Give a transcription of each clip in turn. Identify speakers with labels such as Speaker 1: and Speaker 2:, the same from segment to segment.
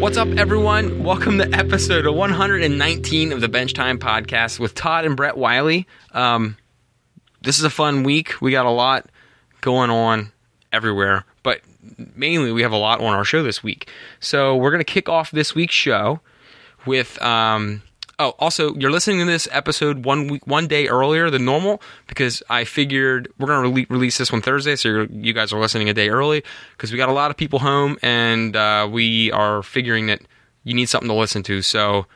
Speaker 1: What's up, everyone? Welcome to episode 119 of the Bench Time Podcast with Todd and Brett Wiley. Um, this is a fun week. We got a lot going on everywhere, but mainly we have a lot on our show this week. So we're going to kick off this week's show with. Um, oh, also, you're listening to this episode one week, one day earlier than normal because I figured we're going to rele- release this one Thursday, so you're, you guys are listening a day early because we got a lot of people home and uh, we are figuring that you need something to listen to. So,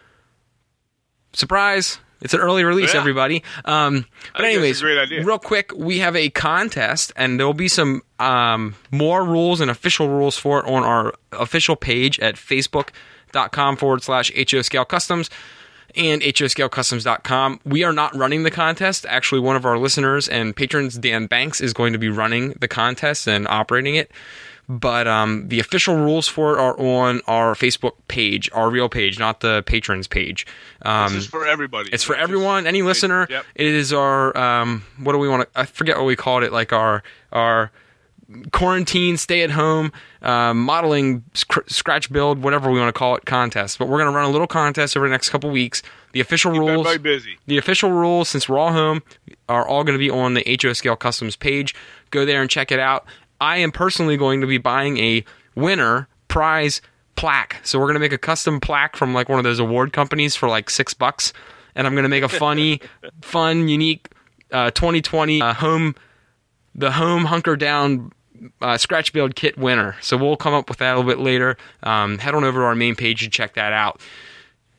Speaker 1: surprise. It's an early release,
Speaker 2: Oh, Yeah.
Speaker 1: everybody. Um, but
Speaker 2: think
Speaker 1: anyways,
Speaker 2: that's a great idea.
Speaker 1: real quick, we have a contest, and there will be some um, more rules and official rules for it on our official page at facebook.com forward slash HO Scale Customs and HOScaleCustoms.com. We are not running the contest. Actually, one of our listeners and patrons, Dan Banks, is going to be running the contest and operating it. But um, the official rules for it are on our Facebook page, our real page, not the patrons page. Um,
Speaker 2: This is for everybody.
Speaker 1: it's for
Speaker 2: Not just-
Speaker 1: everyone, any listener.
Speaker 2: Yep.
Speaker 1: It is our um, what do we want to? I forget what we called it. Like our our quarantine, stay at home, uh, modeling, sc- scratch build, whatever we want to call it, contest. But we're gonna run a little contest over the next couple weeks. The official rules.
Speaker 2: Everybody busy.
Speaker 1: The official rules, since we're all home, are all going to be on the HO Scale Customs page. Go there and check it out. I am personally going to be buying a winner prize plaque. So we're going to make a custom plaque from like one of those award companies for like six bucks. And I'm going to make a funny, fun, unique uh, 2020 uh, home, the home hunker down uh, scratch build kit winner. So we'll come up with that a little bit later. Um, head on over to our main page and check that out.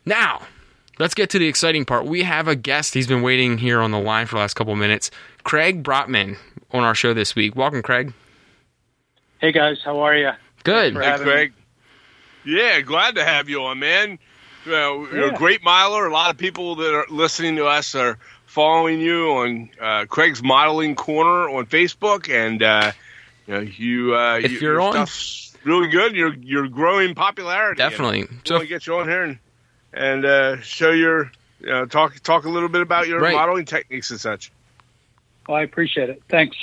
Speaker 1: Now, let's get to the exciting part. We have a guest. He's been waiting here on the line for the last couple of minutes. Craig Brotman on our show this week. Welcome, Craig.
Speaker 3: Hey guys, how are you?
Speaker 1: Good.
Speaker 3: Thanks,
Speaker 2: Hey,
Speaker 3: having
Speaker 2: Craig. Yeah, glad to have you on, man. Uh, you're a
Speaker 3: Yeah.
Speaker 2: great miler. A lot of people that are listening to us are following you on uh, Craig's Modeling Corner on Facebook, and uh, you know, you, uh,
Speaker 1: If
Speaker 2: you-
Speaker 1: you're
Speaker 2: your
Speaker 1: on-
Speaker 2: stuff's really good. You're you're growing popularity.
Speaker 1: Definitely.
Speaker 2: So
Speaker 1: So,
Speaker 2: to get you on here and and uh, show your you know, talk talk a little bit about your
Speaker 1: Right.
Speaker 2: modeling techniques and such.
Speaker 3: Well, Oh, I appreciate it. Thanks.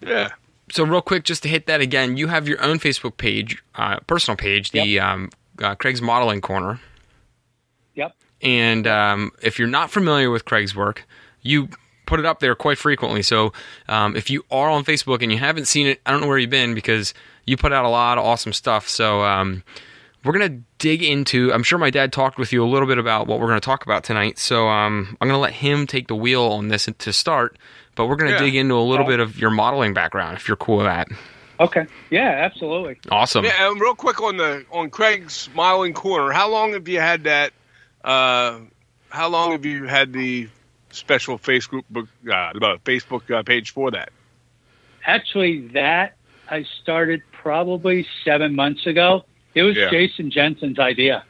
Speaker 2: Yeah.
Speaker 1: so real quick, just to hit that again, you have your own Facebook page, uh, personal page, the um, uh, Craig's Modeling Corner.
Speaker 3: Yep.
Speaker 1: And um, if you're not familiar with Craig's work, you put it up there quite frequently. So um, if you are on Facebook and you haven't seen it, I don't know where you've been because you put out a lot of awesome stuff. So um, we're going to dig into. I'm sure my dad talked with you a little bit about what we're going to talk about tonight. So um, I'm going to let him take the wheel on this to start. But we're going to
Speaker 2: Yeah.
Speaker 1: dig into a little
Speaker 3: Yeah.
Speaker 1: bit of your modeling background if you're cool with that.
Speaker 3: Okay. Yeah, absolutely.
Speaker 1: Awesome.
Speaker 2: Yeah, and real quick on the on Craig's Smiling Corner, how long have you had that? Uh, how long have you had the special Facebook book, uh, about Facebook uh, page for that?
Speaker 3: Actually, that I started probably seven months ago. It was
Speaker 2: Yeah.
Speaker 3: Jason Jensen's idea.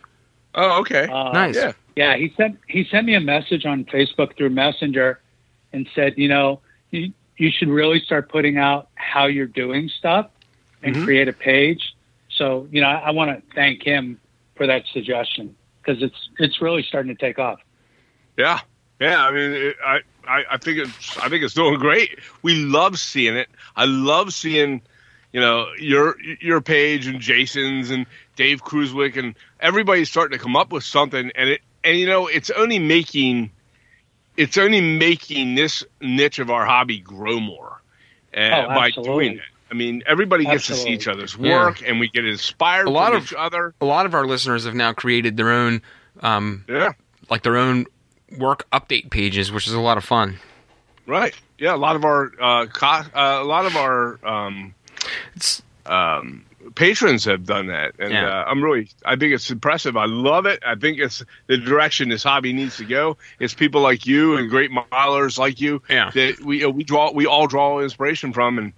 Speaker 2: Oh, okay.
Speaker 3: Uh,
Speaker 1: Nice.
Speaker 2: yeah.
Speaker 3: Yeah, he sent he sent me a message on Facebook through Messenger, and said, you know, you, you should really start putting out how you're doing stuff and
Speaker 2: Mhm.
Speaker 3: create a page. So, you know, I, I want to thank him for that suggestion because it's it's really starting to take off.
Speaker 2: Yeah, yeah. I mean, it, I, I I think it's I think it's doing great. We love seeing it. I love seeing, you know, your your page and Jason's and Dave Cruzwick and everybody's starting to come up with something. And it and you know, it's only making it's only making this niche of our hobby grow more uh,
Speaker 3: Oh,
Speaker 2: by
Speaker 3: absolutely.
Speaker 2: doing it. I mean, everybody gets
Speaker 3: Absolutely.
Speaker 2: to see each other's
Speaker 1: Yeah.
Speaker 2: work, and we get inspired
Speaker 1: A lot
Speaker 2: from
Speaker 1: of-
Speaker 2: each other.
Speaker 1: A lot of our listeners have now created their own, um,
Speaker 2: Yeah.
Speaker 1: like their own work update pages, which is a lot of fun.
Speaker 2: Right. Yeah. A lot of our uh, co- uh, a lot of our um,
Speaker 1: It's-
Speaker 2: um, patrons have done that, and
Speaker 1: Yeah.
Speaker 2: uh, I'm really I think it's impressive. I love it. I think it's the direction this hobby needs to go. It's people like you and great milers like you
Speaker 1: Yeah.
Speaker 2: that we uh, we draw we all draw inspiration from, and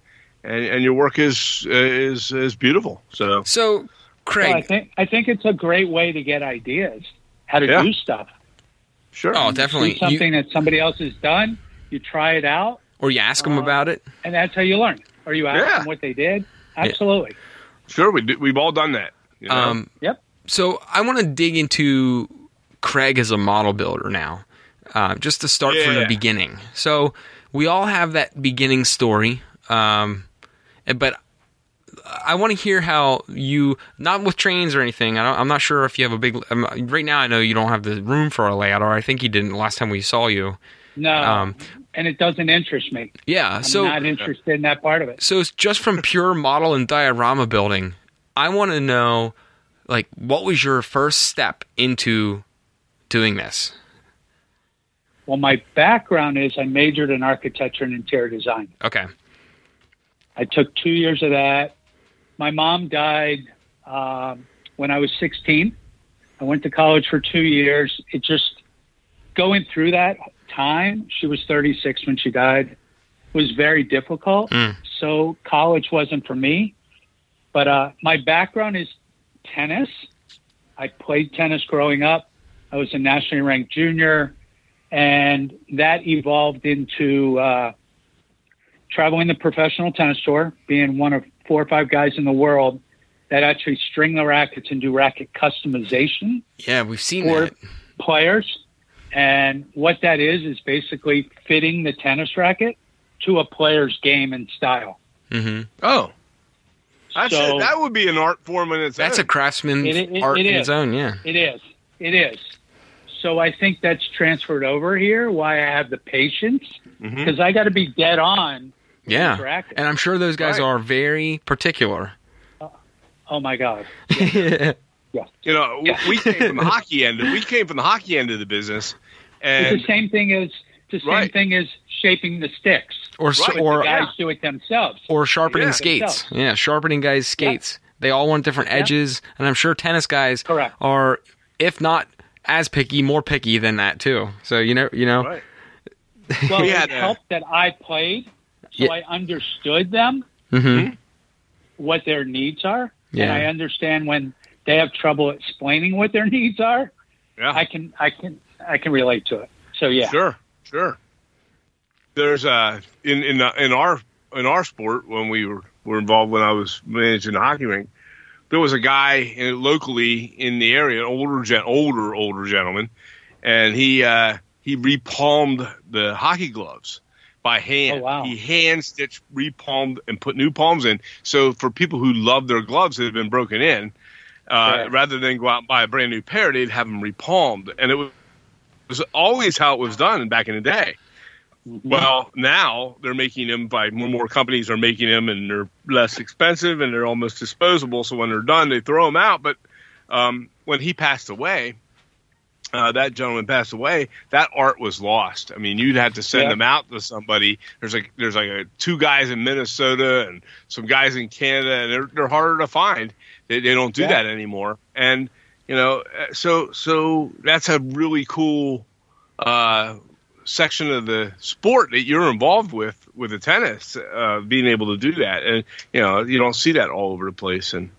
Speaker 2: and, and your work is uh, is is beautiful. So
Speaker 1: So, Craig.
Speaker 3: Well, I think I think it's a great way to get ideas how to
Speaker 2: Yeah.
Speaker 3: do stuff.
Speaker 2: sure.
Speaker 1: Oh,
Speaker 3: Do
Speaker 1: definitely. You,
Speaker 3: something that somebody else has done. You try it out,
Speaker 1: or you ask them
Speaker 3: Uh,
Speaker 1: about it.
Speaker 3: and that's how you learn. Or you ask
Speaker 2: Yeah.
Speaker 3: them what they did. Absolutely.
Speaker 2: Sure. We do, we've all done that. you know?
Speaker 1: Um,
Speaker 3: Yep.
Speaker 1: so I want to dig into Craig as a model builder now, uh, just to start from the
Speaker 2: Yeah.
Speaker 1: beginning. So we all have that beginning story, um, and- but I want to hear how you not with trains or anything. I don't, I'm not sure if you have a big. Um, right now, I know you don't have the room for a layout, or I think you didn't last time we saw you.
Speaker 3: No,
Speaker 1: Um,
Speaker 3: and it doesn't interest me.
Speaker 1: yeah.
Speaker 3: I'm
Speaker 1: so
Speaker 3: not interested in that part of it.
Speaker 1: So it's just from pure model and diorama building, I want to know, like, what was your first step into doing this?
Speaker 3: Well, my background is I majored in architecture and interior design.
Speaker 1: Okay.
Speaker 3: I took two years of that. My mom died um, when I was 16. I went to college for two years. It just going through that time, she was 36 when she died, was very difficult.
Speaker 1: Mm.
Speaker 3: So college wasn't for me. But uh, my background is tennis. I played tennis growing up. I was a nationally ranked junior, and that evolved into. Uh, traveling the professional tennis tour, being one of four or five guys in the world that actually string the rackets and do racket customization
Speaker 1: Yeah, we've seen
Speaker 3: Or-
Speaker 1: that.
Speaker 3: players. And what that is is basically fitting the tennis racket to a player's game and style.
Speaker 1: hmm
Speaker 2: Oh. That's
Speaker 3: So-
Speaker 2: that would be an art form in its
Speaker 1: That's a
Speaker 2: own.
Speaker 1: craftsman
Speaker 3: It- it-
Speaker 1: art
Speaker 3: it
Speaker 1: in
Speaker 3: is.
Speaker 1: its own. Yeah.
Speaker 3: It is. It is. So I think that's transferred over here. Why I have the patience
Speaker 2: Mhm.
Speaker 3: because I got to be dead on. with
Speaker 1: Yeah.
Speaker 3: these rackets.
Speaker 1: And I'm sure those guys
Speaker 2: Right.
Speaker 1: are very particular.
Speaker 3: Oh my god.
Speaker 2: You know, w
Speaker 3: Yeah.
Speaker 2: we came from the hockey end. We came from the hockey end of the business,
Speaker 3: It's the
Speaker 2: and
Speaker 3: same thing as it's the same
Speaker 2: Right.
Speaker 3: thing as shaping the sticks.
Speaker 1: or s
Speaker 2: Right.
Speaker 1: or
Speaker 3: the guys
Speaker 2: yeah.
Speaker 3: do it themselves.
Speaker 1: or sharpening
Speaker 2: Yeah.
Speaker 1: skates. Yeah, sharpening guys' skates. They all want different edges, and I'm sure tennis guys
Speaker 3: Correct.
Speaker 1: are, if not as picky, more picky than that too. So you know, you know,
Speaker 2: Right.
Speaker 3: Well,
Speaker 2: We had
Speaker 3: it
Speaker 2: a-
Speaker 3: helped that I played, so
Speaker 1: Yeah.
Speaker 3: I understood them,
Speaker 1: hmm
Speaker 3: what their needs are, and
Speaker 1: Yeah.
Speaker 3: I understand when they have trouble explaining what their needs are.
Speaker 2: yeah,
Speaker 3: I can, I can, I can relate to it. So yeah,
Speaker 2: Sure, sure. There's uh in in uh, in our in our sport when we were were involved when I was managing the hockey rink, there was a guy in, locally in the area, an older gen, older older gentleman, and he uh, he repalmed the hockey gloves by hand.
Speaker 3: Oh, wow.
Speaker 2: He hand stitched, repalmed, and put new palms in. So for people who love their gloves that have been broken in, uh,
Speaker 3: Correct.
Speaker 2: rather than go out and buy a brand new pair, they'd have them repalmed, and it was was always how it was done back in the day.
Speaker 3: Mm-hmm.
Speaker 2: Well, now they're making them by more and more companies are making them, and they're less expensive and they're almost disposable. So when they're done, they throw them out. But um, when he passed away, uh, that gentleman passed away. That art was lost. I mean, you'd have to send
Speaker 3: Yeah.
Speaker 2: them out to somebody. There's like there's like a, two guys in Minnesota and some guys in Canada, and they're they're harder to find. They, they don't do
Speaker 3: Yeah.
Speaker 2: that anymore. And you know, uh, so so that's a really cool uh, section of the sport that you're involved with with the tennis, uh, being able to do that, and you know, you don't see that all over the place. And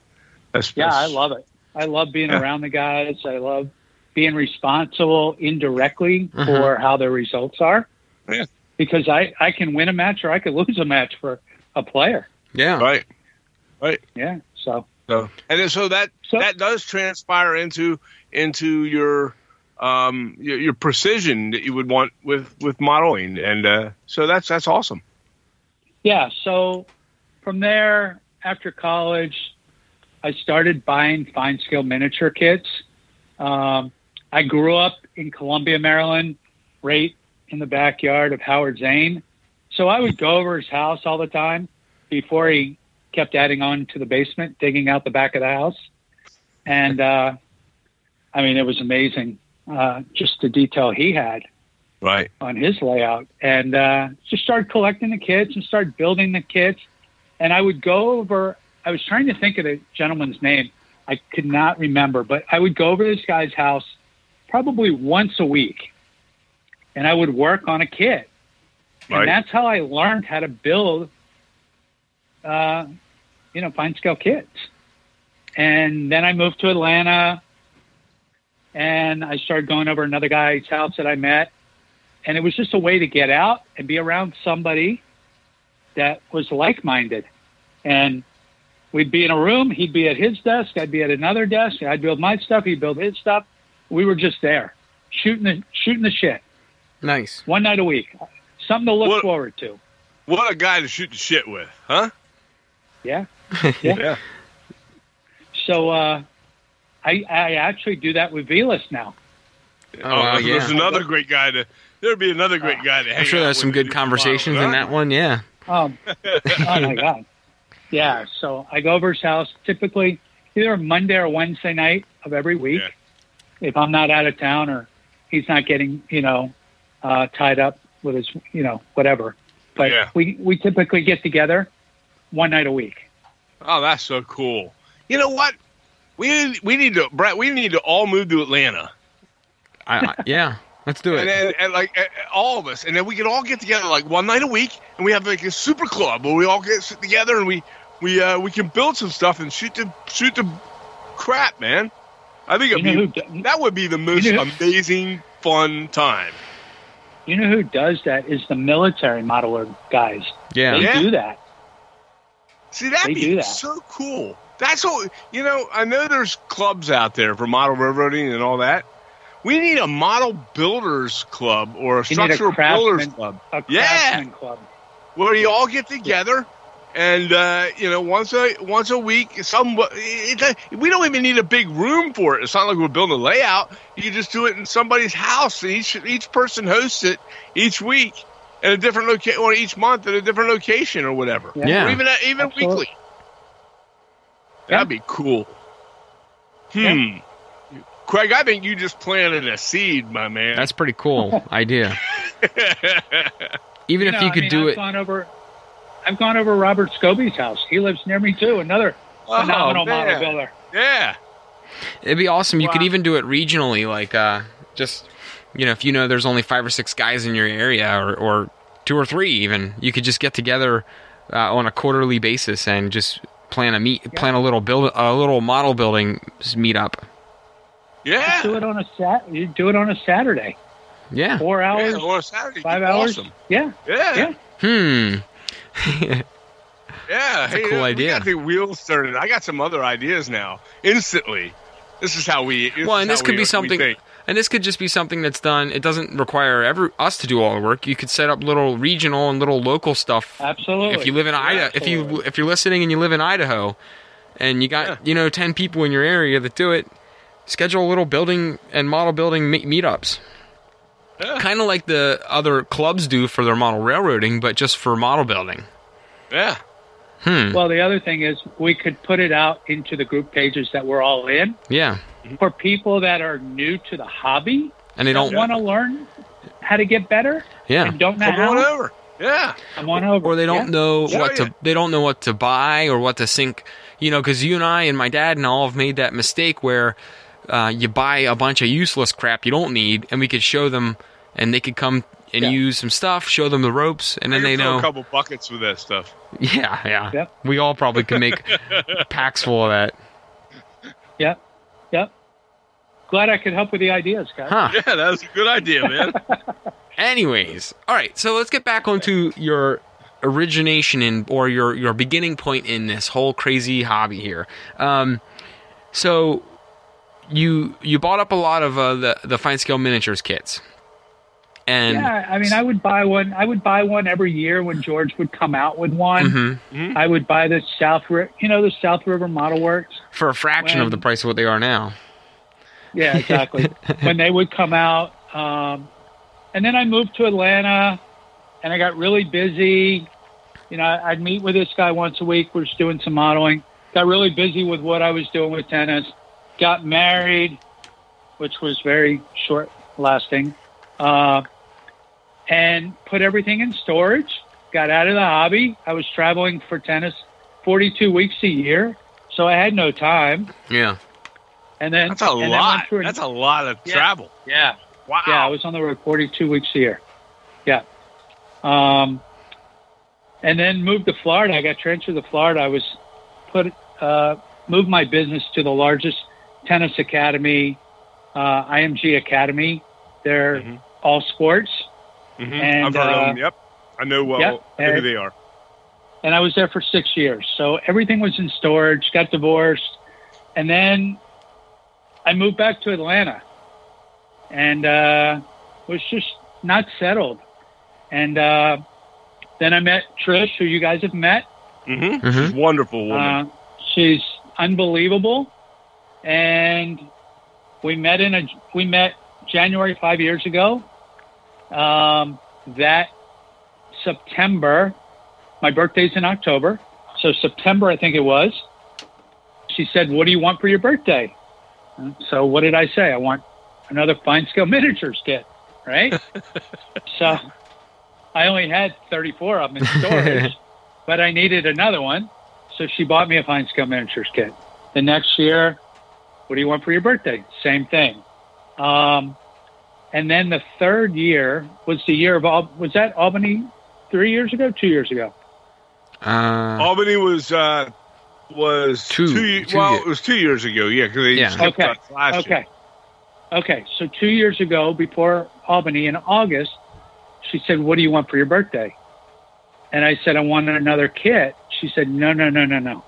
Speaker 2: that's
Speaker 3: yeah, I
Speaker 2: that's-
Speaker 3: love it. I love being
Speaker 2: Yeah.
Speaker 3: around the guys. I love being responsible indirectly for how their results are,
Speaker 2: Uh-huh. Yeah.
Speaker 3: because I I can win a match or I could lose a match for a player.
Speaker 1: yeah.
Speaker 2: right.
Speaker 3: Yeah, so
Speaker 2: So and then, so that
Speaker 3: So-
Speaker 2: that does transpire into into your um your, your precision that you would want with with modeling, and uh, so that's that's awesome.
Speaker 3: yeah, so from there, after college, I started buying fine scale miniature kits. Um, I grew up in Columbia, Maryland, right in the backyard of Howard Zane. So I would go over his house all the time before he kept adding on to the basement, digging out the back of the house. And uh, I mean, it was amazing uh, just the detail he had
Speaker 2: Right.
Speaker 3: on his layout and uh, just started collecting the kits and started building the kits. And I would go over, I was trying to think of the gentleman's name. I could not remember, but I would go over to this guy's house probably once a week and I would work on a kit.
Speaker 2: Right.
Speaker 3: And that's how I learned how to build, uh, you know, fine scale kits. And then I moved to Atlanta and I started going over another guy's house that I met and it was just a way to get out and be around somebody that was like minded. And we'd be in a room, he'd be at his desk, I'd be at another desk, I'd build my stuff, he'd build his stuff. We were just there, shooting the shooting the shit.
Speaker 1: Nice.
Speaker 3: One night a week. Something to look
Speaker 2: What-
Speaker 3: forward to.
Speaker 2: What a guy to shoot the shit with, huh?
Speaker 3: Yeah. Yeah.
Speaker 2: Yeah.
Speaker 3: So uh, I I actually do that with Velas now.
Speaker 1: Oh,
Speaker 2: Oh,
Speaker 1: yeah.
Speaker 2: There's another great guy to. There'd be another great guy to. Hang
Speaker 1: I'm sure
Speaker 2: out
Speaker 1: there's some
Speaker 2: with
Speaker 1: good
Speaker 2: you
Speaker 1: conversations
Speaker 2: tomorrow,
Speaker 1: in that one. Yeah.
Speaker 3: Um, oh my god. Yeah. So I go over his house typically either Monday or Wednesday night of every week
Speaker 2: Yeah.
Speaker 3: if I'm not out of town or he's not getting you know uh, tied up with his you know whatever. But
Speaker 2: Yeah.
Speaker 3: we we typically get together one night a week.
Speaker 2: Oh, that's so cool. You know what? We we need to Brett. We need to all move to Atlanta,
Speaker 1: I, I, yeah. Let's do
Speaker 2: and
Speaker 1: it.
Speaker 2: then and like eh, eh, all of us, and then we can all get together like one night a week, and we have like a super club where we all get sit together and we we uh, we can build some stuff and shoot the shoot the crap, man. I think
Speaker 3: You
Speaker 2: it'd
Speaker 3: know, who,
Speaker 2: be,
Speaker 3: do-
Speaker 2: that would be the most
Speaker 3: You know-
Speaker 2: amazing fun time.
Speaker 3: you know who does that is the military modeler guys.
Speaker 1: Yeah.
Speaker 3: They
Speaker 2: Yeah.
Speaker 3: do that.
Speaker 2: See, that'd
Speaker 3: They do
Speaker 2: be
Speaker 3: that.
Speaker 2: so cool. That's what you know. I know there's clubs out there for model railroading and all that. We need a model builders club or a
Speaker 3: You need a
Speaker 2: structural builders
Speaker 3: craftsman-
Speaker 2: club
Speaker 3: A
Speaker 2: Yeah.
Speaker 3: craftsman club.
Speaker 2: where you all get together and uh, you know once a once a week. Some it, it- we don't even need a big room for it. It's not like we're building a layout. You just do it in somebody's house. And each each person hosts it each week at a different location or each month at a different location or whatever.
Speaker 1: Yeah.
Speaker 2: Or even even
Speaker 3: Absolutely.
Speaker 2: weekly. That'd be cool. Hmm. Craig, I think you just planted a seed, my man.
Speaker 1: That's pretty cool idea. Even if
Speaker 3: know,
Speaker 1: you
Speaker 3: I
Speaker 1: could
Speaker 3: mean,
Speaker 1: do
Speaker 3: I've
Speaker 1: it,
Speaker 3: Gone over, I've gone over Robert Scobie's house. He lives near me too. Another
Speaker 2: Oh,
Speaker 3: phenomenal model
Speaker 2: man.
Speaker 3: builder.
Speaker 2: yeah.
Speaker 1: it'd be awesome. You could
Speaker 2: Wow.
Speaker 1: even do it regionally, like uh, just you know, if you know there's only five or six guys in your area, or, or two or three, even you could just get together uh, on a quarterly basis and just plan a meet, plan a little build, a little model building s- meetup.
Speaker 2: Yeah.
Speaker 3: Do it on a sat. You do it on a Saturday.
Speaker 1: Yeah.
Speaker 3: Four
Speaker 2: Yeah,
Speaker 3: hours,
Speaker 2: on a Saturday.
Speaker 3: five
Speaker 2: Awesome.
Speaker 3: hours. Yeah,
Speaker 2: Yeah.
Speaker 3: Yeah.
Speaker 1: Hmm.
Speaker 2: Yeah. hey, uh,
Speaker 1: a cool
Speaker 2: we
Speaker 1: idea.
Speaker 2: got the wheels turning. I got some other ideas now. Instantly. This is how we. This
Speaker 1: Well,
Speaker 2: is
Speaker 1: and this
Speaker 2: how
Speaker 1: could
Speaker 2: we-
Speaker 1: be
Speaker 2: we
Speaker 1: something,
Speaker 2: think.
Speaker 1: and this could just be something that's done. It doesn't require every us to do all the work. You could set up little regional and little local stuff.
Speaker 3: absolutely.
Speaker 1: If you live in Idaho, if you
Speaker 3: Absolutely.
Speaker 1: if you're listening and you live in Idaho, and you got
Speaker 2: Yeah.
Speaker 1: you know ten people in your area that do it, schedule little building and model building me- meetups.
Speaker 2: Yeah.
Speaker 1: Kind of like the other clubs do for their model railroading, but just for model building.
Speaker 2: Yeah.
Speaker 1: Hmm.
Speaker 3: well, the other thing is we could put it out into the group pages that we're all in
Speaker 1: Yeah,
Speaker 3: for people that are new to the hobby
Speaker 1: and Mm-hmm. they
Speaker 3: don't
Speaker 1: don't.
Speaker 3: want to learn how to get better
Speaker 1: Yeah,
Speaker 3: and don't know
Speaker 2: Come on
Speaker 3: how.
Speaker 2: over. Yeah.
Speaker 3: Come on over.
Speaker 1: or they don't
Speaker 3: Yeah.
Speaker 1: know
Speaker 2: Yeah.
Speaker 1: what
Speaker 2: Yeah.
Speaker 1: to they don't know what to buy or what to sink you know because you and i and my dad and all have made that mistake where uh, you buy a bunch of useless crap you don't need and we could show them and they could come and
Speaker 3: Yeah.
Speaker 1: use some stuff show them the ropes and
Speaker 2: I
Speaker 1: then
Speaker 2: can
Speaker 1: they
Speaker 2: fill
Speaker 1: know
Speaker 2: A couple buckets with that stuff.
Speaker 1: yeah yeah
Speaker 3: Yep.
Speaker 1: we all probably could make packs full of that
Speaker 3: Yep, yep. Glad I could help with the ideas, guys.
Speaker 1: huh
Speaker 2: Yeah, that was a good idea, man.
Speaker 1: Anyways, all right. So let's get back onto your origination in or your your beginning point in this whole crazy hobby here. Um, so you you bought up a lot of uh, the the fine scale miniatures kits, and
Speaker 3: yeah, I mean, I would buy one. I would buy one every year when George would come out with one.
Speaker 1: Mhm.
Speaker 3: I would buy the South, Ri- you know, the South River Model Works.
Speaker 1: for a fraction of
Speaker 3: When-
Speaker 1: the price of what they are now.
Speaker 3: Yeah, exactly. when they would come out, um, and then I moved to Atlanta, and I got really busy. You know, I- I'd meet with this guy once a week. We're just doing some modeling. Got really busy with what I was doing with tennis. Got married, which was very short lasting, uh, and put everything in storage. Got out of the hobby. I was traveling for tennis 42 weeks a year, so I had no time.
Speaker 1: Yeah,
Speaker 3: And then
Speaker 2: That's a
Speaker 3: and then went
Speaker 2: lot.
Speaker 3: through an-
Speaker 2: That's a lot of
Speaker 3: Yeah.
Speaker 2: travel.
Speaker 3: yeah.
Speaker 2: Wow.
Speaker 3: Yeah, I was on the road 42 weeks a year. Yeah. Um, and then moved to Florida. I got transferred to Florida. I was put, uh, moved my business to the largest tennis academy, uh, IMG Academy. They're
Speaker 2: Mhm.
Speaker 3: all sports.
Speaker 2: Mhm.
Speaker 3: and,
Speaker 2: I've heard of
Speaker 3: uh,
Speaker 2: them. Yep. I know well
Speaker 3: yep,
Speaker 2: who
Speaker 3: and-
Speaker 2: they are.
Speaker 3: and I was there for six years. So everything was in storage, got divorced, and then I moved back to Atlanta and uh, was just not settled. And uh, then I met Trish, who you guys have met.
Speaker 2: Mm-hmm. She's a wonderful woman.
Speaker 3: Uh, she's unbelievable, and we met in a we met January five years ago. Um, that September, my birthday's in October, so September I think it was. She said, "What do you want for your birthday?" And So what did I say? I want another fine scale miniatures kit, right? so I only had 34 of them in storage, but I needed another one. So she bought me a fine scale miniatures kit. The next year, what do you want for your birthday? Same thing. Um, and then the third year was the year of Al- was that Albany three years ago, two years ago?
Speaker 1: Uh,
Speaker 2: Albany was uh, was
Speaker 1: Two-
Speaker 2: two,
Speaker 1: two
Speaker 2: well,
Speaker 1: year-
Speaker 2: it was two years ago. Yeah, because they
Speaker 1: Yeah.
Speaker 2: skipped
Speaker 3: Okay.
Speaker 2: us last year.
Speaker 3: Okay. Okay. So two years ago, before Albany in August, she said, What do you want for your birthday? And I said, I want another kit. She said, No, no, no, no, no.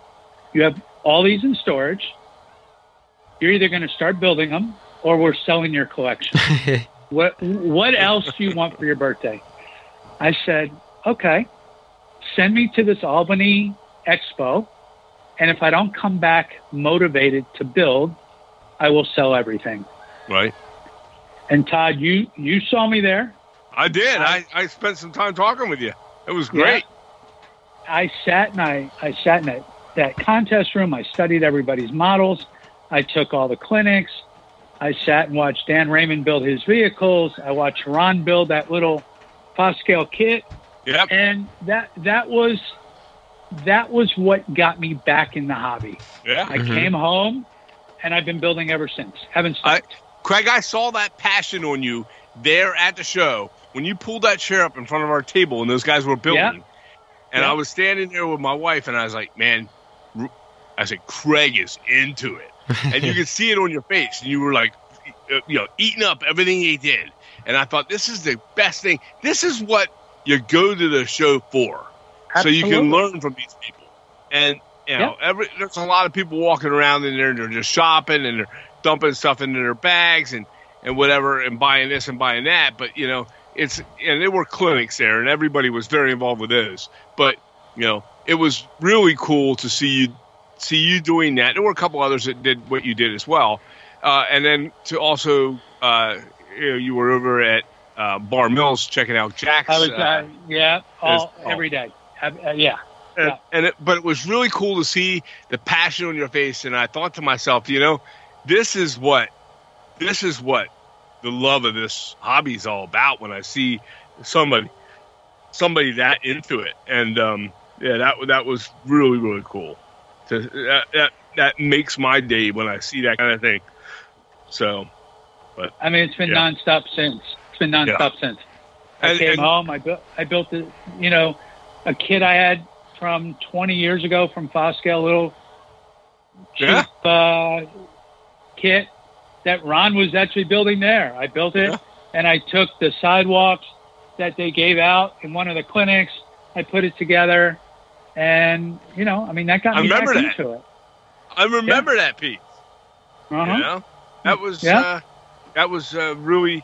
Speaker 3: You have all these in storage. You're either going to start building them or we're selling your collection. what, what else do you want for your birthday? I said, Okay, send me to this Albany expo. And if I don't come back motivated to build, I will sell everything.
Speaker 2: Right.
Speaker 3: And Todd, you you saw me there.
Speaker 2: I did. I, I spent some time talking with you. It was
Speaker 3: Uh, Yeah.
Speaker 2: great.
Speaker 3: I sat and I I sat in that, that contest room. I studied everybody's models. I took all the clinics. I sat and watched Dan Raymond build his vehicles. I watched Ron build that little Pascal kit,
Speaker 2: Yep.
Speaker 3: and that that was that was what got me back in the hobby.
Speaker 2: Yeah.
Speaker 3: I
Speaker 1: Mhm.
Speaker 3: came home, and I've been building ever since. Haven't
Speaker 2: I-
Speaker 3: stopped.
Speaker 2: Craig, I saw that passion on you there at the show when you pulled that chair up in front of our table and those guys were building.
Speaker 3: Yeah.
Speaker 2: And
Speaker 3: Yeah.
Speaker 2: I was standing there with my wife and I was like, man, R- I said, Craig is into it. And you could see it on your face. And you were like, uh, you know, eating up everything he did. And I thought, this is the best thing. This is what you go to the show for. So you can
Speaker 3: Absolutely.
Speaker 2: learn from these people. And you know, every there's a lot of people walking around in there and they're just shopping and they're dumping stuff into their bags and and whatever and buying this and buying that. But you know, it's and there were clinics there and everybody was very involved with those. But you know, it was really cool to see you see you doing that. There were a couple others that did what you did as well. Uh, and then to also uh, you, know, you were over at uh, Bar Mills checking out Jack's.
Speaker 3: I was
Speaker 2: uh,
Speaker 3: uh, yeah all
Speaker 2: there's- oh.
Speaker 3: every day. I, uh, yeah.
Speaker 2: and,
Speaker 3: Yeah.
Speaker 2: and it, but it was really cool to see the passion on your face and i thought to myself you know this is what this is what the love of this hobby is all about when i see somebody somebody that into it and um yeah that that was really really cool to, that, that that makes my day when i see that kind of thing so
Speaker 3: I mean, it's been
Speaker 2: Yeah.
Speaker 3: nonstop since. It's been nonstop since. I
Speaker 2: And-
Speaker 3: came
Speaker 2: and-
Speaker 3: home. I built. I built the. You know, a kid I had from 20 years ago from Foscale, little cheap
Speaker 2: Yeah.
Speaker 3: uh, kit that Ron was actually building there. I built it,
Speaker 2: Yeah.
Speaker 3: and I took the sidewalks that they gave out in one of the clinics. I put it together, and you know, I mean, that got
Speaker 2: I
Speaker 3: me back
Speaker 2: remember that.
Speaker 3: into it.
Speaker 2: i remember that piece
Speaker 3: Uh-huh.
Speaker 2: You know, that was
Speaker 3: Yeah.
Speaker 2: uh, that was uh, really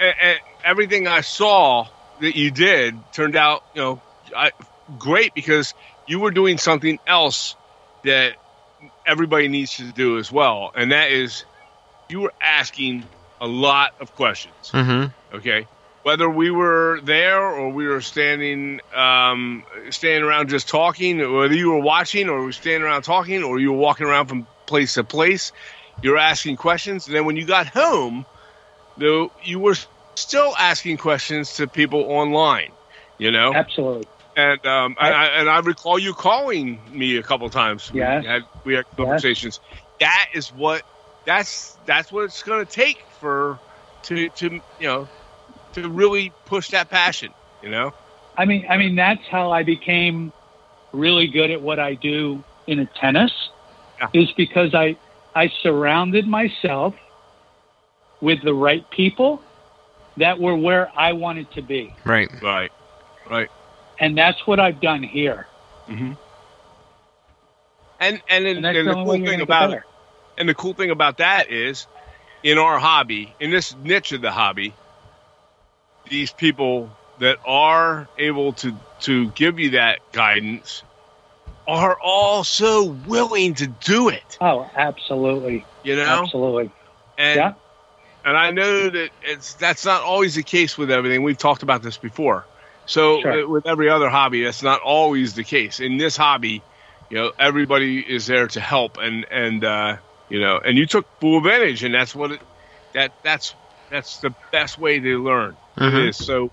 Speaker 2: e- e- everything I saw that you did turned out you know I, great because you were doing something else that everybody needs to do as well, and that is you were asking a lot of questions.
Speaker 1: hmm
Speaker 2: Okay. Whether we were there or we were standing, um, standing around just talking, whether you were watching or we were standing around talking, or you were walking around from place to place, you're asking questions. And then when you got home, though, you were still asking questions to people online. You know,
Speaker 3: Absolutely.
Speaker 2: and um, I, I, and I recall you calling me a couple times.
Speaker 3: Yes.
Speaker 2: we had, we had conversations. That is what that's that's what it's going to take for to to you know to really push that passion. You know,
Speaker 3: I mean, I mean that's how I became really good at what I do in a tennis
Speaker 2: Yeah.
Speaker 3: is because I I surrounded myself with the right people that were where I wanted to be,
Speaker 1: Right.
Speaker 2: right, right,
Speaker 3: and that's what I've done here.
Speaker 2: mm-hmm. and and,
Speaker 3: And
Speaker 2: and,
Speaker 3: that's
Speaker 2: and
Speaker 3: the
Speaker 2: the
Speaker 3: only
Speaker 2: cool
Speaker 3: way
Speaker 2: thing
Speaker 3: you're
Speaker 2: about
Speaker 3: going
Speaker 2: it.
Speaker 3: to
Speaker 2: And the cool thing about that is, in our hobby, in this niche of the hobby, these people that are able to to give you that guidance are all so willing to do it.
Speaker 3: Oh, absolutely,
Speaker 2: You know,
Speaker 3: absolutely.
Speaker 2: and
Speaker 3: Yeah.
Speaker 2: and I know that it's that's not always the case with everything. We've talked about this before. So
Speaker 3: Sure.
Speaker 2: uh, with every other hobby, that's not always the case. In this hobby, you know, everybody is there to help, and and uh, you know, and you took full advantage, and that's what it that that's that's the best way to learn. It
Speaker 1: Mhm.
Speaker 2: is so.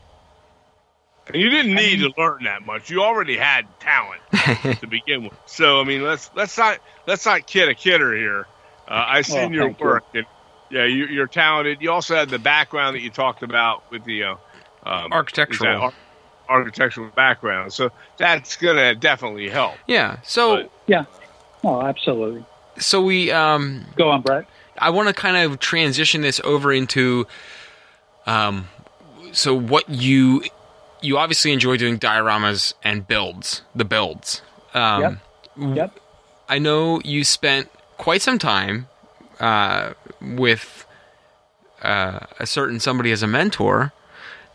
Speaker 2: And you didn't need to learn that much. You already had talent
Speaker 1: Mm-hmm.
Speaker 2: to begin with. So I mean, let's let's not let's not kid a kidder here. Uh, I've seen
Speaker 3: Oh,
Speaker 2: your
Speaker 3: thank you.
Speaker 2: work, and yeah, you, you're talented. You also had the background that you talked about with the uh, um,
Speaker 1: Architectural.
Speaker 2: is that ar- architectural background. So that's gonna definitely help.
Speaker 1: yeah. So
Speaker 2: Right.
Speaker 3: Oh, absolutely.
Speaker 1: so we um
Speaker 3: Go on, Brett.
Speaker 1: I want to kind of transition this over into um so what you you obviously enjoy doing dioramas and builds, the builds. Um
Speaker 3: Yep. Yep.
Speaker 1: I know you spent quite some time uh, with uh, a certain somebody as a mentor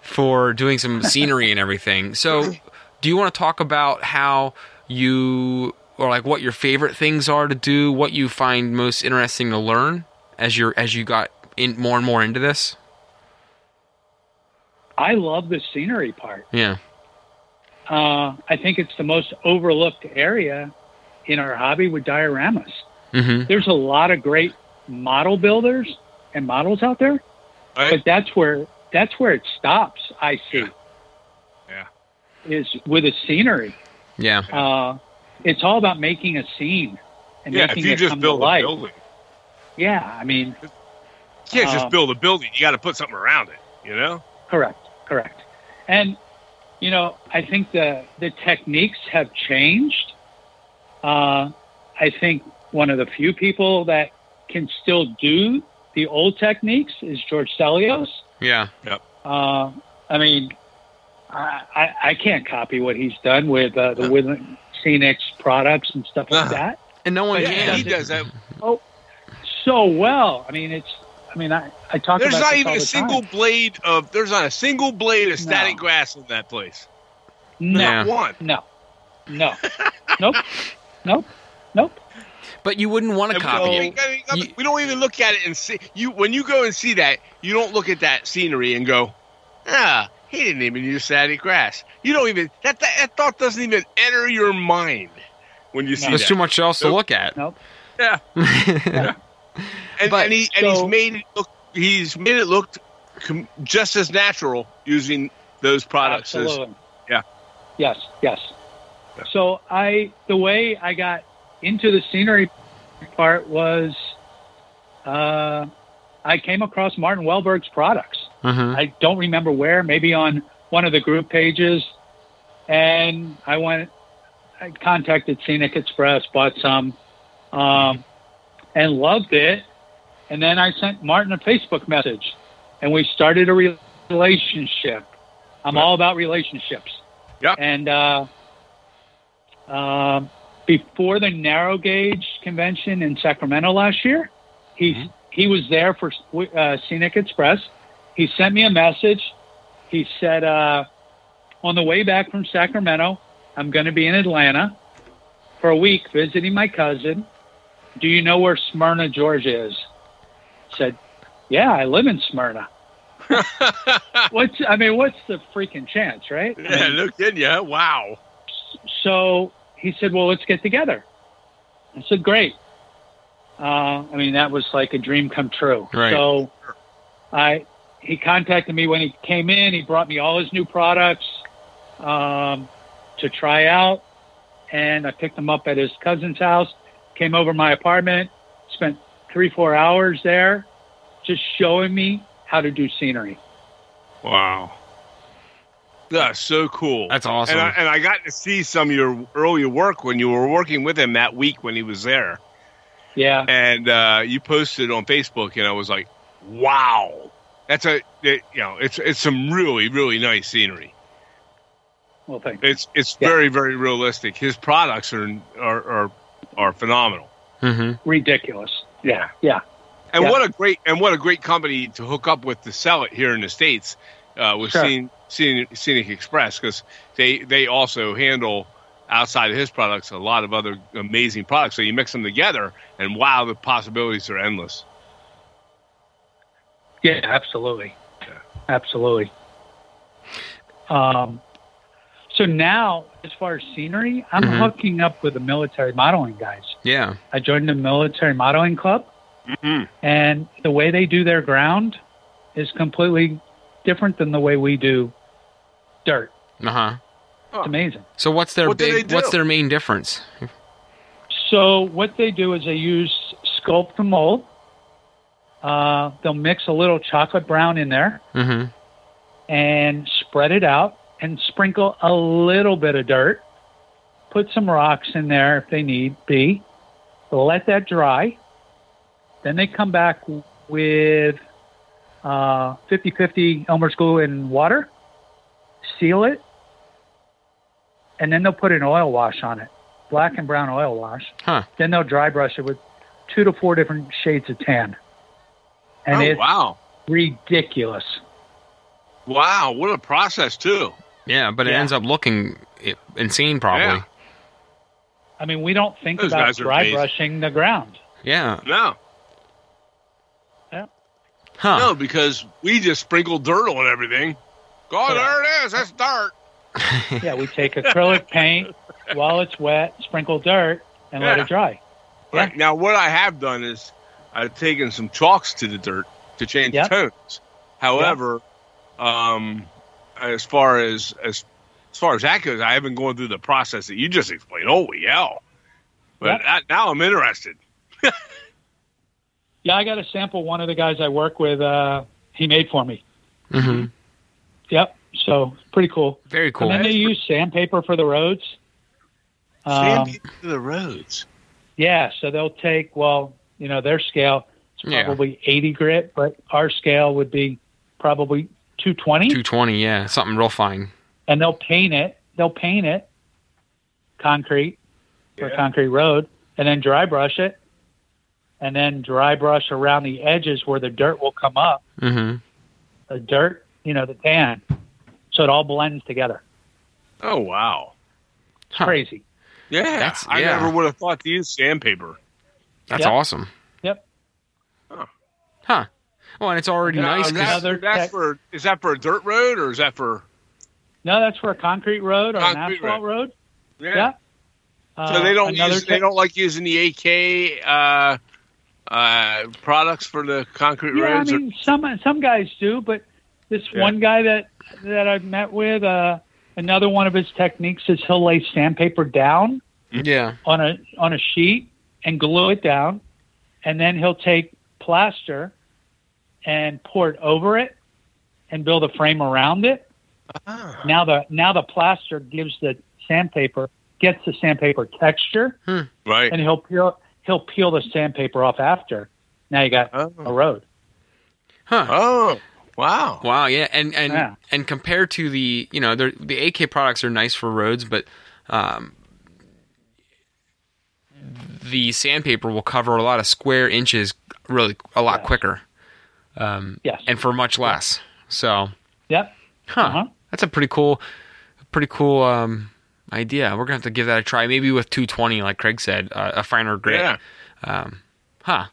Speaker 1: for doing some scenery and everything. So, do you want to talk about how you or like what your favorite things are to do, what you find most interesting to learn as you are as you got in more and more into this?
Speaker 3: I love the scenery part.
Speaker 1: Yeah.
Speaker 3: Uh, I think it's the most overlooked area in our hobby with dioramas.
Speaker 1: hmm
Speaker 3: There's a lot of great model builders and models out there,
Speaker 2: Right?
Speaker 3: but that's where that's where it stops. I see.
Speaker 2: Yeah.
Speaker 3: Is with the scenery.
Speaker 1: Yeah.
Speaker 3: Uh, it's all about making a scene and
Speaker 2: Yeah, if
Speaker 3: making
Speaker 2: you
Speaker 3: it
Speaker 2: just
Speaker 3: come
Speaker 2: build
Speaker 3: to
Speaker 2: a
Speaker 3: life.
Speaker 2: building,
Speaker 3: Yeah, I mean,
Speaker 2: you can't
Speaker 3: Uh,
Speaker 2: just build a building. You got to put something around it. You know?
Speaker 3: Correct, correct. And you know, I think the the techniques have changed. Uh, I think one of the few people that can still do the old techniques is George Stelios.
Speaker 1: Yeah.
Speaker 3: Uh, I mean, I, I, I can't copy what he's done with uh, the
Speaker 2: No.
Speaker 3: with Scenics products and stuff like
Speaker 2: Uh-huh.
Speaker 3: that
Speaker 1: And no one
Speaker 3: But
Speaker 2: Yeah,
Speaker 3: he
Speaker 1: can.
Speaker 2: he does that.
Speaker 3: so well. I mean, it's. I mean, I I talk
Speaker 2: There's
Speaker 3: about
Speaker 2: not
Speaker 3: this
Speaker 2: even
Speaker 3: all
Speaker 2: a
Speaker 3: the
Speaker 2: single
Speaker 3: time.
Speaker 2: blade of. There's not a single blade of static
Speaker 3: No.
Speaker 2: grass in that place.
Speaker 3: No,
Speaker 1: Yeah.
Speaker 2: Not one.
Speaker 3: no, no, nope, nope, nope.
Speaker 1: But you wouldn't want to
Speaker 2: And we
Speaker 1: copy
Speaker 2: don't
Speaker 1: it.
Speaker 2: even- I mean,
Speaker 1: You-
Speaker 2: we don't even look at it and see you when you go and see that you don't look at that scenery and go ah he didn't even use static grass you don't even that that, that thought doesn't even enter your mind when you see
Speaker 1: There's
Speaker 2: that
Speaker 1: too much else to
Speaker 2: Nope.
Speaker 1: look at.
Speaker 3: Nope.
Speaker 2: Yeah. and,
Speaker 1: but-
Speaker 2: and, he, and he's
Speaker 3: So-
Speaker 2: made it look he's made it look com- just as natural using those products as-
Speaker 3: Absolutely.
Speaker 2: Yeah.
Speaker 3: Yes. Yes. So I, the way I got into the scenery part was, uh, I came across Martin Wellberg's products.
Speaker 1: Mhm.
Speaker 3: I don't remember where, maybe on one of the group pages. And I went, I contacted Scenic Express, bought some, um, and loved it. And then I sent Martin a Facebook message, and we started a re- relationship. I'm all about relationships.
Speaker 2: Yeah.
Speaker 3: And uh, um before the narrow gauge convention in Sacramento last year, he
Speaker 1: Mhm.
Speaker 3: he was there for uh, Scenic Express. He sent me a message. He said, uh, "On the way back from Sacramento, I'm going to be in Atlanta for a week visiting my cousin. Do you know where Smyrna, Georgia is?" Said, "Yeah, I live in Smyrna." what's I mean, what's the freaking chance, right? I
Speaker 2: yeah
Speaker 3: mean,
Speaker 2: no kidding yeah wow
Speaker 3: so he said, "Well, let's get together." I said, "Great." Uh, I mean, that was like a dream come true.
Speaker 1: Right.
Speaker 3: So, I he contacted me when he came in. He brought me all his new products um, to try out, and I picked them up at his cousin's house. Came over to my apartment, spent three four hours there, just showing me how to do scenery.
Speaker 2: wow that's so cool
Speaker 1: That's awesome.
Speaker 2: And I, and I got to see some of your earlier work when you were working with him that week when he was there.
Speaker 3: Yeah.
Speaker 2: And uh, you posted on Facebook, and I was like, "Wow, that's a it, you know, it's it's some really really nice scenery.
Speaker 3: Well, thank you.
Speaker 2: It's it's
Speaker 3: Yeah.
Speaker 2: very very realistic. His products are are are, are phenomenal.
Speaker 1: Mhm.
Speaker 3: Ridiculous. Yeah. Yeah.
Speaker 2: And
Speaker 3: Yeah.
Speaker 2: what a great and what a great company to hook up with to sell it here in the states. Uh, with
Speaker 3: Sure.
Speaker 2: seeing Scenic, Scenic Express because they they also handle outside of his products a lot of other amazing products. So you mix them together, and wow, the possibilities are endless.
Speaker 3: Yeah, absolutely, absolutely. Um, so now, as far as scenery, I'm
Speaker 1: Mhm.
Speaker 3: hooking up with the military modeling guys.
Speaker 1: Yeah.
Speaker 3: I joined the military modeling club,
Speaker 2: Mhm.
Speaker 3: and the way they do their ground is completely different than the way we do dirt.
Speaker 1: Uh huh.
Speaker 3: It's amazing.
Speaker 1: So what's their
Speaker 2: What do they
Speaker 1: big?
Speaker 2: do?
Speaker 1: What's their main difference?
Speaker 3: So what they do is they use sculpt and mold. Uh, they'll mix a little chocolate brown in there
Speaker 1: Mm-hmm.
Speaker 3: and spread it out and sprinkle a little bit of dirt. Put some rocks in there if they need be. Let that dry. Then they come back with uh, 50-50 Elmer's glue and water. Seal it. And then they'll put an oil wash on it. Black and brown oil wash.
Speaker 1: Huh.
Speaker 3: Then they'll dry brush it with two to four different shades of tan. And
Speaker 2: oh
Speaker 3: it's
Speaker 2: wow,
Speaker 3: ridiculous.
Speaker 2: wow, what a process too.
Speaker 1: Yeah, but it
Speaker 3: Yeah.
Speaker 1: ends up looking i- insane, probably.
Speaker 3: I mean, we don't think
Speaker 2: Those
Speaker 3: about
Speaker 2: guys are
Speaker 3: dry
Speaker 2: amazing.
Speaker 3: brushing the ground.
Speaker 1: Yeah.
Speaker 2: No,
Speaker 1: Huh.
Speaker 2: no, because we just sprinkle dirt on everything. God,
Speaker 3: Yeah.
Speaker 2: there it is. That's dirt.
Speaker 3: Yeah, we take acrylic paint while it's wet, sprinkle dirt, and let
Speaker 2: Yeah.
Speaker 3: it dry. Yeah.
Speaker 2: Right. Now, what I have done is I've taken some chalks to the dirt to change
Speaker 3: Yeah.
Speaker 2: tones. However, um, as far as as as far as that goes, I haven't gone through the process that you just explained. Holy hell! But that, now I'm interested.
Speaker 3: Yeah, I got a sample. One of the guys I work with, uh, he made for me.
Speaker 1: Mm-hmm.
Speaker 3: Yep. So pretty cool.
Speaker 1: Very cool.
Speaker 3: And then they use sandpaper for the roads. Um,
Speaker 2: Sandy to the roads.
Speaker 3: yeah, so they'll take well, you know, their scale is
Speaker 1: Yeah.
Speaker 3: probably 80 grit, but our scale would be probably 220.
Speaker 1: 220. Yeah, something real fine.
Speaker 3: and they'll paint it. They'll paint it concrete for
Speaker 2: Yeah.
Speaker 3: concrete road, and then dry brush it, and then dry brush around the edges where the dirt will come up.
Speaker 1: Mm-hmm.
Speaker 3: The dirt, you know, the tan, so it all blends together.
Speaker 2: Oh wow!
Speaker 1: Huh.
Speaker 3: Crazy.
Speaker 2: Yeah,
Speaker 1: That's-
Speaker 2: I
Speaker 1: yeah.
Speaker 2: never would have thought to use sandpaper.
Speaker 1: That's
Speaker 3: Yep.
Speaker 1: awesome.
Speaker 3: Yep.
Speaker 2: Huh.
Speaker 1: Huh. Well, and it's already
Speaker 3: Now,
Speaker 1: nice. 'cause-
Speaker 2: Now,
Speaker 3: Another
Speaker 2: that's, that's
Speaker 3: tech-
Speaker 2: for is that for a dirt road or is that for
Speaker 3: No, that's for a concrete road or
Speaker 2: Concrete
Speaker 3: an asphalt road. Yeah.
Speaker 2: So they don't
Speaker 3: Uh, another
Speaker 2: use,
Speaker 3: tech-
Speaker 2: they don't like using the AK uh, uh, products for the concrete
Speaker 3: Yeah, I
Speaker 2: roads. or-
Speaker 3: mean, some some guys do, but this
Speaker 2: Yeah.
Speaker 3: one guy that that I've met with, uh, another one of his techniques is he'll lay sandpaper down
Speaker 1: yeah.
Speaker 3: on a on a sheet and glue it down, and then he'll take plaster and pour it over it and build a frame around it.
Speaker 2: Ah.
Speaker 3: Now the now the plaster gives the sandpaper gets the sandpaper texture,
Speaker 2: right.
Speaker 3: and he'll peel he'll peel the sandpaper off after. Now you got a
Speaker 2: Oh.
Speaker 3: road.
Speaker 1: Huh.
Speaker 2: Oh, wow.
Speaker 1: Wow, yeah, and and
Speaker 3: Yeah.
Speaker 1: and compared to the you know they're- the AK products are nice for roads, but um, the sandpaper will cover a lot of square inches really a lot
Speaker 3: Yes.
Speaker 1: quicker, um,
Speaker 3: Yes.
Speaker 1: and for much less. So,
Speaker 3: Yep.
Speaker 1: huh,
Speaker 3: Uh-huh.
Speaker 1: that's a pretty cool, pretty cool um, idea. We're gonna have to give that a try, maybe with 220, like Craig said, uh, a finer grit.
Speaker 2: Yeah.
Speaker 1: Huh.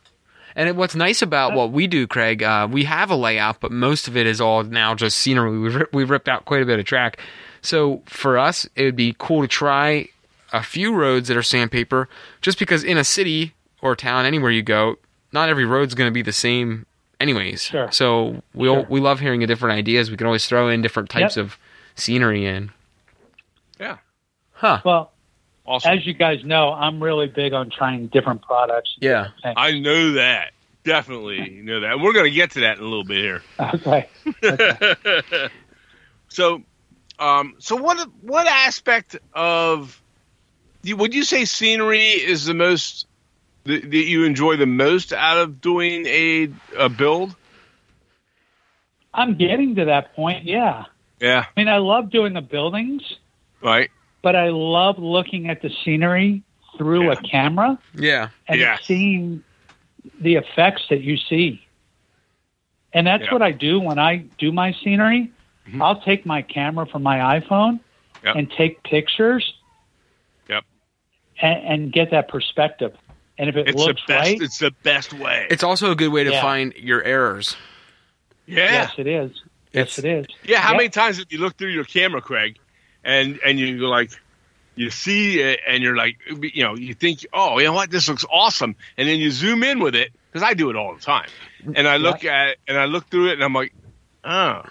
Speaker 1: And it- what's nice about what we do, Craig, uh, we have a layout, but most of it is all now just scenery. We rip, we ripped out quite a bit of track, so for us, it would be cool to try a few roads that are sandpaper, just because in a city or town, anywhere you go, not every road's going to be the same, anyways.
Speaker 3: Sure.
Speaker 1: So we will
Speaker 3: Sure.
Speaker 1: we love hearing different ideas. We can always throw in different types
Speaker 3: Yep.
Speaker 1: of scenery in.
Speaker 2: Yeah.
Speaker 1: Huh.
Speaker 3: Well,
Speaker 2: Awesome.
Speaker 3: as you guys know, I'm really big on trying different products.
Speaker 1: Yeah.
Speaker 2: I know that. Definitely know that. We're going to get to that in a little bit here.
Speaker 3: Okay.
Speaker 2: So, um, so what what aspect of you- would you say scenery is the most that that you enjoy the most out of doing a a build?
Speaker 3: I'm getting to that point. Yeah.
Speaker 2: Yeah.
Speaker 3: I mean, I love doing the buildings,
Speaker 2: Right.
Speaker 3: but I love looking at the scenery through
Speaker 2: Yeah.
Speaker 3: a camera
Speaker 1: Yeah.
Speaker 3: and
Speaker 2: Yeah.
Speaker 3: seeing the effects that you see. And that's
Speaker 2: Yeah. Mm-hmm.
Speaker 3: what I do when I do my scenery. I'll take my camera from my iPhone
Speaker 2: Yep.
Speaker 3: and take pictures
Speaker 2: Yep.
Speaker 3: and, and get that perspective. And if it
Speaker 2: It's the
Speaker 3: looks
Speaker 2: best.
Speaker 3: right,
Speaker 2: It's the best way.
Speaker 1: It's also a good way to
Speaker 3: Yeah.
Speaker 1: find your errors.
Speaker 2: yeah.
Speaker 3: yes, it is. Yes,
Speaker 1: It's-
Speaker 3: it is.
Speaker 2: Yeah, how
Speaker 3: Yep.
Speaker 2: many times have you looked through your camera, Craig, and and you go like, you see it, and you're like, you know, you think, oh, you know what, this looks awesome, and then you zoom in with it because I do it all the time, and I look at it, and I look through it, and I'm like, oh,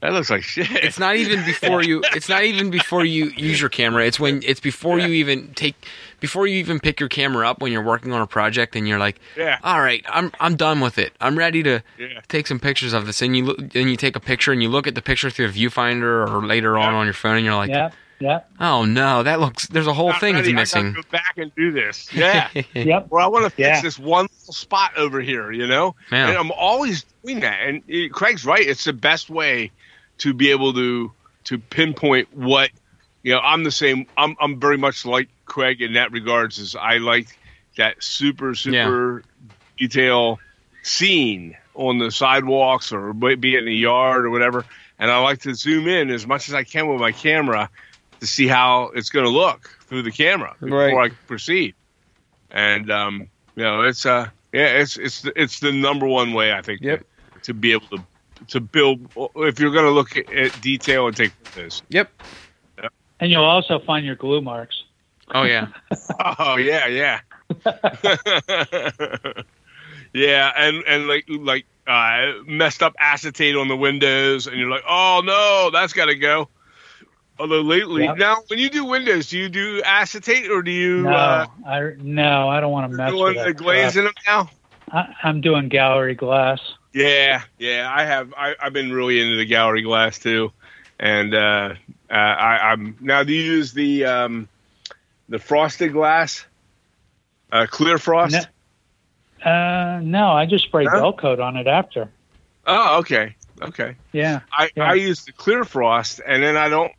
Speaker 2: that looks like shit.
Speaker 1: It's not even before you. It's not even before you use your camera. It's when it's before you even take, before you even pick your camera up when you're working on a project and you're like,
Speaker 2: Yeah.
Speaker 1: all right, I'm I'm done with it. I'm ready to
Speaker 2: Yeah.
Speaker 1: take some pictures of this. And you look, and you take a picture and you look at the picture through a viewfinder or later on
Speaker 2: Yeah.
Speaker 1: on your phone and you're like,
Speaker 3: Yep, yep,
Speaker 1: oh no, that looks. There's a whole
Speaker 2: Not
Speaker 1: thing that's
Speaker 2: ready. I gotta
Speaker 1: missing.
Speaker 2: go back and do this. Yeah.
Speaker 3: yep.
Speaker 2: Or I want to fix
Speaker 3: Yeah.
Speaker 2: this one little spot over here, you know?
Speaker 1: Yeah.
Speaker 2: And I'm always doing that. And eh, Craig's right. It's the best way to be able to to pinpoint what, you know, I'm the same. I'm, I'm very much like Craig in that regards is I like that super, super detail scene on the sidewalks or be be it in the yard or whatever. And I like to zoom in as much as I can with my camera to see how it's going to look through the camera before
Speaker 1: Right.
Speaker 2: I proceed. And um, you know, it's uh, yeah, it's it's the- it's the number one way I think
Speaker 1: Yep.
Speaker 2: to, to be able to to build if you're going to look at, at detail and take this.
Speaker 1: Yep.
Speaker 3: And you'll also find your glue marks.
Speaker 1: Oh yeah.
Speaker 2: Oh yeah, yeah, yeah, and and like like uh, messed up acetate on the windows, and you're like, oh no, that's got to go. Although lately,
Speaker 3: Yep.
Speaker 2: now when you do windows, do you do acetate or do you
Speaker 3: No,
Speaker 2: uh,
Speaker 3: I no, I don't want to mess
Speaker 2: doing
Speaker 3: with
Speaker 2: the
Speaker 3: that.
Speaker 2: glaze in
Speaker 3: crap.
Speaker 2: them now?
Speaker 3: I, I'm doing gallery glass.
Speaker 2: Yeah, yeah, I have. I, I've been really into the gallery glass too, and uh, uh, I, I'm now. Do you use the um, the frosted glass, uh, clear frost?
Speaker 3: No. Uh, no, I just spray
Speaker 2: Huh?
Speaker 3: gel coat on it after.
Speaker 2: Oh, okay, okay.
Speaker 3: Yeah,
Speaker 2: I,
Speaker 3: Yeah.
Speaker 2: I use the clear frost, and then I don't,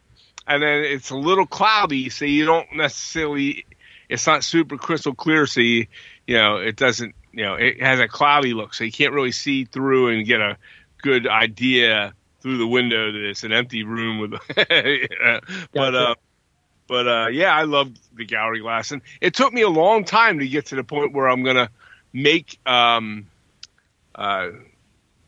Speaker 2: and then it's a little cloudy, so you don't necessarily. It's not super crystal clear, so you, you know it doesn't. You know it has a cloudy look, so you can't really see through and get a good idea through the window that it's an empty room with. Yeah. But uh, but uh, yeah, I love the gallery glass, and it took me a long time to get to the point where I'm gonna make um, uh,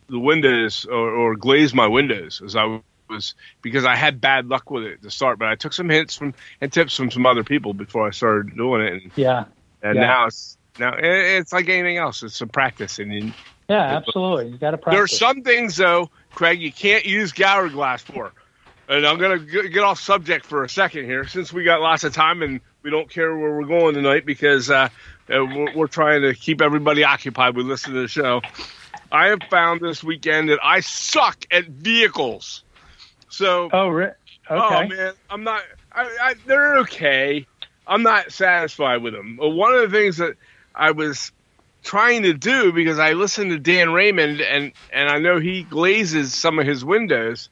Speaker 2: the windows or, or glaze my windows as I was because I had bad luck with it to start. But I took some hints from and tips from some other people before I started doing it, and,
Speaker 3: yeah,
Speaker 2: and
Speaker 3: Yeah.
Speaker 2: now it's now it, it's like anything else. It's some practice, and you,
Speaker 3: yeah. Absolutely, you got to practice.
Speaker 2: there are some things though, Craig, you can't use Gower glass for. And I'm gonna g- get off subject for a second here, since we got lots of time and we don't care where we're going tonight because uh, uh, we're, we're trying to keep everybody occupied. We listen to the show. I have found this weekend that I suck at vehicles. So
Speaker 3: Oh, re- okay.
Speaker 2: Oh man, I'm not. I, I, they're okay. I'm not satisfied with them. But one of the things that I was trying to do because I listened to Dan Raymond and and I know he glazes some of his windows,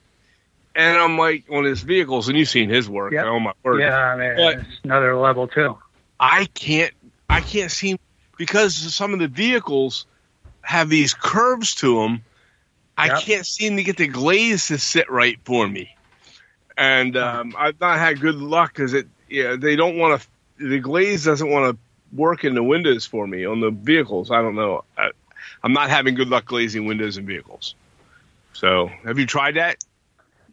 Speaker 2: and I'm like on his vehicles, and you've seen his work.
Speaker 3: Yep.
Speaker 2: Oh my word!
Speaker 3: Yeah, man,
Speaker 2: But-
Speaker 3: it's another level too.
Speaker 2: I can't. I can't seem because some of the vehicles have these curves to them. I
Speaker 3: Yep.
Speaker 2: can't seem to get the glaze to sit right for me, and um, I've not had good luck because it. Yeah, they don't want to. The glaze doesn't want to work in the windows for me on the vehicles. I don't know. I, I'm not having good luck glazing windows and vehicles. So, have you tried that?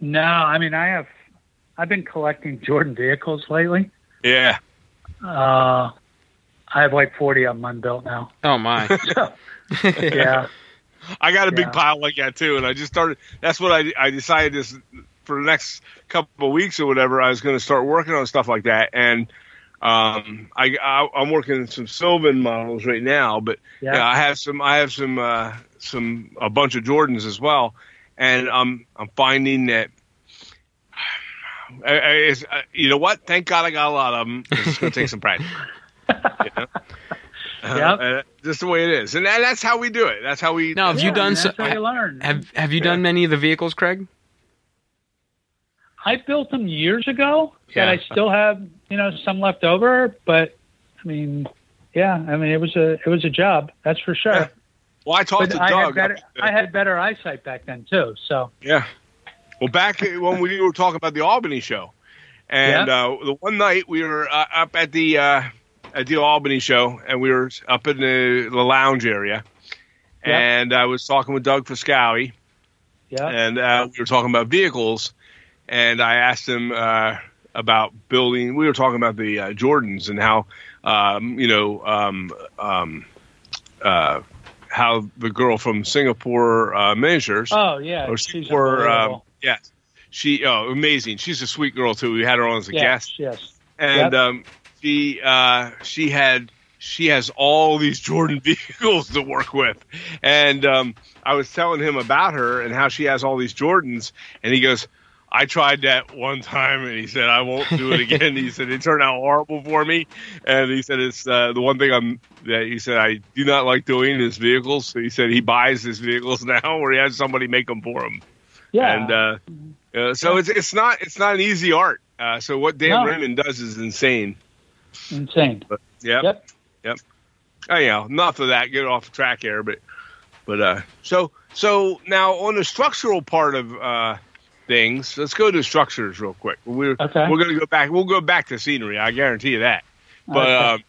Speaker 3: No, I mean I have. I've been collecting Jordan vehicles lately.
Speaker 2: Yeah.
Speaker 3: Uh, I have like forty of them unbuilt now.
Speaker 1: Oh my.
Speaker 3: Yeah,
Speaker 2: I got a big
Speaker 3: Yeah.
Speaker 2: pile like that too, and I just started. That's what I I decided this for the next couple of weeks or whatever. I was going to start working on stuff like that, and um, I, I I'm working some Sylvan models right now, but yeah.
Speaker 3: yeah,
Speaker 2: I have some. I have some. Uh, some a bunch of Jordans as well, and I'm I'm finding that. I, I, it's, uh, you know what? Thank God I got a lot of them. It's going to take some practice. You know?
Speaker 3: Yep.
Speaker 2: Uh, just the way it is, and that, that's how we do it. That's how we.
Speaker 1: Now have
Speaker 3: Yeah,
Speaker 1: you done?
Speaker 3: man,
Speaker 1: So,
Speaker 3: That's how you learn.
Speaker 1: have Have you done many of the vehicles, Craig?
Speaker 3: I built them years ago
Speaker 1: Yeah.
Speaker 3: that I still have, you know, some left over. But I mean, yeah, I mean it was a it was a job, that's for sure.
Speaker 2: Yeah, Well, I talked
Speaker 3: but
Speaker 2: to
Speaker 3: I had
Speaker 2: Doug.
Speaker 3: better I had better eyesight back then too. So
Speaker 2: yeah. Well, back when we were talking about the Albany show, and uh, the one night we were uh, up at the uh, at the Albany show, and we were up in the, the lounge area,
Speaker 3: Yeah.
Speaker 2: and I was talking with Doug Fiscawi,
Speaker 3: Yeah.
Speaker 2: and uh, we were talking about vehicles, and I asked him uh, about building. We were talking about the uh, Jordans and how um, you know um, um, uh, how the girl from Singapore uh, measures
Speaker 3: Oh yeah.
Speaker 2: or
Speaker 3: she's
Speaker 2: Singapore. Um,
Speaker 3: unbelievable.
Speaker 2: yeah, she oh amazing. She's a sweet girl too. We had her on as a guest
Speaker 3: yes. Yes.
Speaker 2: and
Speaker 3: Yep.
Speaker 2: um, she uh, she had she has all these Jordan vehicles to work with, and um, I was telling him about her and how she has all these Jordans, and he goes, "I tried that one time," and he said, "I won't do it again." he said, "It turned out horrible for me," and he said, "It's uh, the one thing I'm." That he said, I do not like doing is vehicles. So he said he buys his vehicles now, or he has somebody make them for him.
Speaker 3: Yeah.
Speaker 2: And uh, uh, so it's it's not it's not an easy art. Uh, so what Dan
Speaker 3: No.
Speaker 2: Renman does is insane.
Speaker 3: Insane.
Speaker 2: But yep, yep.
Speaker 3: Yep.
Speaker 2: Oh, yeah, enough of that. Get off track here, but but uh, so so now on the structural part of uh, things, let's go to structures real quick. We're
Speaker 3: Okay.
Speaker 2: we're gonna go back. We'll go back to scenery. I guarantee you that. But
Speaker 3: Okay.
Speaker 2: um,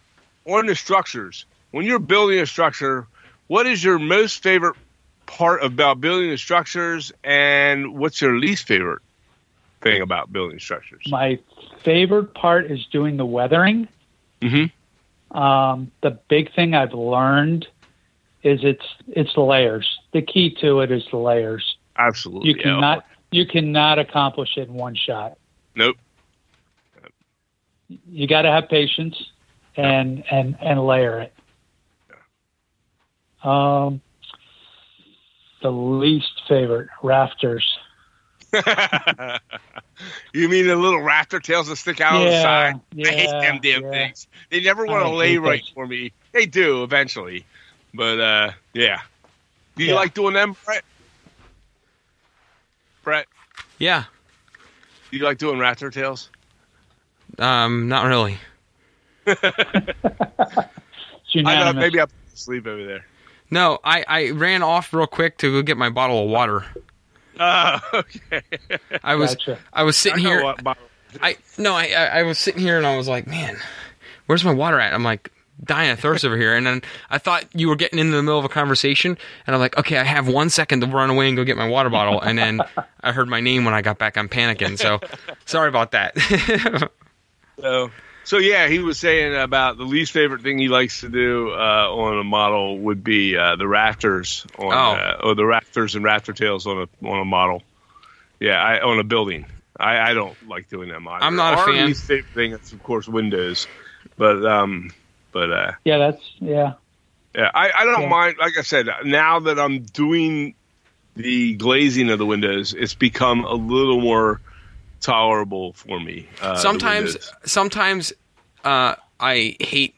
Speaker 2: on the structures, when you're building a structure, what is your most favorite part about building the structures, and what's your least favorite thing about building structures?
Speaker 3: My favorite part is doing the weathering.
Speaker 2: Mhm.
Speaker 3: Um, the big thing I've learned is it's it's layers. The key to it is the layers.
Speaker 2: Absolutely,
Speaker 3: You
Speaker 2: yeah.
Speaker 3: cannot you cannot accomplish it in one shot.
Speaker 2: Nope.
Speaker 3: You got to have patience and and and layer it. Um, the least favorite rafters.
Speaker 2: you mean the little rafter tails that stick out on the side? I hate them damn
Speaker 3: yeah.
Speaker 2: things. They never want
Speaker 3: I
Speaker 2: to lay
Speaker 3: hate
Speaker 2: right
Speaker 3: those.
Speaker 2: for me. They do eventually, but uh, yeah. Do you
Speaker 3: Yeah.
Speaker 2: like doing them, Brett? Brett,
Speaker 1: Yeah.
Speaker 2: do you like doing rafter tails?
Speaker 1: Um, not really.
Speaker 3: It's
Speaker 2: I know.
Speaker 3: unanimous.
Speaker 2: Maybe I put you to sleep over there.
Speaker 1: No, I, I ran off real quick to go get my bottle of water.
Speaker 2: Oh, okay.
Speaker 1: I was
Speaker 3: Gotcha.
Speaker 1: I was sitting
Speaker 2: I know
Speaker 1: here.
Speaker 2: what Bob-
Speaker 1: I no, I, I I was sitting here and I was like, man, where's my water at? I'm like dying of thirst over here. And then I thought you were getting into the middle of a conversation, and I'm like, okay, I have one second to run away and go get my water bottle. And then I heard my name when I got back. I'm panicking. So sorry about that.
Speaker 2: So, so yeah, he was saying about the least favorite thing he likes to do uh, on a model would be uh, the rafters
Speaker 1: Oh.
Speaker 2: on uh, or the rafters and rafter tails on a on a model. Yeah, I, on a building. I, I don't like doing that. Either.
Speaker 1: I'm not a
Speaker 2: Our
Speaker 1: fan.
Speaker 2: least favorite thing is of course windows, but um, but uh,
Speaker 3: Yeah, that's yeah.
Speaker 2: yeah, I, I don't
Speaker 3: Yeah.
Speaker 2: mind. Like I said, now that I'm doing the glazing of the windows, it's become a little more tolerable for me. Uh, the
Speaker 1: sometimes
Speaker 2: windows.
Speaker 1: sometimes uh, I hate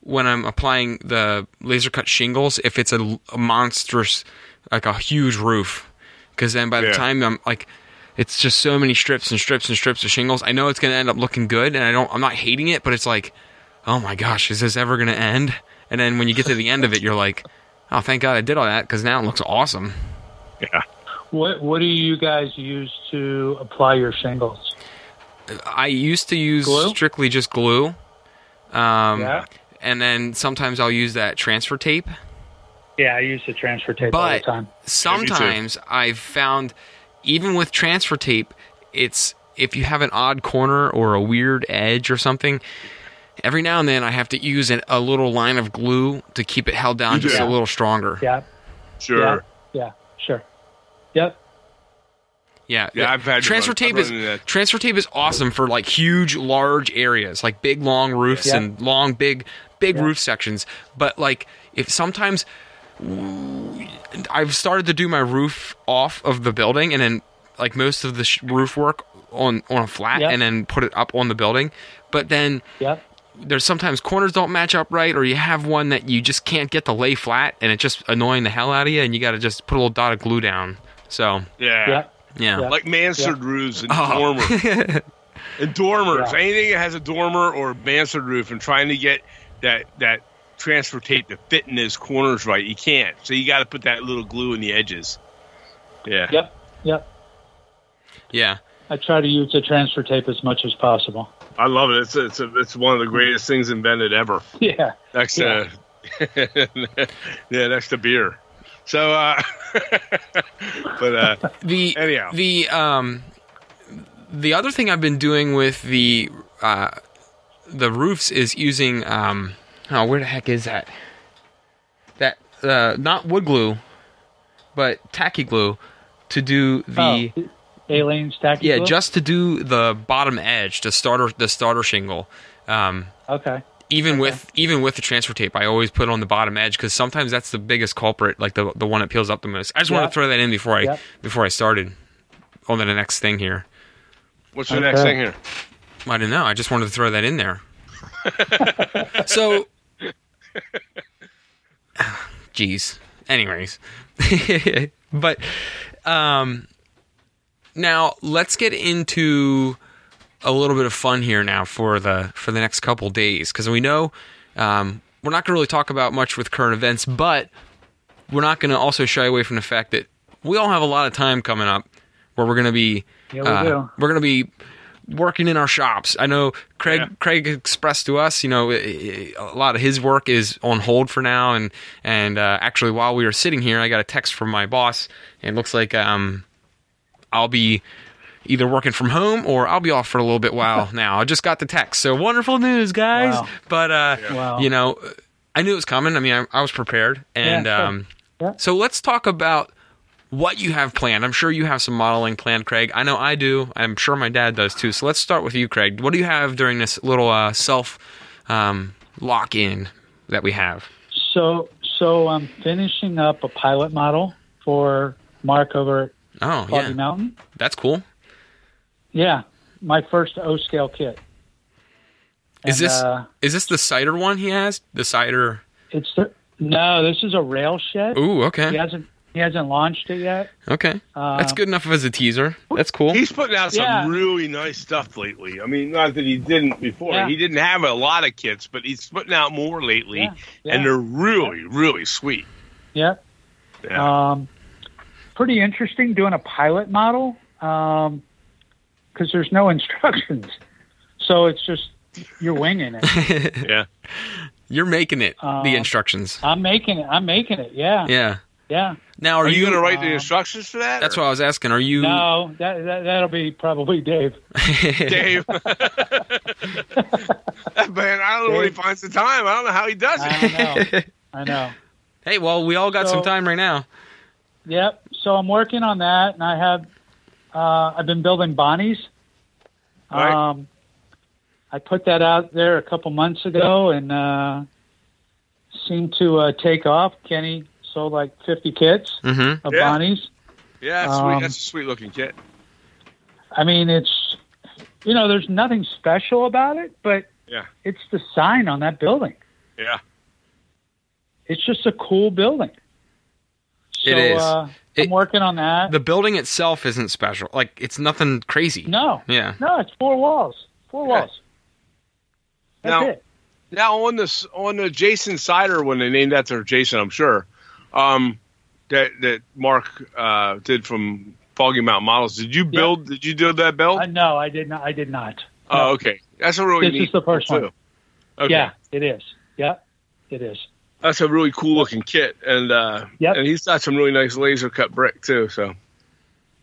Speaker 1: when I'm applying the laser cut shingles if it's a, a monstrous like a huge roof because then by the
Speaker 2: Yeah.
Speaker 1: time I'm like it's just so many strips and strips and strips of shingles I know it's gonna end up looking good and I don't I'm not hating it but it's like oh my gosh is this ever gonna end and then when you get to the end of it you're like oh thank God I did all that because now it looks awesome
Speaker 2: yeah.
Speaker 3: What What do you guys use to apply your shingles?
Speaker 1: I used to use
Speaker 3: Glue?
Speaker 1: strictly just glue um,
Speaker 3: yeah,
Speaker 1: and then sometimes I'll use that transfer tape.
Speaker 3: yeah. I use the transfer tape all the
Speaker 1: But
Speaker 3: time.
Speaker 1: sometimes I've found, even with transfer tape, it's if you have an odd corner or a weird edge or something. Every now and then, I have to use an, a little line of glue to keep it held down just a
Speaker 3: Yeah.
Speaker 1: little stronger.
Speaker 3: Yeah,
Speaker 2: Sure.
Speaker 3: yeah, yeah. Sure. Yep.
Speaker 1: Yeah,
Speaker 2: Yeah, I've had to
Speaker 1: transfer
Speaker 2: run-
Speaker 1: tape
Speaker 2: I've
Speaker 1: is
Speaker 2: run into that.
Speaker 1: transfer tape is awesome for like huge, large areas, like big, long roofs
Speaker 3: Yeah.
Speaker 1: and long, big, big
Speaker 3: Yeah.
Speaker 1: roof sections. But like, if sometimes I've started to do my roof off of the building, and then like most of the sh- roof work on on a flat,
Speaker 3: Yeah.
Speaker 1: and then put it up on the building. But then
Speaker 3: Yep.
Speaker 1: there's sometimes corners don't match up right, or you have one that you just can't get to lay flat, and it's just annoying the hell out of you, and you got to just put a little dot of glue down. So
Speaker 2: Yeah.
Speaker 3: Yep.
Speaker 1: yeah.
Speaker 3: Yeah.
Speaker 2: Like mansard roofs and
Speaker 1: Oh.
Speaker 2: dormers. and dormers.
Speaker 3: Yeah.
Speaker 2: Anything that has a dormer or a mansard roof and trying to get that that transfer tape to fit in those corners right, you can't. So you got to put that little glue in the edges. Yeah.
Speaker 3: Yep. Yep.
Speaker 1: Yeah.
Speaker 3: I try to use the transfer tape as much as possible.
Speaker 2: I love it. It's it's it's one of the greatest things invented ever.
Speaker 3: Yeah.
Speaker 2: Next to yeah, next to beer. So, uh, but uh,
Speaker 1: The
Speaker 2: Anyhow.
Speaker 1: the um the other thing I've been doing with the uh the roofs is using um oh where the heck is that that uh not wood glue but tacky glue to do the
Speaker 3: oh, alien stack.
Speaker 1: yeah just to do the bottom edge the starter the starter shingle um
Speaker 3: okay.
Speaker 1: even with even with the transfer tape, I always put it on the bottom edge because sometimes that's the biggest culprit, like the the one that peels up the most. I just want
Speaker 3: Yeah.
Speaker 1: to throw that in before I
Speaker 3: Yeah.
Speaker 1: before I started on to the next thing here.
Speaker 2: what's the next
Speaker 3: Okay.
Speaker 2: thing here?
Speaker 1: I don't know. I just wanted to throw that in there. so, jeez. Anyways, but um, now let's get into a little bit of fun here now for the for the next couple days because we know um, we're not going to really talk about much with current events, but we're not going to also shy away from the fact that we all have a lot of time coming up where we're going to be uh,
Speaker 3: Yeah, we do.
Speaker 1: we're going to be working in our shops. I know Craig
Speaker 2: Yeah.
Speaker 1: Craig expressed to us, you know, i- i- a lot of his work is on hold for now. And and uh, actually, while we were sitting here, I got a text from my boss, and it looks like um, I'll be either working from home or I'll be off for a little bit while now. I just got the text, so wonderful news, guys.
Speaker 3: Wow.
Speaker 1: But uh,
Speaker 3: Wow.
Speaker 1: you know, I knew it was coming. I mean, I, I was prepared, and
Speaker 3: Yeah, sure.
Speaker 1: um,
Speaker 3: Yeah.
Speaker 1: so let's talk about what you have planned. I'm sure you have some modeling planned, Craig. I know I do. I'm sure my dad does too. So let's start with you, Craig. What do you have during this little uh, self um, lock in that we have?
Speaker 3: So so I'm finishing up a pilot model for Mark over at
Speaker 1: Oh,
Speaker 3: Foggy
Speaker 1: yeah,
Speaker 3: Mountain.
Speaker 1: that's cool.
Speaker 3: Yeah, my first O scale kit.
Speaker 1: Is
Speaker 3: And,
Speaker 1: this
Speaker 3: Uh,
Speaker 1: is this the cider one he has? The cider.
Speaker 3: it's the, no. This is a rail shed.
Speaker 1: Ooh, Oh, okay,
Speaker 3: He hasn't he hasn't launched it yet.
Speaker 1: okay. that's
Speaker 3: Um,
Speaker 1: good enough as a teaser. That's cool.
Speaker 2: He's putting out some
Speaker 3: Yeah.
Speaker 2: really nice stuff lately. I mean, not that he didn't before.
Speaker 3: Yeah.
Speaker 2: He didn't have a lot of kits, but he's putting out more lately,
Speaker 3: Yeah, yeah.
Speaker 2: and they're really, really sweet.
Speaker 3: Yeah.
Speaker 2: Yeah.
Speaker 3: Um, pretty interesting doing a pilot model because there's no instructions, so it's just you're winging it.
Speaker 2: yeah.
Speaker 1: You're making it. the
Speaker 3: Uh,
Speaker 1: instructions.
Speaker 3: I'm making it. I'm making it. Yeah.
Speaker 1: Yeah.
Speaker 3: Yeah.
Speaker 1: Now, are,
Speaker 2: Are you
Speaker 1: you?
Speaker 2: going to write the
Speaker 3: um,
Speaker 2: instructions for that?
Speaker 1: that's
Speaker 2: or-
Speaker 1: what I was asking. Are you?
Speaker 3: No, that, that that'll be probably Dave.
Speaker 2: Dave. That man, I don't know where he
Speaker 3: Dave. Uh,
Speaker 2: finds the time. I don't know how he does
Speaker 3: I
Speaker 2: it.
Speaker 3: don't know. I know.
Speaker 1: hey, well, we all got some
Speaker 3: So-
Speaker 1: time right now.
Speaker 3: Yep. So I'm working on that, and I have uh, I've been building Bonnie's.
Speaker 2: Right.
Speaker 3: Um, I put that out there a couple months ago, and uh, seemed to uh, take off. Kenny sold like 50 kits
Speaker 1: Mm-hmm.
Speaker 3: of
Speaker 2: Yeah.
Speaker 3: Bonnie's.
Speaker 2: Yeah, that's, sweet.
Speaker 3: Um,
Speaker 2: that's a sweet looking kit.
Speaker 3: I mean, it's you know, there's nothing special about it, but
Speaker 2: Yeah.
Speaker 3: it's the sign on that building.
Speaker 2: Yeah.
Speaker 3: It's just a cool building. So,
Speaker 1: It is.
Speaker 3: Uh,
Speaker 1: It-
Speaker 3: I'm working on that.
Speaker 1: The building itself isn't special. Like it's nothing crazy.
Speaker 3: no,
Speaker 1: Yeah.
Speaker 3: No, it's four walls. Four walls. That's
Speaker 2: Now-
Speaker 3: it.
Speaker 2: Now on this on the Jason Sider one, they named after Jason, I'm sure. Um, that that Mark uh, did from Foggy Mountain Models. Did you build? Did you do that build?
Speaker 3: Uh, no, I did not. I did not.
Speaker 2: oh, okay. That's a really
Speaker 3: This is
Speaker 2: neat
Speaker 3: the first
Speaker 2: too.
Speaker 3: one.
Speaker 2: Okay.
Speaker 3: Yeah, it is. Yeah, it is.
Speaker 2: that's a really cool looking kit, and uh,
Speaker 3: Yep.
Speaker 2: and he's got some really nice laser cut brick too. So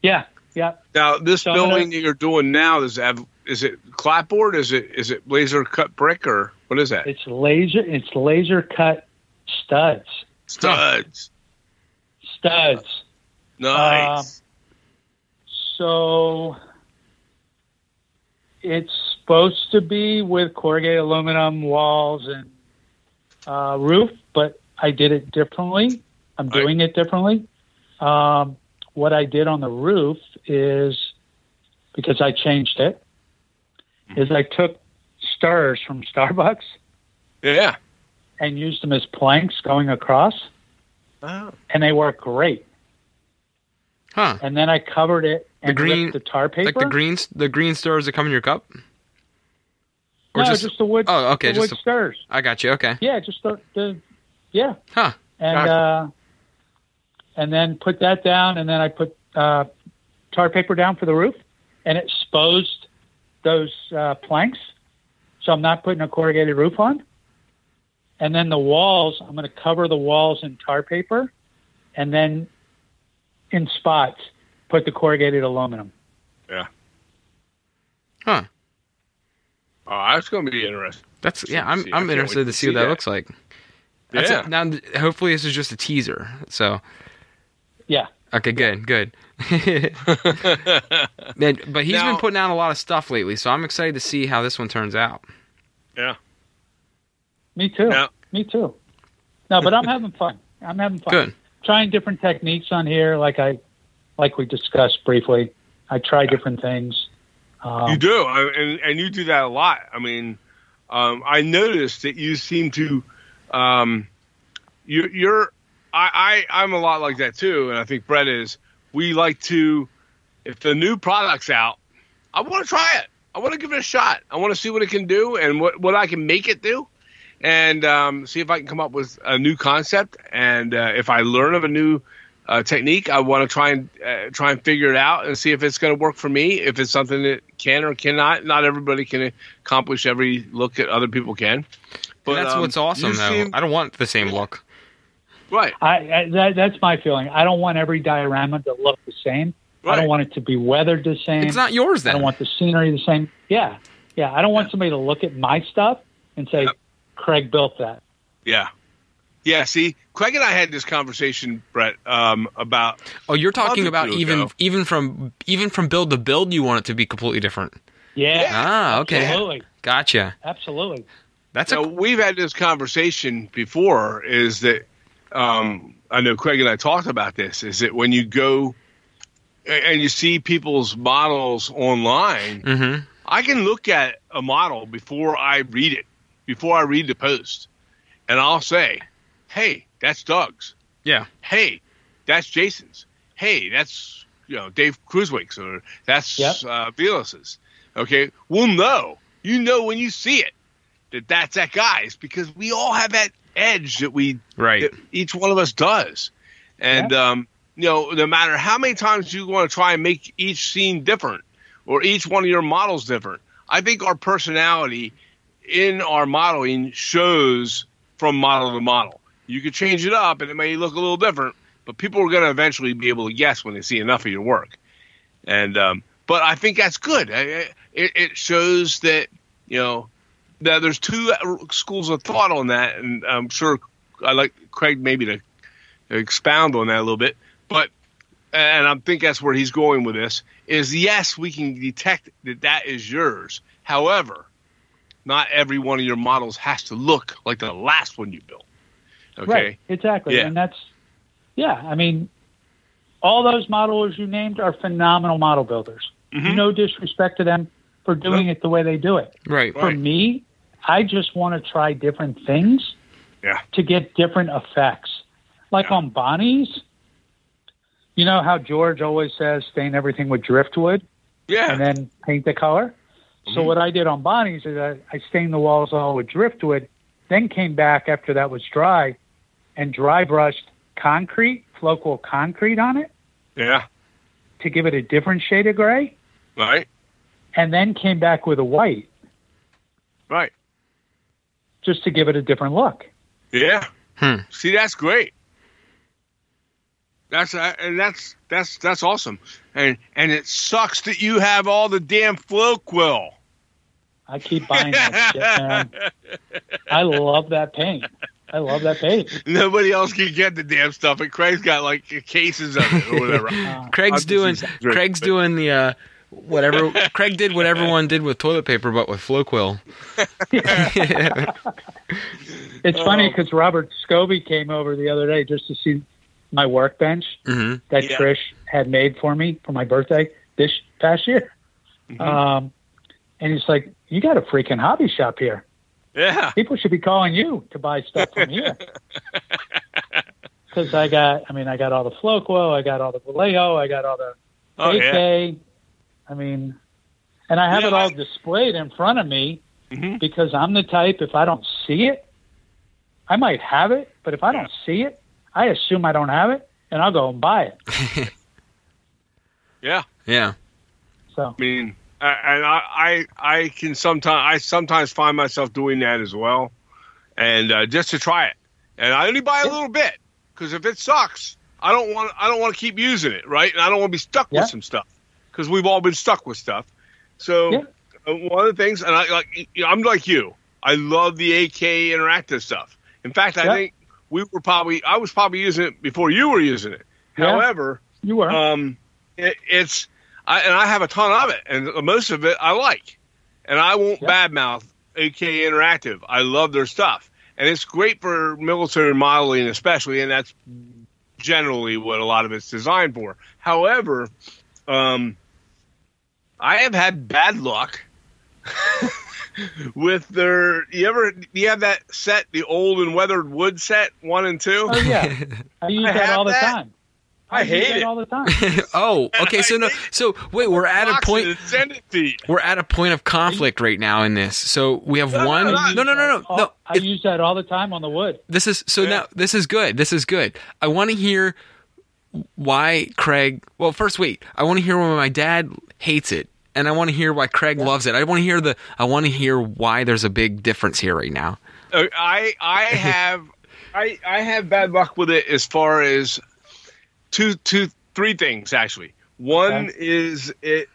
Speaker 3: Yeah, yeah.
Speaker 2: now this
Speaker 3: So I'm
Speaker 2: building
Speaker 3: gonna-
Speaker 2: that you're doing now does it have is it clapboard? Is it is it laser cut brick or what is that?
Speaker 3: It's laser. It's laser cut studs.
Speaker 2: Studs.
Speaker 3: Studs. Um,
Speaker 2: Nice.
Speaker 3: So it's supposed to be with corrugated aluminum walls and uh, roof, but I did it differently. I'm
Speaker 2: Right.
Speaker 3: doing it differently. Um, what I did on the roof is because I changed it, is I took stars from Starbucks
Speaker 2: yeah.
Speaker 3: and used them as planks going across,
Speaker 2: Oh.
Speaker 3: and they work great.
Speaker 1: Huh.
Speaker 3: And then I covered it
Speaker 1: The
Speaker 3: and
Speaker 1: green-
Speaker 3: ripped the tar paper.
Speaker 1: Like the greens, the green stars that come in your cup. Or
Speaker 3: no,
Speaker 1: just,
Speaker 3: just, the wood.
Speaker 1: oh, okay,
Speaker 3: the
Speaker 1: just
Speaker 3: wood
Speaker 1: a-
Speaker 3: stirs.
Speaker 1: I got you. Okay.
Speaker 3: Yeah, just the, the yeah.
Speaker 1: Huh.
Speaker 3: And
Speaker 2: Gotcha.
Speaker 3: uh, and then put that down, and then I put uh, tar paper down for the roof, and it exposed those uh, planks. So I'm not putting a corrugated roof on. And then the walls, I'm going to cover the walls in tar paper, and then in spots put the corrugated aluminum.
Speaker 2: Yeah.
Speaker 1: Huh.
Speaker 2: Oh, that's going to be interesting.
Speaker 1: That's yeah. I'm
Speaker 2: See, I
Speaker 1: I'm
Speaker 2: can't
Speaker 1: interested
Speaker 2: wait
Speaker 1: to
Speaker 2: to
Speaker 1: see
Speaker 2: see
Speaker 1: what that,
Speaker 2: that.
Speaker 1: looks like. That's
Speaker 2: Yeah.
Speaker 1: it. Now, hopefully, this is just a teaser. So
Speaker 3: Yeah.
Speaker 1: okay, good, good. Man, but he's been
Speaker 2: Now-
Speaker 1: putting out a lot of stuff lately, so I'm excited to see how this one turns out.
Speaker 3: Me too.
Speaker 2: Yeah.
Speaker 3: Me too. No, but I'm having fun. I'm having fun.
Speaker 1: Good.
Speaker 3: Trying different techniques on here, like I, like we discussed briefly. I try different things.
Speaker 2: You
Speaker 3: Um,
Speaker 2: do, I- and and you do that a lot. I mean, um, I noticed that you seem to, um, you, you're, I, I, I'm a lot like that too, and I think Brett is. We like to, if the new product's out, I want to try it. I want to give it a shot. I want to see what it can do and what what I can make it do, and um, see if I can come up with a new concept. And uh, if I learn of a new uh, technique. I want to try and uh, try and figure it out and see if it's going to work for me. If it's something that can or cannot. Not everybody can accomplish every look that other people can. But
Speaker 1: And that's
Speaker 2: um,
Speaker 1: what's awesome,
Speaker 2: you
Speaker 1: though.
Speaker 2: seem-
Speaker 1: I don't want the same look.
Speaker 2: right,
Speaker 3: I, I that, that's my feeling. I don't want every diorama to look the same. I
Speaker 2: Right.
Speaker 3: don't want it to be weathered the same.
Speaker 1: It's not yours
Speaker 3: I
Speaker 1: then.
Speaker 3: don't want the scenery the same. Yeah, yeah. I don't want somebody to look at my stuff and say, "Craig built that."
Speaker 2: yeah, yeah. See, Craig and I had this conversation, Brett, um, about
Speaker 1: oh, you're talking
Speaker 2: Other
Speaker 1: about
Speaker 2: two
Speaker 1: even
Speaker 2: ago.
Speaker 1: even from even from build to build, you want it to be completely different.
Speaker 3: Yeah.
Speaker 1: Ah, okay,
Speaker 3: Absolutely.
Speaker 1: gotcha.
Speaker 3: Absolutely.
Speaker 1: That's
Speaker 2: So
Speaker 1: a
Speaker 2: we've had this conversation before. Is that um, I know Craig and I talked about this. Is that when you go a- and you see people's models online,
Speaker 1: Mhm.
Speaker 2: I can look at a model before I read it, before I read the post, and I'll say, "Hey, that's Doug's.
Speaker 1: yeah.
Speaker 2: Hey, that's Jason's. Hey, that's you know Dave Cruzwick's or that's
Speaker 3: Yep.
Speaker 2: uh, Velas's." Okay, we'll know. You know when you see it that that's that guy's because we all have that edge that we
Speaker 1: Right.
Speaker 2: that each one of us does. And um, you know, no matter how many times you want to try and make each scene different or each one of your models different, I think our personality in our modeling shows from model to model. You could change it up and it may look a little different, but people are going to eventually be able to guess when they see enough of your work. And um, but I think that's good. I- I- It, it shows that you know now, there's two schools of thought on that, and I'm sure I like Craig maybe to expound on that a little bit. But and I think that's where he's going with this is yes, we can detect that that is yours. However, not every one of your models has to look like the last one you built. Okay,
Speaker 3: Right. Exactly.
Speaker 2: Yeah.
Speaker 3: And that's yeah. I mean, all those modelers you named are phenomenal model builders.
Speaker 2: Mhm.
Speaker 3: No disrespect to them for doing it the way they do it.
Speaker 1: Right.
Speaker 2: Right.
Speaker 3: For me, I just want to try different things
Speaker 2: Yeah.
Speaker 3: to get different effects. Like
Speaker 2: Yeah.
Speaker 3: on Bonnie's, you know how George always says stain everything with driftwood
Speaker 2: yeah, Mm-hmm.
Speaker 3: and then paint the color? So what I did on Bonnie's is I, I stained the walls all with driftwood, then came back after that was dry and dry brushed concrete, local concrete on it
Speaker 2: yeah,
Speaker 3: to give it a different shade of gray,
Speaker 2: right,
Speaker 3: and then came back with a white
Speaker 2: right,
Speaker 3: just to give it a different look.
Speaker 2: yeah.
Speaker 1: Hmm.
Speaker 2: See, that's great. That's uh, and that's that's that's awesome. And and it sucks that you have all the damn flow quill.
Speaker 3: I keep buying that shit, man. I love that paint. I love that paint.
Speaker 2: Nobody else can get the damn stuff, and Craig's got like cases of it or whatever.
Speaker 3: Uh,
Speaker 1: Craig's
Speaker 2: Obviously,
Speaker 1: doing
Speaker 2: it's not great,
Speaker 1: Craig's
Speaker 2: but-
Speaker 1: doing the uh, whatever Craig did what everyone did with toilet paper but with Floquil.
Speaker 3: it's funny
Speaker 2: Oh.
Speaker 3: because Robert Scobie came over the other day just to see my workbench
Speaker 1: hmm
Speaker 3: that
Speaker 2: Yeah.
Speaker 3: Trish had made for me for my birthday this past year.
Speaker 2: Mm-hmm.
Speaker 3: Um, and he's like, "You got a freaking hobby shop here.
Speaker 2: yeah,
Speaker 3: People should be calling you to buy stuff from here." Because I got, I mean, I got all the Floquo, I got all the Vallejo, I got all the
Speaker 2: oh yeah,
Speaker 3: AK. I mean, and I have
Speaker 2: Yeah,
Speaker 3: it all
Speaker 2: I-
Speaker 3: displayed in front of me
Speaker 2: Mhm.
Speaker 3: because I'm the type, if I don't see it, I might have it, but if I don't see it, I assume I don't have it and I'll go and buy it.
Speaker 2: yeah.
Speaker 1: Yeah.
Speaker 3: So
Speaker 2: I mean, a- and I, I, I can sometimes, I sometimes find myself doing that as well, and uh, just to try it. And I only buy a little bit because if it sucks, I don't want, I don't want to keep using it, right? And I don't want to be stuck
Speaker 3: Yeah.
Speaker 2: with some stuff because we've all been stuck with stuff. So
Speaker 3: Yeah.
Speaker 2: uh, one of the things, and I like, y- y- I'm like you, I love the AK interactive stuff. In fact, I
Speaker 3: Yeah.
Speaker 2: think we were probably, I was probably using it before you were using it.
Speaker 3: Yeah.
Speaker 2: However,
Speaker 3: you were.
Speaker 2: um, it, it's I, and I have a ton of it, and most of it I like, and I won't
Speaker 3: Yeah.
Speaker 2: badmouth AK Interactive. I love their stuff, and it's great for military modeling, especially, and that's generally what a lot of it's designed for. However, um, I have had bad luck with their. You ever you have that set, the old and weathered wood set one and two?
Speaker 3: oh yeah, I use
Speaker 2: I
Speaker 3: that
Speaker 2: have
Speaker 3: all the
Speaker 2: that.
Speaker 3: time.
Speaker 2: I
Speaker 3: use
Speaker 2: hate
Speaker 3: that
Speaker 2: it.
Speaker 3: all the time.
Speaker 1: oh, okay. So no. So wait, we're at a point.
Speaker 2: Entity.
Speaker 1: We're at a point of conflict right now in this. So we have
Speaker 2: no,
Speaker 1: one.
Speaker 2: no,
Speaker 1: No, no, no, no,
Speaker 3: Oh,
Speaker 1: no.
Speaker 3: I
Speaker 1: It-
Speaker 3: use that all the time on the wood.
Speaker 1: This is so
Speaker 2: Yeah.
Speaker 1: now. This is good. This is good. I want to hear why Craig. Well, first, wait. I want to hear why my dad hates it, and I want to hear why Craig loves it. I want to hear the. I want to hear why there's a big difference here right now.
Speaker 2: Uh, I I have I I have bad luck with it as far as two two three things actually. One
Speaker 3: Okay.
Speaker 2: is it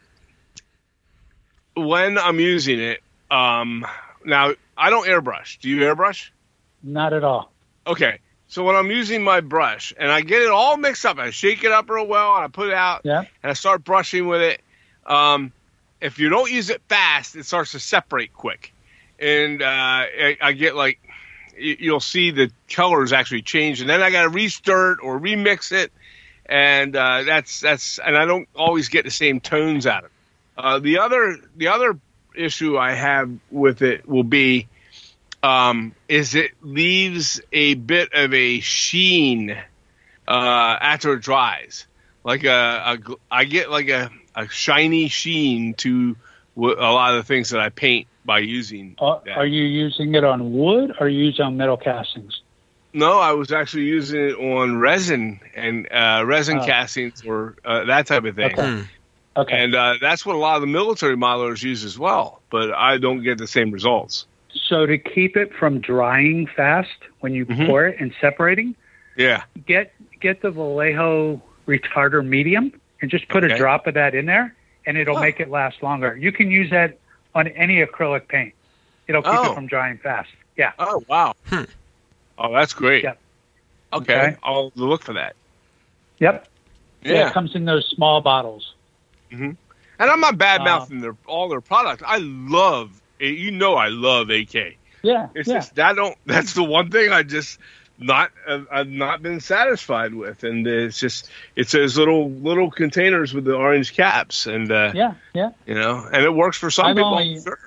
Speaker 2: when I'm using it. Um, now I don't airbrush. Do you airbrush?
Speaker 3: Not at all.
Speaker 2: Okay. So when I'm using my brush and I get it all mixed up, I shake it up real well and I put it out
Speaker 3: Yeah.
Speaker 2: and I start brushing with it. Um, if you don't use it fast, it starts to separate quick, and uh, I, I get like y- you'll see the colors actually change, and then I got to restir it or remix it, and uh, that's that's and I don't always get the same tones out of it. Uh, the other the other issue I have with it will be um, is it leaves a bit of a sheen uh, after it dries like a, a gl- I get like a, a shiny sheen to w- a lot of the things that I paint by using.
Speaker 3: Are,
Speaker 2: that.
Speaker 3: are you using it on wood or are you using it on metal castings?
Speaker 2: No, I was actually using it on resin and uh, resin
Speaker 3: Oh.
Speaker 2: castings or uh, that type of thing.
Speaker 3: Okay. Okay.
Speaker 2: And uh, that's what a lot of the military modelers use as well, but I don't get the same results.
Speaker 3: so to keep it from drying fast when you
Speaker 2: Mhm.
Speaker 3: pour it and separating,
Speaker 2: Yeah.
Speaker 3: get get the Vallejo retarder medium and just put
Speaker 2: Okay.
Speaker 3: a drop of that in there and it'll
Speaker 2: Oh.
Speaker 3: make it last longer. You can use that on any acrylic paint. It'll keep
Speaker 2: Oh.
Speaker 3: it from drying fast. Yeah.
Speaker 2: Oh wow.
Speaker 1: Hmm.
Speaker 2: Oh, that's great.
Speaker 3: Yeah.
Speaker 2: Okay.
Speaker 3: Okay.
Speaker 2: I'll look for that.
Speaker 3: Yep.
Speaker 2: Yeah.
Speaker 3: it comes in those small bottles.
Speaker 2: And I'm not
Speaker 3: Uh,
Speaker 2: bad mouthing their all their products. I love eh, you know I love AK.
Speaker 3: Yeah.
Speaker 2: It's
Speaker 3: yeah.
Speaker 2: just that don't. That's the one thing I just not. I've, I've not been satisfied with, and it's just it's those little little containers with the orange caps, and uh,
Speaker 3: yeah. Yeah.
Speaker 2: you know, and it works for some
Speaker 3: I've
Speaker 2: people.
Speaker 3: only-
Speaker 2: Sure.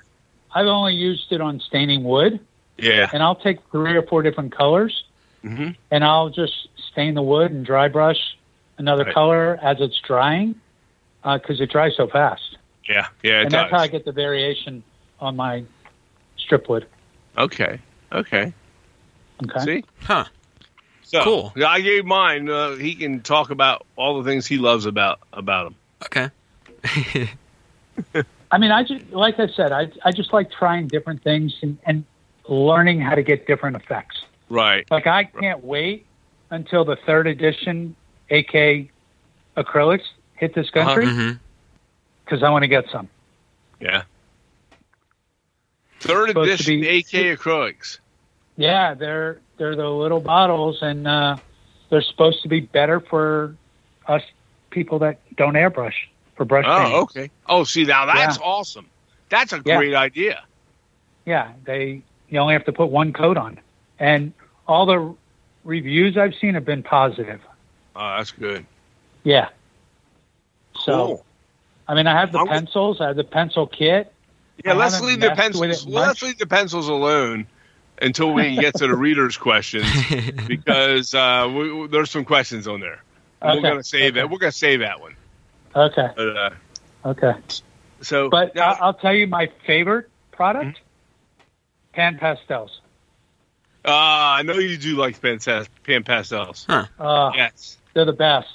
Speaker 3: I've only used it on staining wood
Speaker 2: Yeah.
Speaker 3: and I'll take three or four different colors
Speaker 2: hmm
Speaker 3: and I'll just stain the wood and dry brush another
Speaker 2: Right.
Speaker 3: color as it's drying because it dries so fast.
Speaker 2: Yeah. Yeah. It
Speaker 3: and
Speaker 2: does.
Speaker 3: that's how I get the variation on my strip wood.
Speaker 2: okay. Okay.
Speaker 3: Okay.
Speaker 2: See.
Speaker 1: Huh.
Speaker 2: So,
Speaker 1: Cool.
Speaker 2: yeah, I gave mine. Uh, he can talk about all the things he loves about about him.
Speaker 1: Okay.
Speaker 3: I mean, I just like I said, I I just like trying different things and, and learning how to get different effects.
Speaker 2: Right.
Speaker 3: Like I can't wait until the third edition AK acrylics hit this country
Speaker 2: Uh-huh.
Speaker 1: hmm
Speaker 3: because I want to get some.
Speaker 2: Yeah. Third
Speaker 3: Supposed to
Speaker 2: edition
Speaker 3: be-
Speaker 2: AK acrylics.
Speaker 3: Yeah, they're they're the little bottles, and uh, they're supposed to be better for us people that don't airbrush for brush painting.
Speaker 2: Oh, okay. Oh, see now that's awesome. That's a
Speaker 3: Yeah.
Speaker 2: great idea.
Speaker 3: Yeah, they you only have to put one coat on, and all the reviews I've seen have been positive.
Speaker 2: Oh, that's good.
Speaker 3: Yeah. So
Speaker 2: Cool.
Speaker 3: I mean, I have the
Speaker 2: I would-
Speaker 3: pencils. I have the pencil kit.
Speaker 2: Yeah,
Speaker 3: I
Speaker 2: let's
Speaker 3: haven't
Speaker 2: leave the
Speaker 3: messed with
Speaker 2: pencils.
Speaker 3: it
Speaker 2: Let's
Speaker 3: much.
Speaker 2: leave the pencils alone until we get to the readers' questions because uh, we, we- there's some questions on there. We're
Speaker 3: Okay.
Speaker 2: gonna save
Speaker 3: okay.
Speaker 2: that. We're gonna save that one.
Speaker 3: Okay,
Speaker 2: But, uh,
Speaker 3: okay.
Speaker 2: so,
Speaker 3: But uh,
Speaker 2: yeah,
Speaker 3: I- I'll tell you my favorite product:
Speaker 2: Mm-hmm.
Speaker 3: pan pastels.
Speaker 2: uh, I know you do like pan, pas- pan pastels.
Speaker 3: Uh,
Speaker 2: Yes.
Speaker 3: They're the best.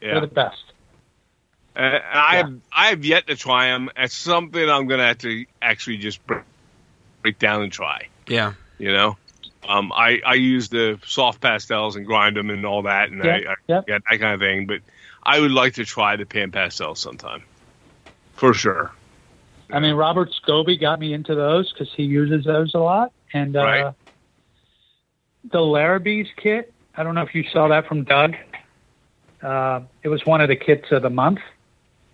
Speaker 2: Yeah.
Speaker 3: They're the best.
Speaker 2: Uh, and I have I have yet to try them. It's something I'm gonna have to actually just break, break down and try.
Speaker 1: Yeah.
Speaker 2: You know, um, I I use the soft pastels and grind them and all that, and
Speaker 3: Yeah,
Speaker 2: I, I
Speaker 3: yeah.
Speaker 2: yeah, that kind of thing. But I would like to try the pan pastels sometime, for sure.
Speaker 3: I mean, Robert Scobie got me into those because he uses those a lot. And uh,
Speaker 2: Right.
Speaker 3: the Larrabee's kit, I don't know if you saw that from Doug. Uh, it was one of the kits of the month.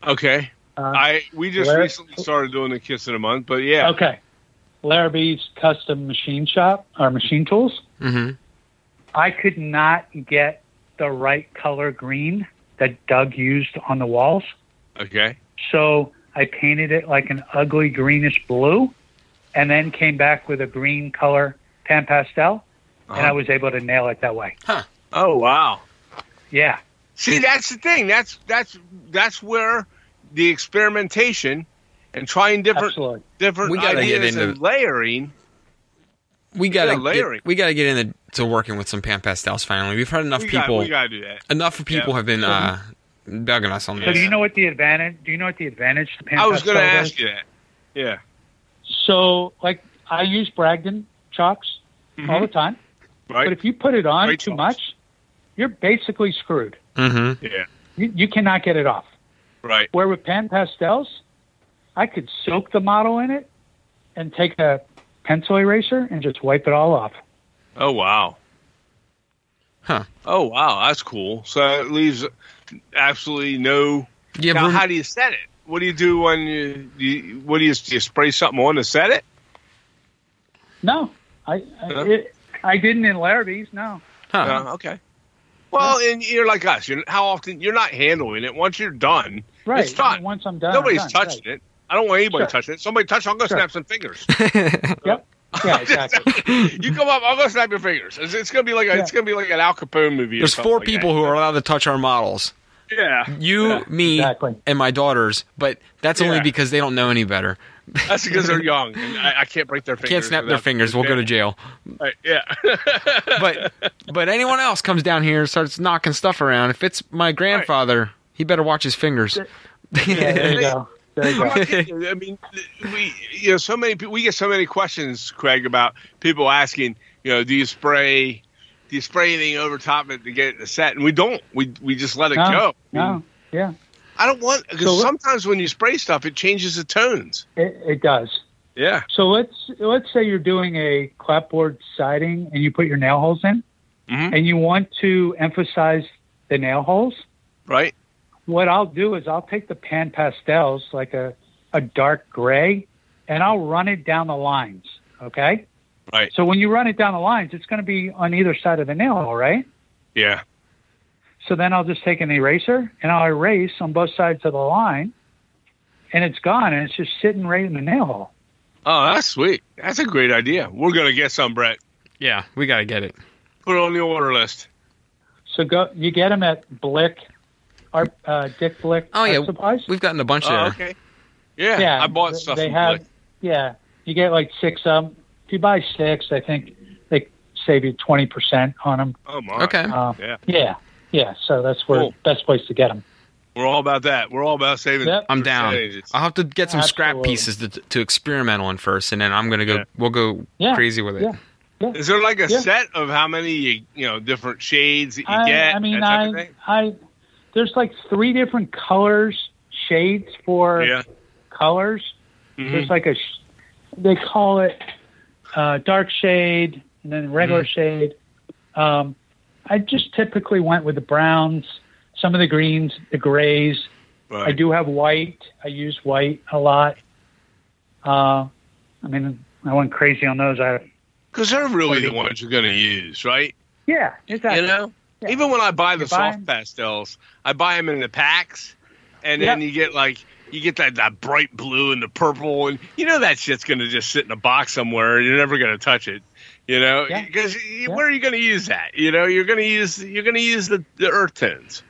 Speaker 2: Okay,
Speaker 3: Uh,
Speaker 2: I we just
Speaker 3: Where-
Speaker 2: recently started doing the kiss of the month, but yeah,
Speaker 3: Okay. Larrabee's custom machine shop or machine tools.
Speaker 1: Mm-hmm.
Speaker 3: I could not get the right color green that Doug used on the walls.
Speaker 2: okay,
Speaker 3: So I painted it like an ugly greenish blue and then came back with a green color pan pastel and
Speaker 2: Uh-huh.
Speaker 3: I was able to nail it that way.
Speaker 2: oh wow.
Speaker 3: Yeah.
Speaker 2: See, that's the thing. That's that's that's where the experimentation and trying different
Speaker 3: Absolutely.
Speaker 2: different
Speaker 1: We gotta
Speaker 2: ideas
Speaker 1: get into
Speaker 2: and layering.
Speaker 1: We gotta
Speaker 2: Yeah, layering.
Speaker 1: get, we gotta get into to working with some pan pastels finally. We've heard enough
Speaker 2: We got
Speaker 1: people.
Speaker 2: we gotta do that.
Speaker 1: enough people have been uh, bugging us on
Speaker 2: So
Speaker 1: this.
Speaker 3: So do you know what the advantage do you know what the advantage to pan
Speaker 2: I was
Speaker 3: pastel
Speaker 2: gonna
Speaker 3: is?
Speaker 2: ask you that. Yeah.
Speaker 3: So like I use Bragdon chalks all the
Speaker 2: Mhm.
Speaker 3: time. But
Speaker 2: Right.
Speaker 3: if you put it on
Speaker 2: Great
Speaker 3: too
Speaker 2: chalks.
Speaker 3: much, you're basically screwed.
Speaker 1: Mm-hmm.
Speaker 2: Yeah.
Speaker 3: You, you cannot get it off.
Speaker 2: Right.
Speaker 3: Where with pan pastels, I could soak the model in it and take a pencil eraser and just wipe it all off.
Speaker 2: Oh wow.
Speaker 1: Huh.
Speaker 2: Oh wow, that's cool. So it leaves absolutely no.
Speaker 1: Yeah.
Speaker 2: now,
Speaker 1: room-
Speaker 2: how do you set it? What do you do when you, you what do you, do you spray something on to set it?
Speaker 3: No, I
Speaker 2: Huh?
Speaker 3: I, it, I didn't in Larrabee's. No,
Speaker 1: huh.
Speaker 2: Uh, okay. Well, and you're like us. You're, how often you're not handling it? Once you're done,
Speaker 3: right.
Speaker 2: It's done.
Speaker 3: Once I'm Uh-huh, done,
Speaker 2: nobody's
Speaker 3: I'm done.
Speaker 2: touching it. I don't want anybody
Speaker 3: Sure.
Speaker 2: touching it. Somebody touch, I'll go
Speaker 3: Sure.
Speaker 2: snap some fingers.
Speaker 3: Right. Yeah, exactly.
Speaker 2: you come up, I'll go snap your fingers. It's, it's gonna be like a, it's gonna be like an Al Capone movie. or
Speaker 1: There's
Speaker 2: something
Speaker 1: four
Speaker 2: like
Speaker 1: people who are allowed to touch our models.
Speaker 2: that. Yeah,
Speaker 1: You, me,
Speaker 3: exactly.
Speaker 1: and my daughters. But that's only
Speaker 2: Yeah.
Speaker 1: because they don't know any better.
Speaker 2: that's because they're young. And I, I can't break their fingers.
Speaker 1: Can't snap their
Speaker 2: without-
Speaker 1: fingers. We'll go to jail.
Speaker 2: Right, yeah.
Speaker 1: But but anyone else comes down here and starts knocking stuff around. If it's my grandfather, he better watch his fingers.
Speaker 3: Yeah, there you go. There you go.
Speaker 2: I mean, we you know so many pe- we get so many questions, Craig, about people asking, you know, do you spray, do you spray anything over top of it to get it to set? And we don't. We we just let it
Speaker 3: No,
Speaker 2: go.
Speaker 3: No, yeah,
Speaker 2: I don't want because
Speaker 3: So what-
Speaker 2: sometimes when you spray stuff, it changes the tones.
Speaker 3: it, it does.
Speaker 2: Yeah.
Speaker 3: So let's let's say you're doing a clapboard siding and you put your nail holes in,
Speaker 2: Mhm.
Speaker 3: and you want to emphasize the nail holes.
Speaker 2: Right.
Speaker 3: What I'll do is I'll take the pan pastels, like a a dark gray, and I'll run it down the lines. Okay.
Speaker 2: Right.
Speaker 3: So when you run it down the lines, it's going to be on either side of the nail hole, right?
Speaker 2: Yeah.
Speaker 3: So then I'll just take an eraser and I'll erase on both sides of the line, and it's gone, and it's just sitting right in the nail hole.
Speaker 2: Oh, that's sweet. That's a great idea. We're gonna get some, Brett.
Speaker 1: Yeah, we gotta get it.
Speaker 2: Put it on the order list.
Speaker 3: So go, you get them at Blick, our, uh, Dick Blick
Speaker 1: Oh, yeah.
Speaker 3: Art supplies.
Speaker 1: We've gotten a bunch
Speaker 2: Oh,
Speaker 1: there.
Speaker 2: okay. Yeah, I bought stuff.
Speaker 3: They
Speaker 2: from
Speaker 3: have,
Speaker 2: Blake.
Speaker 3: yeah. You get like six of 'em. If you buy six, I think they save you twenty percent on them.
Speaker 2: Oh my.
Speaker 1: Okay.
Speaker 3: Uh,
Speaker 2: Yeah.
Speaker 3: yeah, yeah. So that's where
Speaker 2: Cool.
Speaker 3: best place to get them.
Speaker 2: We're all about that. We're all about saving.
Speaker 3: Yep.
Speaker 1: I'm down.
Speaker 2: percentages.
Speaker 1: I'll have to get some scrap
Speaker 3: Absolutely.
Speaker 1: pieces to, to experiment on first, and then I'm gonna go.
Speaker 2: Yeah.
Speaker 1: We'll go
Speaker 3: Yeah.
Speaker 1: crazy with it.
Speaker 3: Yeah.
Speaker 2: Is there like a
Speaker 3: Yeah.
Speaker 2: set of how many you, you know different shades that you
Speaker 3: I,
Speaker 2: get?
Speaker 3: I mean,
Speaker 2: that type of
Speaker 3: I, I, there's like three different colors, shades for
Speaker 2: thing? yeah,
Speaker 3: colors.
Speaker 2: Mhm.
Speaker 3: There's like a, sh- they call it uh, dark shade and then regular
Speaker 2: Mm-hmm.
Speaker 3: shade. Um, I just typically went with the browns, some of the greens, the grays.
Speaker 2: Right.
Speaker 3: I do have white. I use white a lot. Uh, I mean, I went crazy on those. I
Speaker 2: Because they're really the ones you're going to use, right?
Speaker 3: yeah, exactly.
Speaker 2: You know,
Speaker 3: Yeah.
Speaker 2: even when I buy the
Speaker 3: You buy
Speaker 2: soft
Speaker 3: 'em.
Speaker 2: pastels, I buy them in the packs, and then
Speaker 3: Yep.
Speaker 2: you get like you get that that bright blue and the purple, and you know that shit's going to just sit in a box somewhere, and you're never going to touch it. You know,
Speaker 3: Yeah.
Speaker 2: because where are you going to use that? You know, you're going to use you're going to use the, the earth tones.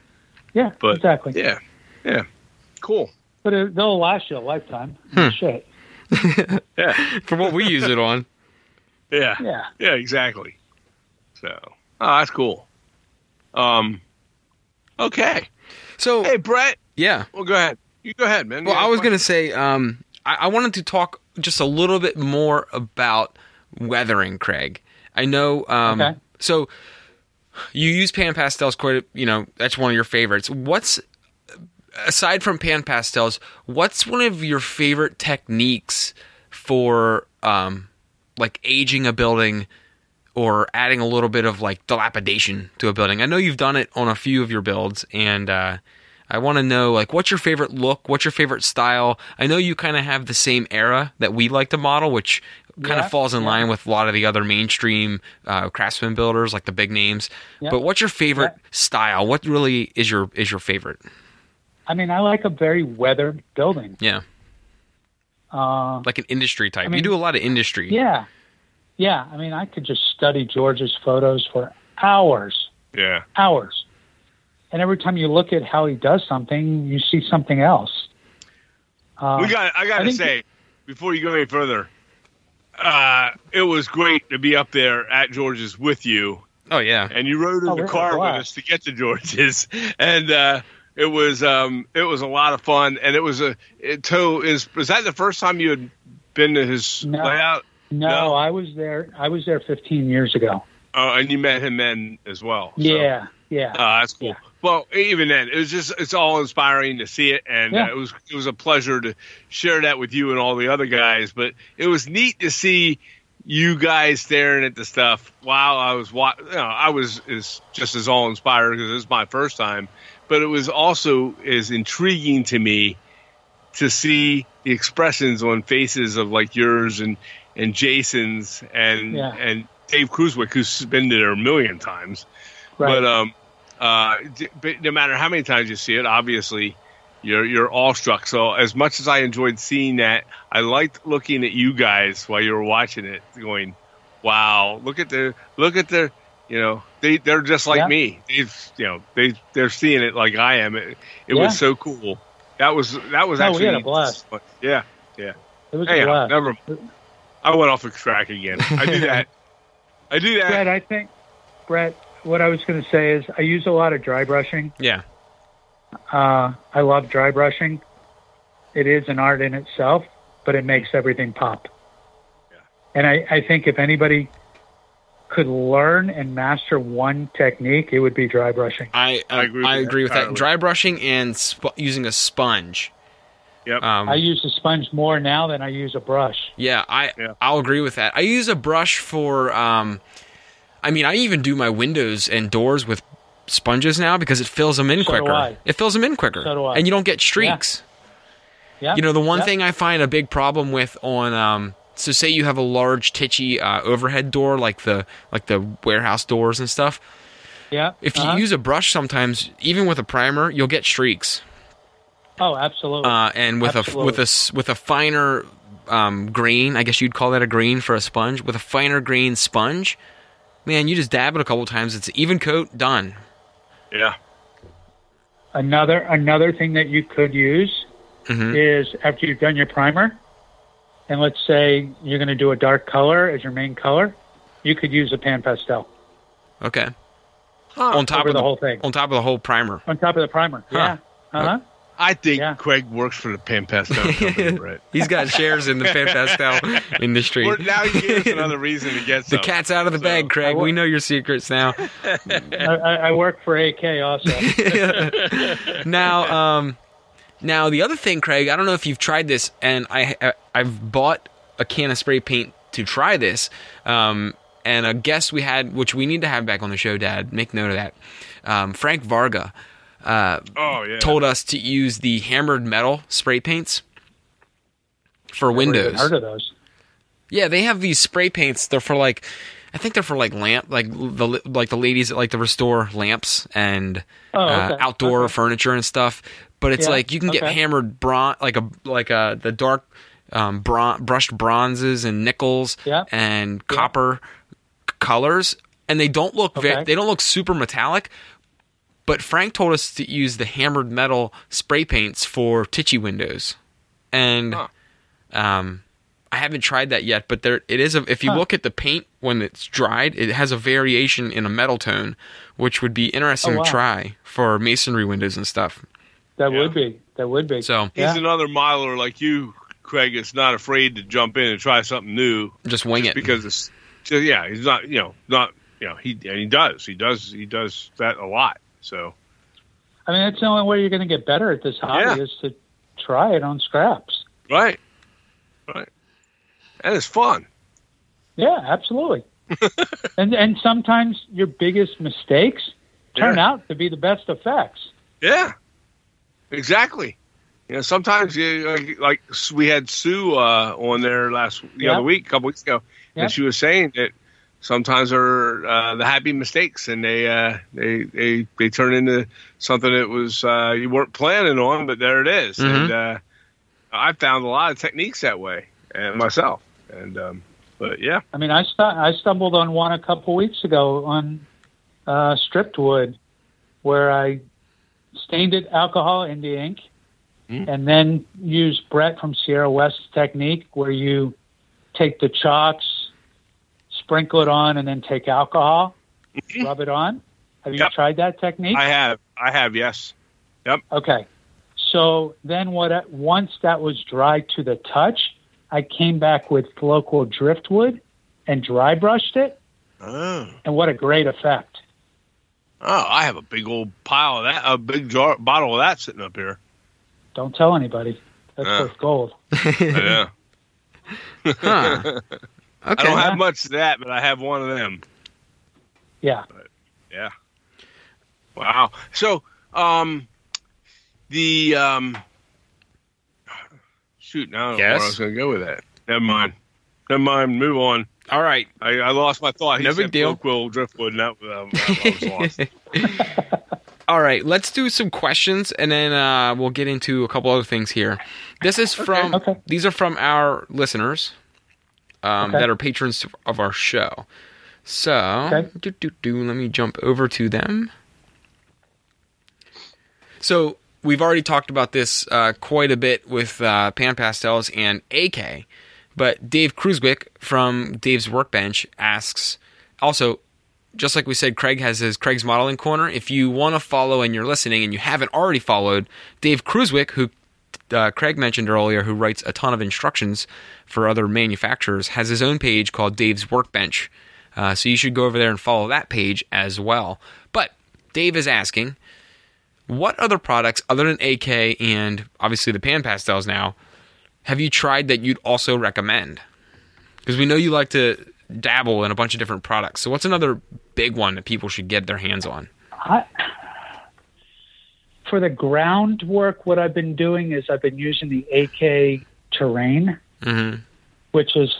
Speaker 3: yeah,
Speaker 2: But-
Speaker 3: exactly.
Speaker 2: Yeah, yeah, cool.
Speaker 3: But it, they'll last you a lifetime.
Speaker 2: Hmm.
Speaker 3: Shit.
Speaker 2: Yeah,
Speaker 1: For what we use it on.
Speaker 2: yeah.
Speaker 3: Yeah.
Speaker 2: Yeah, exactly. So, oh, that's cool. Um, okay.
Speaker 1: So
Speaker 2: Hey, Brett,
Speaker 1: Yeah.
Speaker 2: Well, go ahead. You go ahead, man.
Speaker 1: Well,
Speaker 2: You
Speaker 1: I
Speaker 2: have
Speaker 1: was
Speaker 2: fun.
Speaker 1: going to say, um, I, I wanted to talk just a little bit more about weathering, Craig. I know. Um,
Speaker 3: Okay.
Speaker 1: So you use pan pastels quite. You know, that's one of your favorites. What's aside from pan pastels? What's one of your favorite techniques for um, like aging a building? Or adding a little bit of like dilapidation to a building. I know you've done it on a few of your builds, and uh, I want to know like what's your favorite look, what's your favorite style. I know you kind of have the same era that we like to model, which kind of
Speaker 3: Yeah,
Speaker 1: falls in
Speaker 3: yeah.
Speaker 1: line with a lot of the other mainstream uh, craftsman builders, like the big names.
Speaker 3: Yeah.
Speaker 1: But what's your favorite style? What really is your is your favorite?
Speaker 3: I mean, I like a very weathered building.
Speaker 1: Yeah,
Speaker 3: Uh,
Speaker 1: like an industry type. you
Speaker 3: mean-
Speaker 1: do a lot of industry.
Speaker 3: yeah, yeah. I mean, I could just study George's photos for hours,
Speaker 2: Yeah.
Speaker 3: hours. And every time you look at how he does something, you see something else. Uh,
Speaker 2: we got. I got to
Speaker 3: I think-
Speaker 2: say, before you go any further, uh, it was great to be up there at George's with you,
Speaker 1: Oh yeah.
Speaker 2: and you rode in
Speaker 3: Oh,
Speaker 2: the
Speaker 3: really?
Speaker 2: car
Speaker 3: Wow.
Speaker 2: with us to get to George's, and uh, it was um, it was a lot of fun, and it was a it to is was that the first time you had been to his
Speaker 3: No.
Speaker 2: layout?
Speaker 3: no,
Speaker 2: No.
Speaker 3: I was there. I was there 15 years ago.
Speaker 2: Oh, and you met him then as well. so.
Speaker 3: Yeah, yeah.
Speaker 2: Oh, that's cool.
Speaker 3: Yeah.
Speaker 2: Well, even then, it was just—it's all inspiring to see it, and
Speaker 3: Yeah.
Speaker 2: uh, it was—it was a pleasure to share that with you and all the other guys. But it was neat to see you guys staring at the stuff while I was wa- you know, I was is just as all inspired because it was my first time, but it was also as intriguing to me to see the expressions on faces of like yours and and Jason's and
Speaker 3: Yeah.
Speaker 2: and Dave Cruzwick, who's been there a million times.
Speaker 3: right.
Speaker 2: But um, uh, d- but no matter how many times you see it, obviously you're you're awestruck. So as much as I enjoyed seeing that, I liked looking at you guys while you were watching it, going, "Wow, look at the look at the." You know, they they're just like
Speaker 3: Yeah.
Speaker 2: me. They've you know they they're seeing it like I am. It, it
Speaker 3: Yeah.
Speaker 2: was so cool. That was that was
Speaker 3: No, we
Speaker 2: actually
Speaker 3: had a blast.
Speaker 2: Yeah.
Speaker 3: it was a
Speaker 2: Anyhow,
Speaker 3: blast.
Speaker 2: never. I went off the track again. I do that. I do that.
Speaker 3: Brett, I think, Brett, what I was going to say is I use a lot of dry brushing.
Speaker 1: Yeah.
Speaker 3: Uh, I love dry brushing. It is an art in itself, but it makes everything pop.
Speaker 2: Yeah.
Speaker 3: And I, I think if anybody could learn and master one technique, it would be dry brushing.
Speaker 1: I I,
Speaker 2: I agree with
Speaker 1: I
Speaker 2: you
Speaker 1: agree with that.
Speaker 2: entirely.
Speaker 1: Dry brushing and sp- using a sponge.
Speaker 2: Yep.
Speaker 1: Um,
Speaker 3: I use a sponge more now than I use a brush.
Speaker 1: Yeah, I
Speaker 2: Yeah.
Speaker 1: I'll agree with that. I use a brush for um I mean, I even do my windows and doors with sponges now because it fills them in
Speaker 3: So do
Speaker 1: quicker.
Speaker 3: I.
Speaker 1: It fills them in quicker.
Speaker 3: So do I.
Speaker 1: And you don't get streaks.
Speaker 3: Yeah.
Speaker 1: You know, the one
Speaker 3: yeah.
Speaker 1: thing I find a big problem with on um so say you have a large titchy uh, overhead door like the like the warehouse doors and stuff.
Speaker 3: Yeah.
Speaker 1: If
Speaker 3: uh-huh.
Speaker 1: you use a brush sometimes even with a primer, you'll get streaks.
Speaker 3: Oh, absolutely.
Speaker 1: Uh, and with a
Speaker 3: Absolutely.
Speaker 1: with a s- with a finer um, grain, I guess you'd call that a grain for a sponge. With a finer grain sponge, man, you just dab it a couple times. It's even coat done.
Speaker 2: yeah.
Speaker 3: another another thing that you could use
Speaker 1: Mhm.
Speaker 3: is after you've done your primer and let's say you're going to do a dark color as your main color you could use a pan pastel
Speaker 1: Okay, on top
Speaker 3: over
Speaker 1: of
Speaker 3: the, whole thing
Speaker 1: on top of the whole primer.
Speaker 3: on top of the primer
Speaker 1: Huh.
Speaker 3: yeah uh-huh
Speaker 2: I think
Speaker 3: Yeah.
Speaker 2: Craig works for the Pan Pastel Company, Brett.
Speaker 1: He's got shares in the Fan Pastel industry.
Speaker 2: Or now you gave us another reason to get
Speaker 1: the
Speaker 2: some.
Speaker 1: cat's out of the bag,
Speaker 2: So-
Speaker 1: Craig.
Speaker 3: I wa-
Speaker 1: we know your secrets now.
Speaker 3: I, I I work for ak also
Speaker 1: now, um, now the other thing, Craig, I don't know if you've tried this, and I I- I've bought a can of spray paint to try this, um, and a guest we had, which we need to have back on the show, Dad. Make note of that. Um, Frank Varga
Speaker 2: Oh yeah.
Speaker 1: told us to use the hammered metal spray paints for windows.
Speaker 3: heard of those
Speaker 1: Yeah, they have these spray paints. They're for like, I think they're for like lamp, like the like the ladies that like to restore lamps and
Speaker 3: Oh,
Speaker 1: uh,
Speaker 3: okay.
Speaker 1: outdoor furniture and stuff. But it's
Speaker 3: Yeah,
Speaker 1: like you can get
Speaker 3: okay.
Speaker 1: hammered bronze, like a like a the dark um, bron- brushed bronzes and nickels
Speaker 3: Yeah.
Speaker 1: and copper c- colors, and they don't look ve-
Speaker 3: Okay.
Speaker 1: they don't look super metallic. But Frank told us to use the hammered metal spray paints for titchy windows, and.
Speaker 2: Huh.
Speaker 1: Um, I haven't tried that yet, but there it is. A, if you look at the paint when it's dried, it has a variation in a metal tone, which would be interesting
Speaker 3: Oh, wow.
Speaker 1: to try for masonry windows and stuff.
Speaker 3: That
Speaker 2: Yeah.
Speaker 3: would be. That would be.
Speaker 1: So
Speaker 2: He's
Speaker 3: Yeah.
Speaker 2: another miler like you, Craig. It's not afraid to jump in and try something new
Speaker 1: just wing it.
Speaker 2: because it's so, yeah. He's not you know not you know he and he does he does he does that a lot. So
Speaker 3: I mean, that's the only way you're going to get better at this hobby
Speaker 2: Yeah.
Speaker 3: is to try it on scraps.
Speaker 2: right, right, and it's fun.
Speaker 3: Yeah, absolutely. and and sometimes your biggest mistakes turn out to be the best effects.
Speaker 2: Yeah, exactly. You know, sometimes you like, like we had Sue uh, on there last the
Speaker 3: Yeah.
Speaker 2: other week, a couple weeks ago,
Speaker 3: Yeah.
Speaker 2: and she was saying that sometimes are uh, the happy mistakes, and they uh, they they they turn into something that was uh, you weren't planning on, but there it is.
Speaker 3: Mm-hmm.
Speaker 1: Mhm.
Speaker 2: And uh, I found a lot of techniques that way, and myself, and um, but yeah,
Speaker 3: I mean, I stu- I stumbled on one a couple weeks ago on uh, stripped wood, where I stained it alcohol in the ink,
Speaker 2: Mm.
Speaker 3: and then used Brett from Sierra West's technique, where you take the chalks, sprinkle it on, and then take alcohol, rub it on. Have you
Speaker 2: Mm-hmm. Yep.
Speaker 3: tried that technique?
Speaker 2: I have I have yes,
Speaker 3: Okay. So then what once that was dry to the touch, I came back with local driftwood and dry brushed it
Speaker 2: oh
Speaker 3: and what a great effect.
Speaker 2: oh I have a big old pile of that, a big jar bottle of that sitting up here.
Speaker 3: Don't tell anybody. That's
Speaker 2: Yeah.
Speaker 3: worth gold.
Speaker 2: yeah.
Speaker 1: Huh.
Speaker 2: I
Speaker 1: Okay.
Speaker 2: don't have much of that, but I have one of them.
Speaker 3: Yeah.
Speaker 2: Wow. So, um, the um, shoot, now I don't know where
Speaker 1: Yes?
Speaker 2: I was going to go with that. Never mind. Never mind. Move on.
Speaker 1: All right.
Speaker 2: I, I lost my thought. He
Speaker 1: No big
Speaker 2: said
Speaker 1: deal.
Speaker 2: Quill driftwood, and that um, I was lost.
Speaker 1: All right, let's do some questions and then uh, we'll get into a couple other things here. This is from
Speaker 3: Okay.
Speaker 1: these are from our listeners um,
Speaker 3: Okay.
Speaker 1: that are patrons of our show. So,
Speaker 3: Okay.
Speaker 1: do, do, do, let me jump over to them. So, we've already talked about this uh, quite a bit with uh, Pan Pastels and AK, but Dave Kruzwick from Dave's Workbench asks also, just like we said, Craig has his Craig's Modeling Corner. If you want to follow and you're listening and you haven't already followed Dave Kruzwick, who uh, Craig mentioned earlier, who writes a ton of instructions for other manufacturers, has his own page called Dave's Workbench. Uh, so you should go over there and follow that page as well. But Dave is asking, what other products other than AK and obviously the Pan Pastels now have you tried that you'd also recommend? Because we know you like to dabble in a bunch of different products. So what's another big one that people should get their hands on?
Speaker 3: I, for the groundwork, what I've been doing is I've been using the AK terrain, Mm-hmm.
Speaker 1: hmm
Speaker 3: which is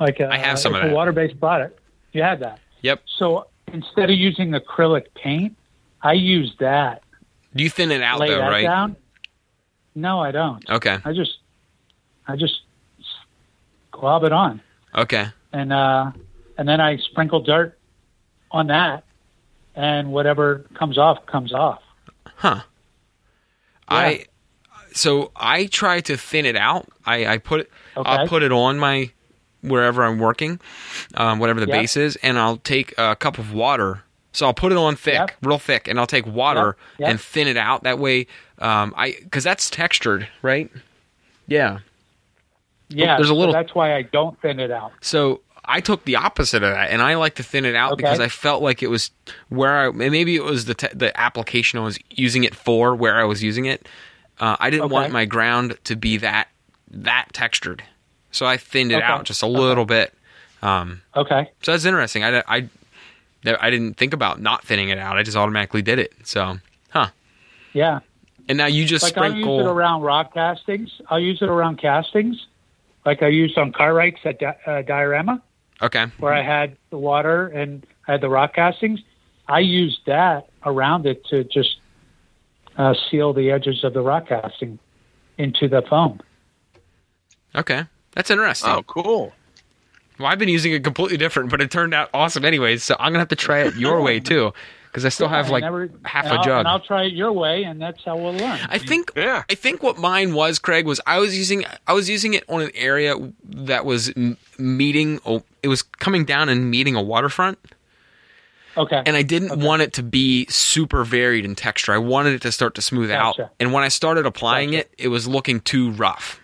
Speaker 3: like a,
Speaker 1: I have some
Speaker 3: it's
Speaker 1: of
Speaker 3: a
Speaker 1: that.
Speaker 3: water-based product. You have that.
Speaker 1: Yep.
Speaker 3: So instead of using acrylic paint, I use that.
Speaker 1: You thin it out
Speaker 3: lay
Speaker 1: though,
Speaker 3: that
Speaker 1: right?
Speaker 3: down? No, I don't.
Speaker 1: Okay.
Speaker 3: I just, I just glob it on,
Speaker 1: Okay.
Speaker 3: and uh, and then I sprinkle dirt on that, and whatever comes off comes off.
Speaker 1: Oh, I so I try to thin it out. I, I put it I'll
Speaker 3: Okay.
Speaker 1: put it on my wherever I'm working, um, whatever the
Speaker 3: Yep.
Speaker 1: base is, and I'll take a cup of water. So I'll put it on thick,
Speaker 3: Yep.
Speaker 1: real thick, and I'll take water
Speaker 3: Yep. Yep.
Speaker 1: and thin it out. That way, um, I because that's textured, right? Yeah.
Speaker 3: Yeah,
Speaker 1: there's a
Speaker 3: so
Speaker 1: little-
Speaker 3: that's why I don't thin it out.
Speaker 1: So I took the opposite of that, and I like to thin it out
Speaker 3: Okay.
Speaker 1: because I felt like it was where I and maybe it was the te- the application I was using it for, where I was using it. Uh, I didn't
Speaker 3: Okay.
Speaker 1: want my ground to be that that textured, so I thinned it
Speaker 3: Okay.
Speaker 1: out just a little bit.
Speaker 3: Okay,
Speaker 1: So that's interesting. I, I I didn't think about not thinning it out. I just automatically did it. So huh?
Speaker 3: yeah.
Speaker 1: And now you just
Speaker 3: Like I'll use it
Speaker 1: sprinkle.
Speaker 3: around rock castings. I'll use it around castings, like I used on Cartwrights at Di- uh, Diorama.
Speaker 1: Okay.
Speaker 3: where I had the water and I had the rock castings. I used that around it to just uh, seal the edges of the rock casting into the foam.
Speaker 1: Okay. That's interesting.
Speaker 2: oh, cool.
Speaker 1: Well, I've been using it completely different, but it turned out awesome anyways. So I'm gonna have to try it your way too, because I still have
Speaker 3: I
Speaker 1: like
Speaker 3: never-
Speaker 1: half
Speaker 3: and
Speaker 1: a
Speaker 3: I'll-
Speaker 1: jug.
Speaker 3: And I'll try it your way, and that's how we'll learn.
Speaker 1: I think
Speaker 2: Yeah.
Speaker 1: I think what mine was, Craig, was I was using I was using it on an area that was m- meeting. a- It was coming down and meeting a waterfront.
Speaker 3: Okay.
Speaker 1: and I didn't want it to be super varied in texture. I wanted it to start to smooth out.
Speaker 3: Gotcha.
Speaker 1: And when I started applying it, it was looking too rough.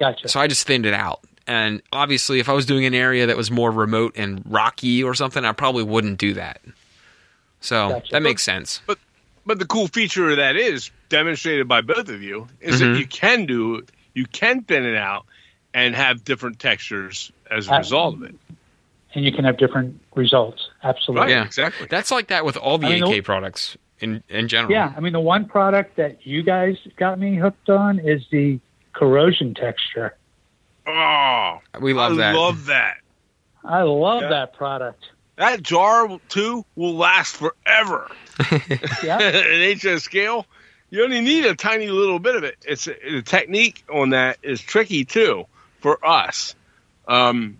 Speaker 3: gotcha.
Speaker 1: So I just thinned it out. And obviously, if I was doing an area that was more remote and rocky or something, I probably wouldn't do that. So
Speaker 3: Gotcha.
Speaker 1: that makes sense.
Speaker 2: But the cool feature of that is demonstrated by both of you is
Speaker 1: Mm-hmm.
Speaker 2: that you can do you can thin it out and have different textures as a
Speaker 3: Uh,
Speaker 2: result of it.
Speaker 3: and you can have different results. Absolutely.
Speaker 2: Right,
Speaker 1: yeah.
Speaker 2: exactly.
Speaker 1: That's like that with all the
Speaker 3: I mean,
Speaker 1: AK
Speaker 3: the-
Speaker 1: products in, in general.
Speaker 3: Yeah, I mean the one product that you guys got me hooked on is the corrosion texture.
Speaker 2: oh,
Speaker 1: We love
Speaker 2: I
Speaker 1: that.
Speaker 2: love that.
Speaker 3: I love
Speaker 2: Yeah.
Speaker 3: that product.
Speaker 2: That jar too will last forever.
Speaker 3: Yeah,
Speaker 2: An HS scale, you only need a tiny little bit of it. It's the technique on that is tricky too for us, um,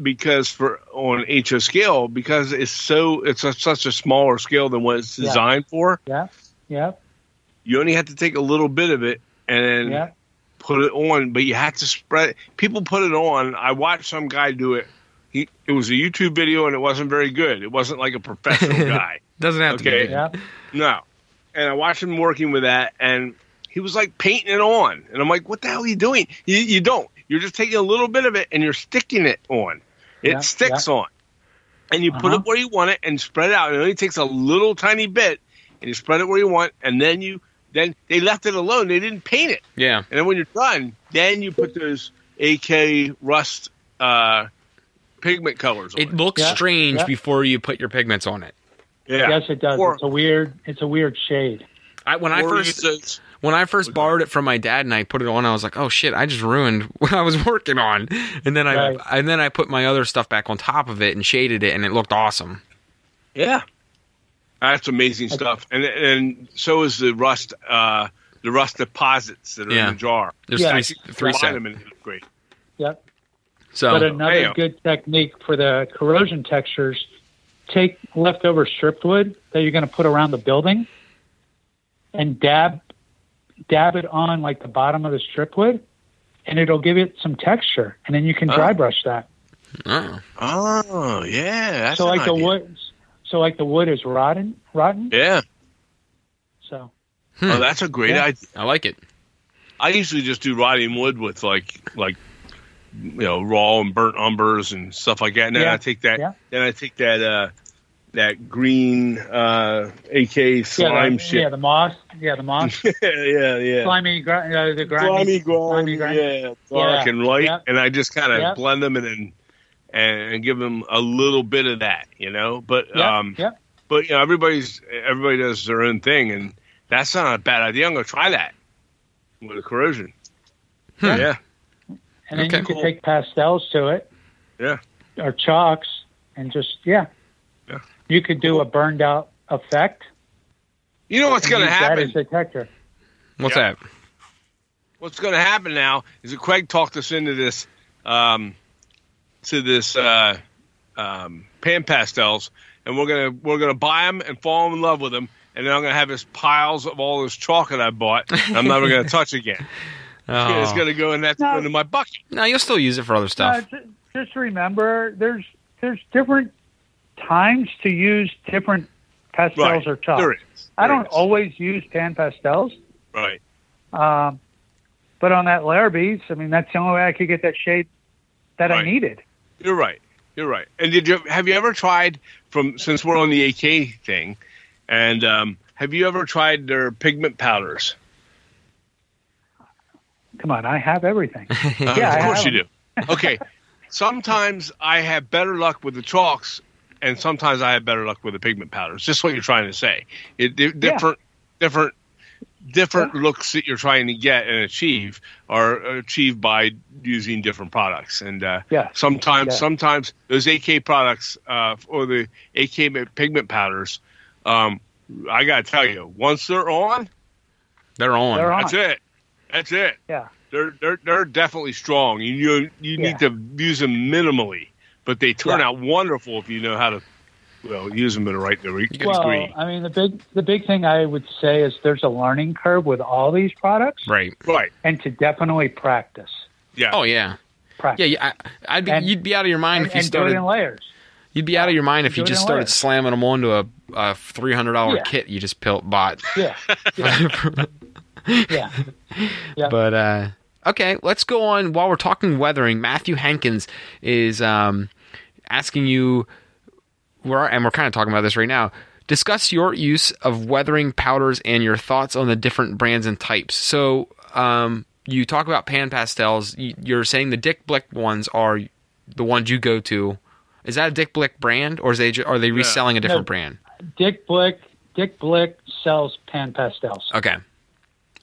Speaker 2: because for on HS scale because it's so it's a, such a smaller scale than what it's
Speaker 3: Yeah.
Speaker 2: designed for.
Speaker 3: yeah, yeah,
Speaker 2: You only have to take a little bit of it and then
Speaker 3: yeah.
Speaker 2: put it on, but you have to spread. it. People put it on. I watched some guy do it. He, it was a YouTube video and it wasn't very good. It wasn't like a professional guy.
Speaker 1: Doesn't have to
Speaker 2: Okay.
Speaker 1: be. good.
Speaker 3: Yeah,
Speaker 2: No. And I watched him working with that, and he was like painting it on. And I'm like, what the hell are you doing? You, you don't. You're just taking a little bit of it and you're sticking it on. It
Speaker 3: Yeah,
Speaker 2: sticks on. And you put
Speaker 3: Uh-huh.
Speaker 2: it where you want it and spread it out. And it only takes a little tiny bit and you spread it where you want. And then you, then they left it alone. They didn't paint it.
Speaker 1: Yeah.
Speaker 2: And then when you're done, then you put those AK rust uh, pigment colors on.
Speaker 1: It looks
Speaker 3: Yeah.
Speaker 1: strange
Speaker 3: Yeah.
Speaker 1: before you put your pigments on it.
Speaker 2: yeah.
Speaker 3: Yes, it does.
Speaker 2: Or-
Speaker 3: it's a weird. It's a weird shade.
Speaker 1: I, when I
Speaker 2: or
Speaker 1: first
Speaker 2: use those-
Speaker 1: when I first
Speaker 2: Okay.
Speaker 1: borrowed it from my dad and I put it on, I was like, "Oh shit, I just ruined what I was working on." And then I
Speaker 3: Right.
Speaker 1: and then I put my other stuff back on top of it and shaded it, and it looked awesome.
Speaker 2: Yeah, that's amazing stuff. And and so is the rust, uh, the rust deposits that are
Speaker 1: Yeah.
Speaker 2: in the jar.
Speaker 1: There's
Speaker 3: Yeah.
Speaker 1: three three
Speaker 2: Combine
Speaker 1: sets.
Speaker 2: them and it's great.
Speaker 3: Yep. But
Speaker 1: So
Speaker 3: another
Speaker 2: Hey-o.
Speaker 3: good technique for the corrosion textures, take leftover stripped wood that you're going to put around the building and dab dab it on like the bottom of the strip wood and it'll give it some texture and then you can dry
Speaker 2: Oh.
Speaker 3: brush that.
Speaker 1: oh,
Speaker 2: Oh yeah, that's
Speaker 3: so
Speaker 2: an
Speaker 3: like the
Speaker 2: idea.
Speaker 3: wood so like the wood is rotten rotten.
Speaker 2: Yeah,
Speaker 3: So
Speaker 1: Hmm.
Speaker 2: oh, that's a great
Speaker 3: Yeah.
Speaker 2: idea.
Speaker 1: I like it.
Speaker 2: I usually just do rotting wood with like like you know raw and burnt umbers and stuff like that. And then
Speaker 3: Yeah.
Speaker 2: I take that.
Speaker 3: Yeah.
Speaker 2: Then I take that. uh that green uh, AK
Speaker 3: yeah,
Speaker 2: slime
Speaker 3: the, yeah,
Speaker 2: shit.
Speaker 3: the moss. Yeah, the moss.
Speaker 2: Yeah, yeah. yeah.
Speaker 3: slimy gr- uh, the grimy,
Speaker 2: Slimy, grimy,
Speaker 3: slimy, grimy.
Speaker 2: yeah, dark
Speaker 3: Yeah,
Speaker 2: and light,
Speaker 3: yep.
Speaker 2: and I just kind of
Speaker 3: Yep.
Speaker 2: blend them and then and, and give them a little bit of that, you know. But
Speaker 3: Yeah,
Speaker 2: um,
Speaker 3: yeah.
Speaker 2: but you know, everybody's everybody does their own thing, and that's not a bad idea. I'm gonna try that with a corrosion.
Speaker 1: Hmm.
Speaker 2: Yeah,
Speaker 3: and then
Speaker 1: Okay,
Speaker 3: you could
Speaker 1: cool.
Speaker 3: take pastels to it.
Speaker 2: Yeah.
Speaker 3: Or chalks, and just yeah.
Speaker 2: Yeah.
Speaker 3: You could do a burned out effect.
Speaker 2: you know what's
Speaker 3: and
Speaker 2: gonna
Speaker 3: use That
Speaker 2: happen.
Speaker 3: is a texture.
Speaker 1: What's
Speaker 2: Yeah.
Speaker 1: that?
Speaker 2: what's going to happen now is that Craig talked us into this, um, to this uh, um, pan pastels, and we're gonna we're gonna buy them and fall in love with them, and then I'm gonna have his piles of all this chocolate I bought. And I'm never gonna touch again. It's
Speaker 1: Oh.
Speaker 2: gonna go in that
Speaker 3: No.
Speaker 2: into my bucket.
Speaker 1: No, you'll still use it for other stuff.
Speaker 3: No, Uh, ju- just remember, there's there's different times to use different pastels
Speaker 2: Right.
Speaker 3: or chalks.
Speaker 2: There it is.
Speaker 3: I
Speaker 2: There it
Speaker 3: don't
Speaker 2: is.
Speaker 3: always use pan pastels,
Speaker 2: Right.
Speaker 3: um, but on that Larrabee's, I mean, that's the only way I could get that shade that I
Speaker 2: Right.
Speaker 3: needed.
Speaker 2: You're right. You're right. And did you have you ever tried from since we're on the AK thing, and um, have you ever tried their pigment powders?
Speaker 3: Come on, I have everything.
Speaker 2: Uh,
Speaker 3: Yeah,
Speaker 2: of
Speaker 3: I
Speaker 2: course
Speaker 3: have
Speaker 2: you do. Okay. sometimes I have better luck with the chalks, and sometimes I have better luck with the pigment powders. Just what you're trying to say. It, di- different, different, different looks that you're trying to get and achieve are achieved by using different products. And uh,
Speaker 3: Yeah.
Speaker 2: sometimes,
Speaker 3: Yeah.
Speaker 2: sometimes those AK products uh, or the AK mi- pigment powders. Um, I gotta tell you, once they're on,
Speaker 1: They're on.
Speaker 3: They're on.
Speaker 2: that's it. That's it
Speaker 3: Yeah,
Speaker 2: they're they're they're definitely strong. You you, you
Speaker 3: Yeah.
Speaker 2: need to use them minimally, but they turn
Speaker 3: Yeah.
Speaker 2: out wonderful if you know how to well use them in the right degree.
Speaker 3: well,
Speaker 2: degree.
Speaker 3: I mean, the big the big thing I would say is there's a learning curve with all these products,
Speaker 1: Right.
Speaker 2: Right?
Speaker 3: and to definitely practice,
Speaker 2: Yeah.
Speaker 1: Oh yeah. Yeah.
Speaker 3: practice,
Speaker 1: yeah I, I'd be,
Speaker 3: And-
Speaker 1: you'd be out of your mind
Speaker 3: and,
Speaker 1: if you
Speaker 3: and do it
Speaker 1: started.
Speaker 3: in layers.
Speaker 1: You'd be out of your mind if you
Speaker 3: Do it
Speaker 1: just
Speaker 3: in
Speaker 1: started
Speaker 3: Atlanta.
Speaker 1: slamming them onto a, a three hundred dollar
Speaker 3: Yeah.
Speaker 1: kit you just built bought.
Speaker 3: Yeah, yeah. Yeah.
Speaker 1: But uh, okay, let's go on. While we're talking weathering, Matthew Hankins is um, asking you, we're, and we're kind of talking about this right now. Discuss your use of weathering powders and your thoughts on the different brands and types. So um, you talk about pan pastels. You- You're saying the Dick Blick ones are the ones you go to. Is that a Dick Blick brand, or is they ju- are they reselling a different
Speaker 3: No.
Speaker 1: brand?
Speaker 3: Dick Blick. Dick Blick sells pan pastels.
Speaker 1: Okay,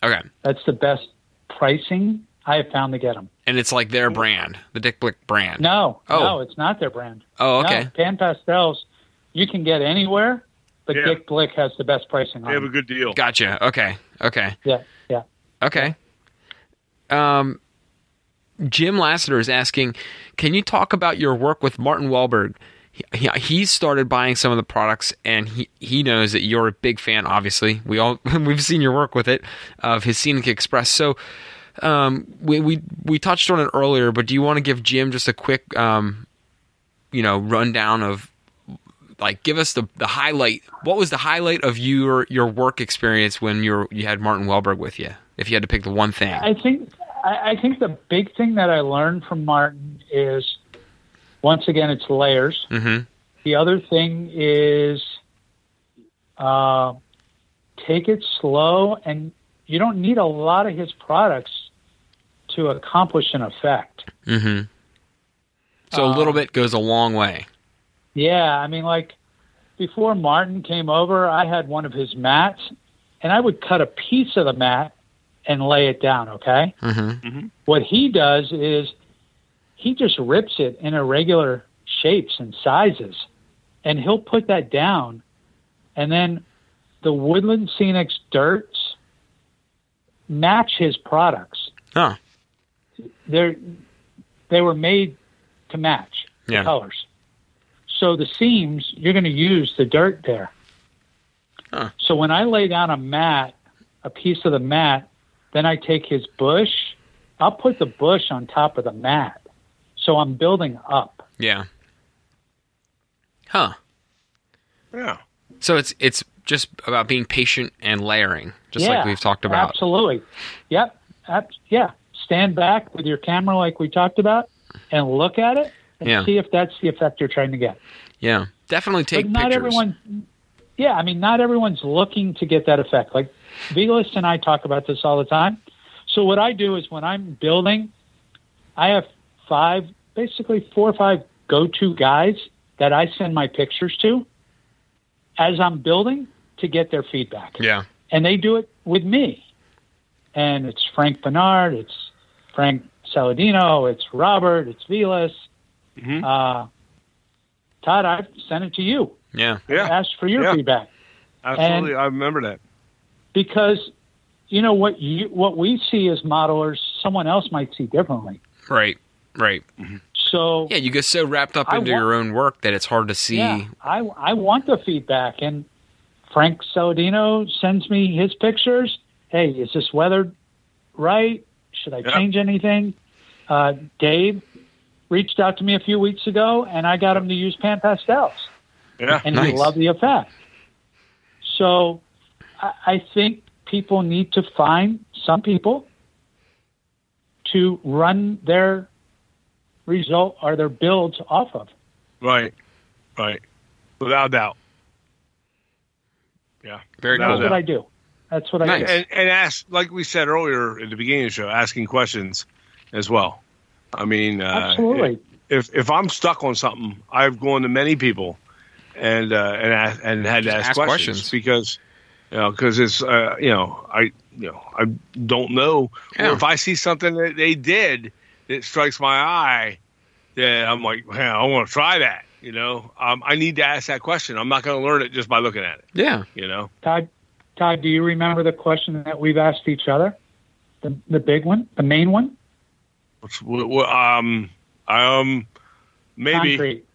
Speaker 1: okay,
Speaker 3: That's the best pricing I have found to get them.
Speaker 1: and it's like their brand, the Dick Blick brand.
Speaker 3: No,
Speaker 1: Oh.
Speaker 3: no, it's not their brand.
Speaker 1: Oh, okay.
Speaker 3: No, pan pastels you can get anywhere, but
Speaker 2: Yeah.
Speaker 3: Dick Blick has the best pricing
Speaker 2: They
Speaker 3: on
Speaker 2: have a
Speaker 3: them.
Speaker 2: good deal.
Speaker 1: Gotcha. Okay. Okay.
Speaker 3: Yeah, yeah.
Speaker 1: Okay. Um, Jim Lassiter is asking, can you talk about your work with Martin Wahlberg? He, he, he's started buying some of the products, and he, he knows that you're a big fan. Obviously, we all we've seen your work with it of his Scenic Express. So, um, we we we touched on it earlier, but do you want to give Jim just a quick um, you know, rundown of like give us the the highlight. What was the highlight of your your work experience when you were, you had Martin Wahlberg with you? If you had to pick the one thing,
Speaker 3: I think I, I think the big thing that I learned from Martin is once again it's layers.
Speaker 1: mm-hmm.
Speaker 3: The other thing is uh, take it slow, and you don't need a lot of his products to accomplish an effect.
Speaker 1: Mm-hmm. So a
Speaker 3: Um,
Speaker 1: little bit goes a long way.
Speaker 3: Yeah, I mean, like before Martin came over, I had one of his mats, and I would cut a piece of the mat and lay it down. Okay,
Speaker 1: Mm-hmm.
Speaker 3: what he does is he just rips it in irregular shapes and sizes, and he'll put that down, and then the woodland scenics dirts match his products.
Speaker 1: Huh.
Speaker 3: They're they were made to match
Speaker 1: Yeah.
Speaker 3: colors. So the seams, you're going to use the dirt there.
Speaker 1: Huh.
Speaker 3: So when I lay down a mat, a piece of the mat, then I take his bush, I'll put the bush on top of the mat. So I'm building up.
Speaker 1: Yeah. Huh.
Speaker 2: Yeah.
Speaker 1: So it's it's just about being patient and layering, just
Speaker 3: Yeah,
Speaker 1: like we've talked about.
Speaker 3: Absolutely. Yep. Ab- yeah. Stand back with your camera, like we talked about, and look at it and
Speaker 1: Yeah.
Speaker 3: see if that's the effect you're trying to get.
Speaker 1: Yeah. Definitely take
Speaker 3: but not
Speaker 1: pictures.
Speaker 3: everyone yeah i mean not everyone's looking to get that effect like Vilas and i talk about this all the time so what i do is when i'm building i have five basically four or five go-to guys that i send my pictures to as i'm building to get their feedback
Speaker 1: Yeah.
Speaker 3: and they do it with me. And it's Frank Bernard, it's Frank Saladino, it's Robert, it's Vilas.
Speaker 1: Mm-hmm.
Speaker 2: Mhm.
Speaker 3: Uh, Todd, I've sent it to you.
Speaker 1: Yeah.
Speaker 2: Yeah.
Speaker 3: Asked for your
Speaker 2: Yeah.
Speaker 3: feedback
Speaker 2: Absolutely. I remember that.
Speaker 3: because you know what you what we see as modelers, someone else might see differently.
Speaker 1: Right. Right.
Speaker 3: So
Speaker 1: Yeah. You get so wrapped up
Speaker 3: I
Speaker 1: into
Speaker 3: wa-
Speaker 1: your own work that it's hard to see.
Speaker 3: Yeah, I, I want the feedback. And Frank Saladino sends me his pictures. Hey, is this weathered right? Should I
Speaker 2: Yeah.
Speaker 3: change anything? Uh, Dave reached out to me a few weeks ago, and I got him to use pan pastels,
Speaker 2: Yeah.
Speaker 3: and
Speaker 1: Nice.
Speaker 3: he loved the effect. So I, I think people need to find some people to run their result or their builds off of.
Speaker 2: Right. Right. Without doubt. Yeah.
Speaker 1: Very
Speaker 2: Without
Speaker 1: cool.
Speaker 3: That's
Speaker 2: doubt.
Speaker 3: what I do. That's what I do.
Speaker 1: Nice.
Speaker 2: and, and ask like we said earlier at the beginning of the show, asking questions as well. I mean, uh,
Speaker 3: Absolutely.
Speaker 2: If if I'm stuck on something, I've gone to many people and uh, and ask, and had to
Speaker 1: Just
Speaker 2: ask,
Speaker 1: ask
Speaker 2: questions,
Speaker 1: questions.
Speaker 2: because you know because it's uh, you know I you know I don't know
Speaker 1: Yeah.
Speaker 2: or if I see something that they did that strikes my eye, then I'm like, man, I want to try that. You know, um, I need to ask that question. I'm not going to learn it just by looking at it.
Speaker 1: Yeah.
Speaker 2: You know.
Speaker 3: Todd, Todd, do you remember the question that we've asked each other? The, the big one, the main one?
Speaker 2: What's- wha- wha- um, um, maybe.
Speaker 3: Concrete.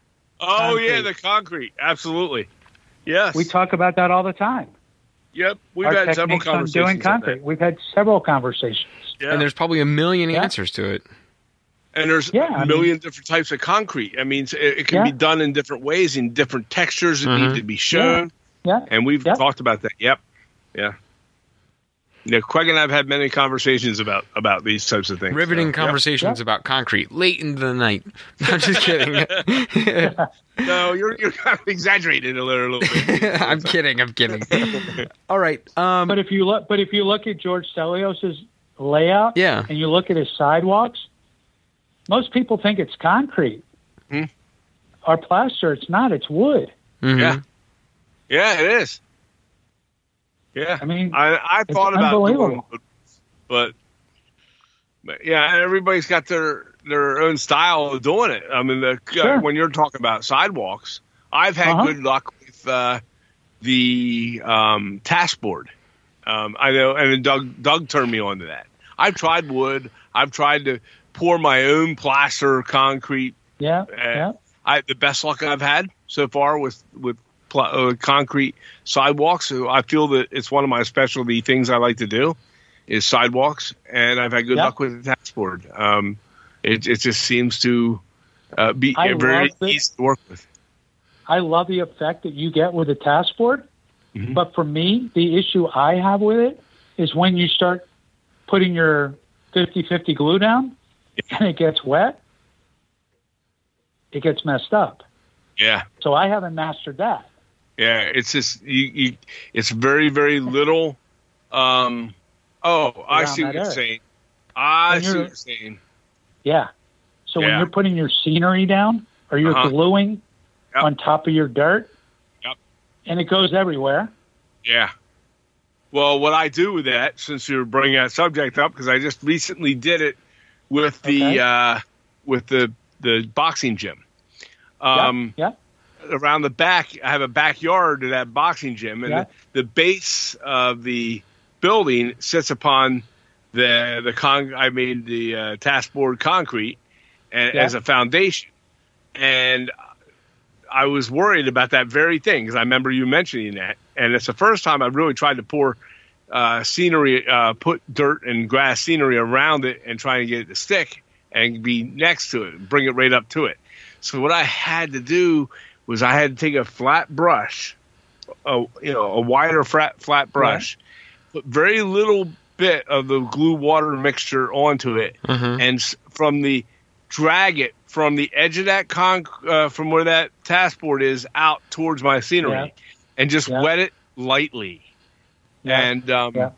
Speaker 2: Oh yeah,
Speaker 3: Concrete.
Speaker 2: the concrete. Absolutely. Yes.
Speaker 3: We talk about that all the time.
Speaker 2: yep. We've
Speaker 3: Our
Speaker 2: had
Speaker 3: techniques
Speaker 2: several
Speaker 3: on
Speaker 2: conversations.
Speaker 3: doing
Speaker 2: on that.
Speaker 3: concrete. We've had several conversations.
Speaker 2: Yeah.
Speaker 1: And there's probably a million
Speaker 3: Yeah.
Speaker 1: answers to it.
Speaker 2: And there's
Speaker 3: Yeah, I
Speaker 2: a
Speaker 3: mean-
Speaker 2: million different types of concrete. I mean, it's- it, it can be
Speaker 3: Yeah.
Speaker 2: done in different ways, in different textures that
Speaker 1: Mhm.
Speaker 2: need to be shown.
Speaker 3: Yeah.
Speaker 2: And we've
Speaker 3: Yeah.
Speaker 2: talked about that. Yep. Yeah. Yeah, Craig and I have had many conversations about about these types of things.
Speaker 1: Riveting
Speaker 2: So, yep.
Speaker 1: conversations about concrete late into the night. I'm just kidding.
Speaker 2: No, you're you're kind of exaggerating a little, a little bit.
Speaker 1: I'm kidding. I'm kidding. All right. Um,
Speaker 3: But if you look, but if you look at George Celios's layout,
Speaker 1: Yeah.
Speaker 3: and you look at his sidewalks, most people think it's concrete
Speaker 2: Hmm.
Speaker 3: or plaster. It's not. It's wood.
Speaker 1: mhm.
Speaker 2: Yeah. Yeah, it is. Yeah.
Speaker 3: I mean,
Speaker 2: I, I thought about doing
Speaker 3: unbelievable.
Speaker 2: it, but but yeah, everybody's got their their own style of doing it. I mean, the,
Speaker 3: Sure.
Speaker 2: uh, when you're talking about sidewalks, I've had
Speaker 3: Uh-huh.
Speaker 2: good luck with uh, the um, task board. Um, I know, and Doug Doug turned me on to that. I've tried wood. I've tried to pour my own plaster concrete.
Speaker 3: yeah,
Speaker 2: Uh,
Speaker 3: yeah,
Speaker 2: I the best luck I've had so far with with pl- uh, concrete sidewalks. So I feel that it's one of my specialty things I like to do is sidewalks, and I've had good
Speaker 3: Yeah.
Speaker 2: luck with the tax board. Um, it it just seems to uh, be
Speaker 3: I
Speaker 2: very
Speaker 3: love it.
Speaker 2: easy to work with.
Speaker 3: I love the effect that you get with the task board.
Speaker 2: Mhm.
Speaker 3: But for me, the issue I have with it is when you start putting your 50-50 glue down and it gets wet, it gets messed up.
Speaker 2: Yeah,
Speaker 3: So I haven't mastered that.
Speaker 2: yeah. It's just you, you It's very very little. Um, oh, I
Speaker 3: Around
Speaker 2: see what
Speaker 3: that
Speaker 2: you're
Speaker 3: area.
Speaker 2: saying. I
Speaker 3: And
Speaker 2: see
Speaker 3: you're-
Speaker 2: what you're saying.
Speaker 3: Yeah. So when
Speaker 2: Yeah.
Speaker 3: you're putting your scenery down or you're
Speaker 2: Uh-huh.
Speaker 3: gluing
Speaker 2: Yep.
Speaker 3: on top of your dirt,
Speaker 2: Yep.
Speaker 3: and it goes everywhere.
Speaker 2: Yeah. Well, what I do with that, since you're bringing that subject up, because I just recently did it with the
Speaker 3: Okay.
Speaker 2: uh, with the the boxing gym. Um,
Speaker 3: yeah.
Speaker 2: Around the back, I have a backyard to that boxing gym, and
Speaker 3: Yeah.
Speaker 2: the, the base of the building sits upon the the con. I made the uh, task board concrete and,
Speaker 3: Yeah.
Speaker 2: as a foundation, and I was worried about that very thing because I remember you mentioning that, and it's the first time I've really tried to pour uh, scenery, uh, put dirt and grass scenery around it, and try to get it to stick and be next to it, bring it right up to it. So what I had to do was I had to take a flat brush, a you know a wider flat flat brush, put very little bit of the glue water mixture onto it,
Speaker 1: Mhm.
Speaker 3: Mm-hmm.
Speaker 2: and s- from the drag it from the edge of that con uh, from where that task board is out towards my scenery
Speaker 3: Yeah.
Speaker 2: and just
Speaker 3: Yeah.
Speaker 2: wet it lightly
Speaker 3: Yeah.
Speaker 2: and um,
Speaker 3: Yeah.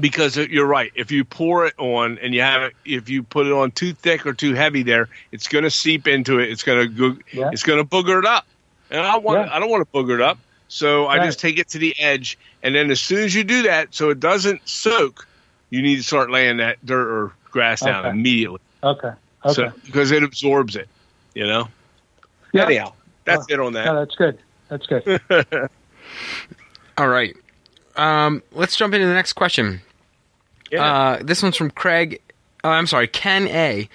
Speaker 2: because it- you're right if you pour it on and you have it if you put it on too thick or too heavy there it's going to seep into it it's going to go
Speaker 3: Yeah.
Speaker 2: it's going to booger it up and i want
Speaker 3: Yeah.
Speaker 2: i don't want to booger it up so i
Speaker 3: Right.
Speaker 2: just take it to the edge and then as soon as you do that so it doesn't soak you need to start laying that dirt or grass down
Speaker 3: Okay.
Speaker 2: immediately
Speaker 3: Okay. Okay.
Speaker 2: so, because it absorbs it, you know.
Speaker 3: yeah.
Speaker 2: Anyhow, that's
Speaker 1: uh,
Speaker 2: it on that.
Speaker 3: Yeah, that's good. That's good.
Speaker 1: All right. Um, let's jump into the next question.
Speaker 2: Yeah.
Speaker 1: Uh, this one's from Craig. Oh, I'm sorry, Ken A.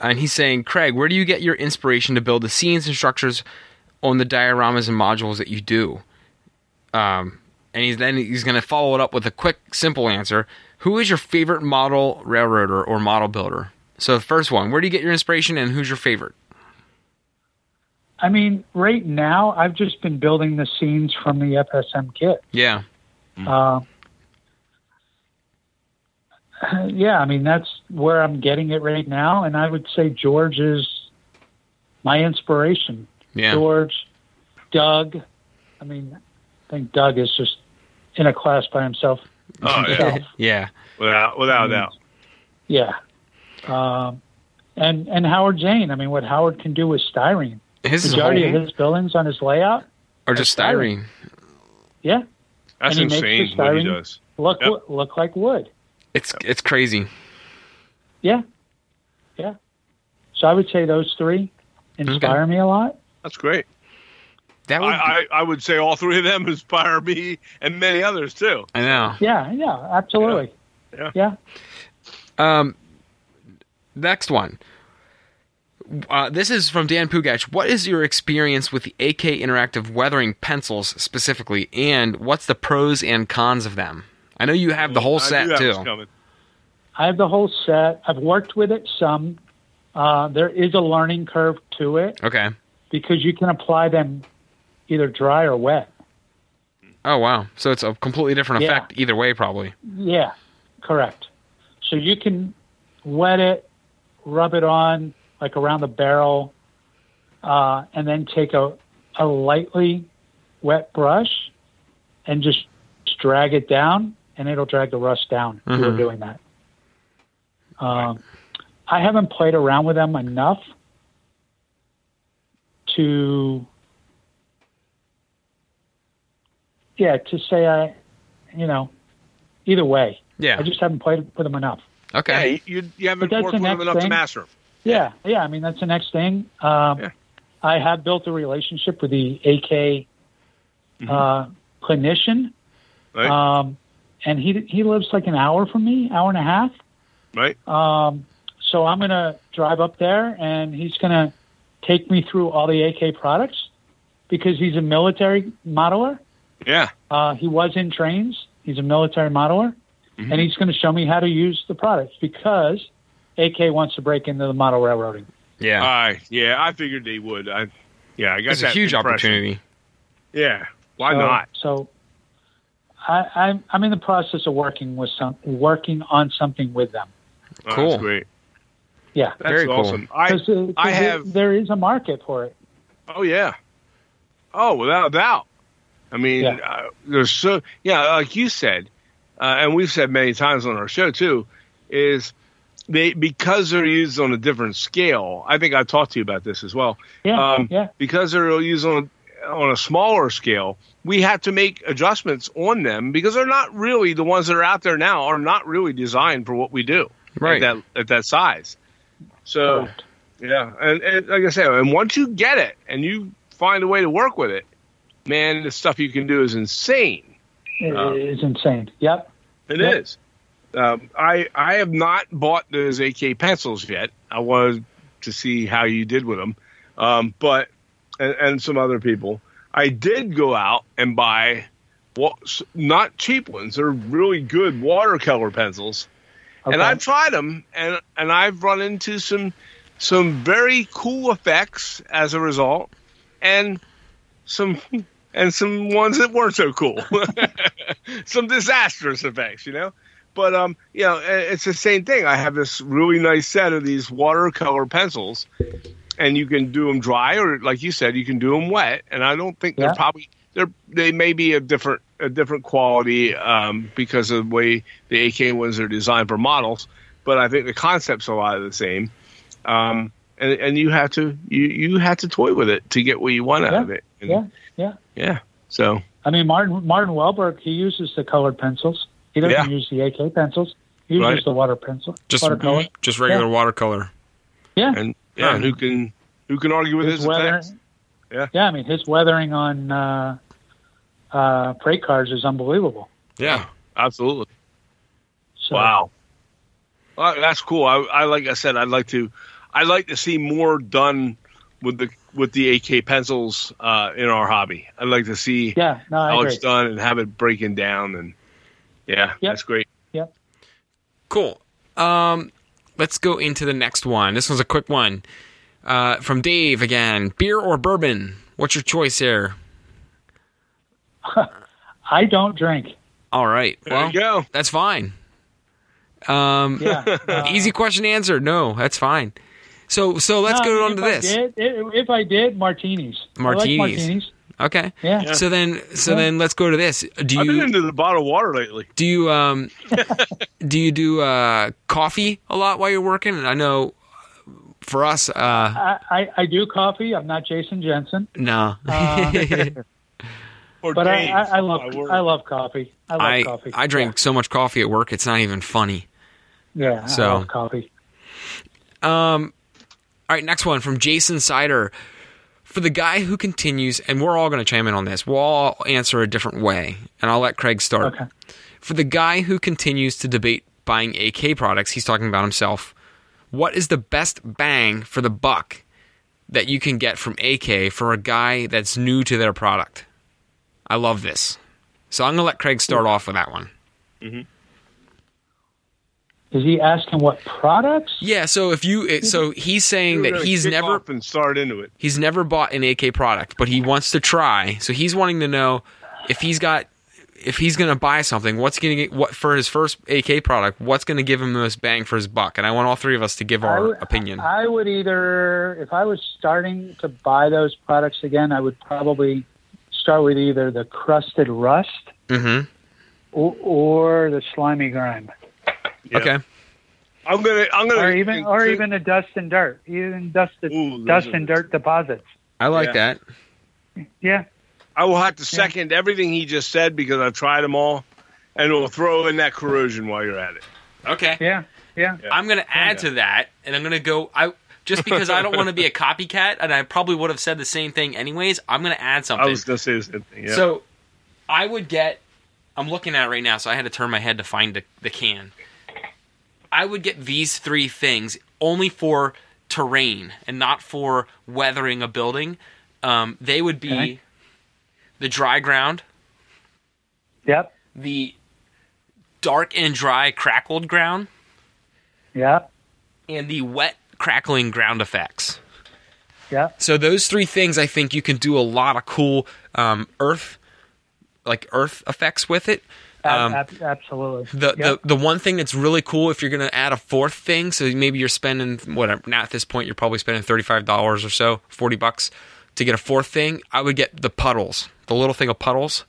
Speaker 1: And he's saying, Craig, where do you get your inspiration to build the scenes and structures on the dioramas and modules that you do? Um, and he's, then he's going to follow it up with a quick, simple answer. Who is your favorite model railroader or model builder? So the first one, where do you get your inspiration, and who's your favorite?
Speaker 3: I mean, right now I've just been building the scenes from the FSM kit.
Speaker 1: Yeah,
Speaker 3: Uh,
Speaker 2: Mm.
Speaker 3: yeah, I mean that's where I'm getting it right now, and I would say George is my inspiration.
Speaker 1: yeah,
Speaker 3: George, Doug. I mean, I think Doug is just in a class by himself.
Speaker 2: oh yeah,
Speaker 3: himself.
Speaker 1: yeah,
Speaker 2: without without a doubt.
Speaker 3: Yeah. Um, and and Howard Zane. I mean, what Howard can do with styrene.
Speaker 1: his is
Speaker 3: Majority
Speaker 1: whole-
Speaker 3: of his buildings on his layout
Speaker 1: or just
Speaker 3: That's
Speaker 1: styrene.
Speaker 3: styrene. Yeah.
Speaker 2: That's
Speaker 3: And he makes
Speaker 2: insane
Speaker 3: the
Speaker 2: what he
Speaker 3: styrene-
Speaker 2: does.
Speaker 3: look
Speaker 2: Yep.
Speaker 3: look like wood.
Speaker 1: It's it's crazy.
Speaker 3: Yeah. Yeah. So I would say those three inspire me a lot.
Speaker 2: That's great.
Speaker 1: That
Speaker 2: I,
Speaker 1: would, I,
Speaker 2: I, I would say all three of them inspire me and many others too.
Speaker 1: know.
Speaker 3: Yeah, yeah, absolutely.
Speaker 2: Yeah.
Speaker 1: Um, next one. Uh, this is from Dan Pugach. What is your experience with the AK Interactive weathering pencils specifically, and what's the pros and cons of them? Mm, I know you have the whole
Speaker 2: I knew
Speaker 1: set
Speaker 2: that was
Speaker 1: too.
Speaker 2: coming.
Speaker 3: I have the whole set. I've worked with it some. Uh, there is a learning curve to it
Speaker 1: Okay.
Speaker 3: because you can apply them either dry or wet.
Speaker 1: Oh wow. So it's a completely different
Speaker 3: Yeah.
Speaker 1: effect either way, probably.
Speaker 3: Yeah, correct. So you can wet it, rub it on like around the barrel, uh, and then take a, a lightly wet brush and just drag it down, and it'll drag the rust down if
Speaker 1: Mhm.
Speaker 3: you're doing that. Um, I haven't played around with them enough to, yeah, to say I, you know, either way.
Speaker 1: Yeah.
Speaker 3: I just haven't played with them enough.
Speaker 1: okay.
Speaker 2: Yeah, you, you haven't
Speaker 3: But that's
Speaker 2: worked
Speaker 3: the
Speaker 2: with them
Speaker 3: next
Speaker 2: enough to
Speaker 3: thing.
Speaker 2: master 'em.
Speaker 3: Yeah, yeah. I mean, that's the next thing. Um,
Speaker 2: Yeah.
Speaker 3: I have built a relationship with the AK uh, clinician,
Speaker 2: Mm-hmm. Right.
Speaker 3: um, and he he lives like an hour from me, hour and a half.
Speaker 2: Right.
Speaker 3: Um, so I'm gonna drive up there, and he's gonna take me through all the AK products because he's a military modeler.
Speaker 2: Yeah.
Speaker 3: Uh, he was in trains. He's a military modeler,
Speaker 2: Mm-hmm.
Speaker 3: and he's going to show me how to use the products because AK wants to break into the model railroading.
Speaker 1: Yeah.
Speaker 2: I yeah, I figured they would. I yeah, I got
Speaker 1: It's a
Speaker 2: that
Speaker 1: huge
Speaker 2: impression.
Speaker 1: opportunity.
Speaker 2: Yeah, why
Speaker 3: so,
Speaker 2: not?
Speaker 3: So, I, I'm I'm in the process of working with some working on something with them.
Speaker 2: Oh,
Speaker 1: Cool.
Speaker 2: That's great.
Speaker 3: Yeah,
Speaker 2: That's
Speaker 1: Very cool.
Speaker 2: awesome. I
Speaker 3: 'Cause, uh, 'cause
Speaker 2: I
Speaker 3: there-
Speaker 2: have-
Speaker 3: there is a market for it.
Speaker 2: oh yeah. Oh, without a doubt. I mean,
Speaker 3: Yeah.
Speaker 2: uh, there's so yeah, like you said, uh, and we've said many times on our show too, is they because they're used on a different scale. I think I talked to you about this as well.
Speaker 3: Yeah,
Speaker 2: Um,
Speaker 3: yeah,
Speaker 2: because they're used on on a smaller scale, we have to make adjustments on them because they're not really the ones that are out there now are not really designed for what we do
Speaker 1: Right.
Speaker 2: at that at that size. So
Speaker 3: correct.
Speaker 2: yeah, and, and like I said, and once you get it and you find a way to work with it, man, the stuff you can do is insane.
Speaker 3: It-
Speaker 2: um,
Speaker 3: it's insane. Yep.
Speaker 2: It
Speaker 3: Yep.
Speaker 2: is. Um, I I have not bought those AK pencils yet. I wanted to see how you did with them, um, but and, and some other people. I did go out and buy what not cheap ones. They're really good watercolor pencils,
Speaker 3: Okay.
Speaker 2: and I've tried them, and and I've run into some some very cool effects as a result, and some and some ones that weren't so cool, some disastrous effects, you know. But um, you know, i- it's the same thing. I have this really nice set of these watercolor pencils, and you can do them dry or, like you said, you can do them wet. And I don't think
Speaker 3: Yeah.
Speaker 2: they're probably they're they may be a different a different quality um, because of the way the AK ones are designed for models. But I think the concept's a lot of the same. Um, and, and you have to you, you have to toy with it to get what you want out
Speaker 3: Yeah.
Speaker 2: of it. And-
Speaker 3: yeah, yeah.
Speaker 2: yeah. So
Speaker 3: I mean, Martin Martin Welberg he uses the colored pencils. He doesn't
Speaker 2: Yeah.
Speaker 3: use the AK pencils. He uses
Speaker 2: Right.
Speaker 3: the water pencil,
Speaker 1: Just
Speaker 3: watercolor.
Speaker 1: just regular
Speaker 3: Yeah.
Speaker 1: watercolor.
Speaker 3: Yeah.
Speaker 2: and yeah, and who can who can argue with his effects? Yeah.
Speaker 3: yeah, I mean his weathering on uh, uh, freight cars is unbelievable.
Speaker 1: Yeah.
Speaker 2: Absolutely.
Speaker 3: So,
Speaker 2: Wow. Well, that's cool. I, I like I said, I'd like to I'd like to see more done with the with the AK pencils uh, in our hobby. I'd like to see
Speaker 3: Yeah, no, I
Speaker 2: how
Speaker 3: agree.
Speaker 2: it's done and have it breaking down and yeah, that's great.
Speaker 1: Cool. Um, let's go into the next one. This one's a quick one. Uh, from Dave again. Beer or bourbon? What's your choice here?
Speaker 3: I don't drink.
Speaker 1: All right.
Speaker 2: There
Speaker 1: well,
Speaker 2: you go.
Speaker 1: that's fine. Um,
Speaker 3: Yeah, uh,
Speaker 1: easy question to answer. No, that's fine. So, so let's
Speaker 3: no,
Speaker 1: go
Speaker 3: I
Speaker 1: on
Speaker 3: mean,
Speaker 1: to
Speaker 3: if I
Speaker 1: this.
Speaker 3: did- i- if I did, martinis. I like
Speaker 1: Martinis.
Speaker 3: martinis.
Speaker 1: Okay.
Speaker 3: Yeah.
Speaker 1: So then, so then let's go to this. Do
Speaker 2: I've been
Speaker 1: you
Speaker 2: into the bottled water lately.
Speaker 1: do you um do you do uh coffee a lot while you're working? And I know for us, uh,
Speaker 3: I, I, I do coffee. I'm not Jason Jensen,
Speaker 1: no.
Speaker 2: Uh, Or
Speaker 3: but I,
Speaker 2: Dave,
Speaker 3: I, I love
Speaker 2: my word.
Speaker 3: I love coffee. I love
Speaker 1: I
Speaker 3: coffee.
Speaker 1: I drink so much coffee at work, it's not even funny.
Speaker 3: Yeah, yeah
Speaker 1: So.
Speaker 3: I love coffee.
Speaker 1: All right, next one from Jason Sider. For the guy who continues, and we're all going to chime in on this, we'll all answer a different way, and I'll let Craig start.
Speaker 3: Okay.
Speaker 1: For the guy who continues to debate buying AK products, he's talking about himself. What is the best bang for the buck that you can get from AK for a guy that's new to their product? I love this. So I'm going to let Craig start off with that one.
Speaker 3: Is he asking what products?
Speaker 1: Yeah, so if you it, so he's saying
Speaker 2: We're
Speaker 1: that
Speaker 2: gonna
Speaker 1: he's
Speaker 2: kick
Speaker 1: never
Speaker 2: off and start into it.
Speaker 1: he's never bought an AK product, but he wants to try. So he's wanting to know if he's got if he's going to buy something, what's going to what for his first AK product, what's going to give him the most bang for his buck. And I want all three of us to give
Speaker 3: I
Speaker 1: our
Speaker 3: would-
Speaker 1: opinion.
Speaker 3: I would either, if I was starting to buy those products again, I would probably start with either the crusted rust
Speaker 1: mhm.
Speaker 3: or, or the slimy grime,
Speaker 2: Yeah.
Speaker 1: Okay.
Speaker 2: I'm gonna. I'm gonna.
Speaker 3: or even or
Speaker 2: include-
Speaker 3: even the dust and dirt, even dust
Speaker 2: Ooh, those
Speaker 3: dust
Speaker 2: are
Speaker 3: and
Speaker 2: the-
Speaker 3: dirt deposits.
Speaker 1: I like
Speaker 2: Yeah.
Speaker 1: that.
Speaker 3: Yeah,
Speaker 2: I will have to second everything he just said because I've tried them all, and we'll throw in that corrosion while you're at it.
Speaker 1: Okay.
Speaker 3: yeah, yeah.
Speaker 1: I'm going to add to that, and I'm going to go. I just because I don't want to be a copycat, and I probably would have said the same thing anyways. I'm going to add something.
Speaker 2: I was gonna say the same thing. Yeah.
Speaker 1: So I would get. I'm looking at it right now, so I had to turn my head to find the, the can. I would get these three things only for terrain and not for weathering a building. Um, they would be
Speaker 3: Okay.
Speaker 1: the dry ground,
Speaker 3: Yep,
Speaker 1: the dark and dry crackled ground,
Speaker 3: yep,
Speaker 1: and the wet crackling ground effects.
Speaker 3: yep.
Speaker 1: So those three things, I think you can do a lot of cool um, earth, like earth effects with it. Um,
Speaker 3: Ab- ab- absolutely.
Speaker 1: The,
Speaker 3: Yep.
Speaker 1: the the one thing that's really cool if you're going to add a fourth thing, so maybe you're spending whatever. Now at this point, you're probably spending thirty five dollars or so, forty bucks to get a fourth thing. I would get the puddles, the little thing of puddles.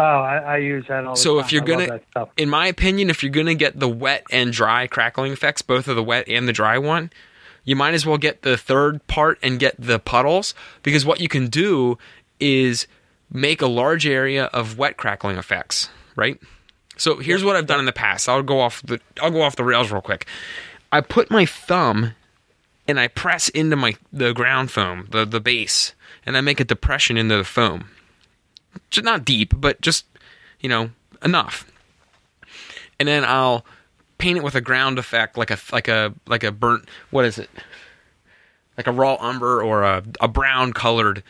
Speaker 3: oh, I, I use that all. The
Speaker 1: So
Speaker 3: time.
Speaker 1: if you're
Speaker 3: I love
Speaker 1: gonna,
Speaker 3: that stuff.
Speaker 1: in my opinion, if you're gonna get the wet and dry crackling effects, both of the wet and the dry one, you might as well get the third part and get the puddles because what you can do is make a large area of wet crackling effects, right? So here's what I've done in the past. I'll go off the I'll go off the rails real quick. I put my thumb and I press into my the ground foam, the the base, and I make a depression into the foam. Just not deep, but just you know enough. And then I'll paint it with a ground effect, like a like a like a burnt what is it? Like a raw umber or a a brown colored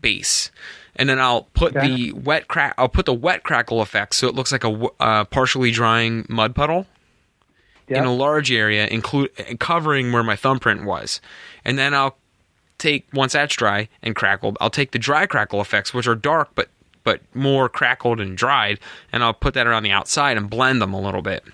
Speaker 1: base. And then I'll put
Speaker 3: Okay.
Speaker 1: the wet crack. I'll put the wet crackle effect, so it looks like a w- uh, partially drying mud puddle in a
Speaker 3: Yep.
Speaker 1: large area, include covering where my thumbprint was, and then I'll take once that's dry and crackled, I'll take the dry crackle effects, which are dark but but more crackled and dried, and I'll put that around the outside and blend them a little bit.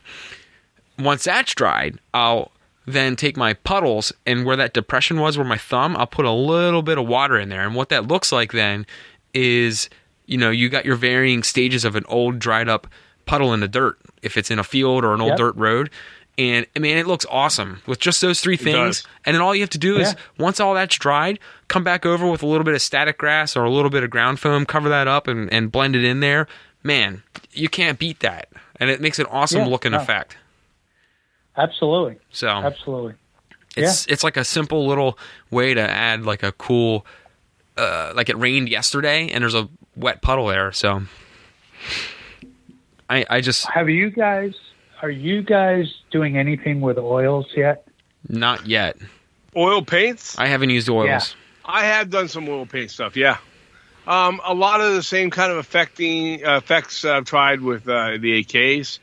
Speaker 1: Once that's dried, I'll then take my puddles and where that depression was where my thumb, I'll put a little bit of water in there. And what that looks like then is, you know, you got your varying stages of an old dried up puddle in the dirt, if it's in a field or an old
Speaker 3: Yep.
Speaker 1: dirt road. And I mean, it looks awesome with just those three things.
Speaker 2: does.
Speaker 1: And then all you have to do is
Speaker 3: Yeah.
Speaker 1: once all that's dried, come back over with a little bit of static grass or a little bit of ground foam, cover that up and, and blend it in there. Man, you can't beat that. And it makes an awesome
Speaker 3: Yeah,
Speaker 1: looking
Speaker 3: no.
Speaker 1: effect.
Speaker 3: Absolutely,
Speaker 1: So
Speaker 3: absolutely.
Speaker 1: it's it's like a simple little way to add like a cool uh like it rained yesterday and there's a wet puddle there, so I I just
Speaker 3: Have you guys? Are you guys doing anything with oils yet?
Speaker 1: not yet.
Speaker 2: oil paints.
Speaker 1: I haven't used oils.
Speaker 2: I have done some oil paint stuff. Yeah. Um, a lot of the same kind of affecting uh, effects I've tried with uh, the AKs.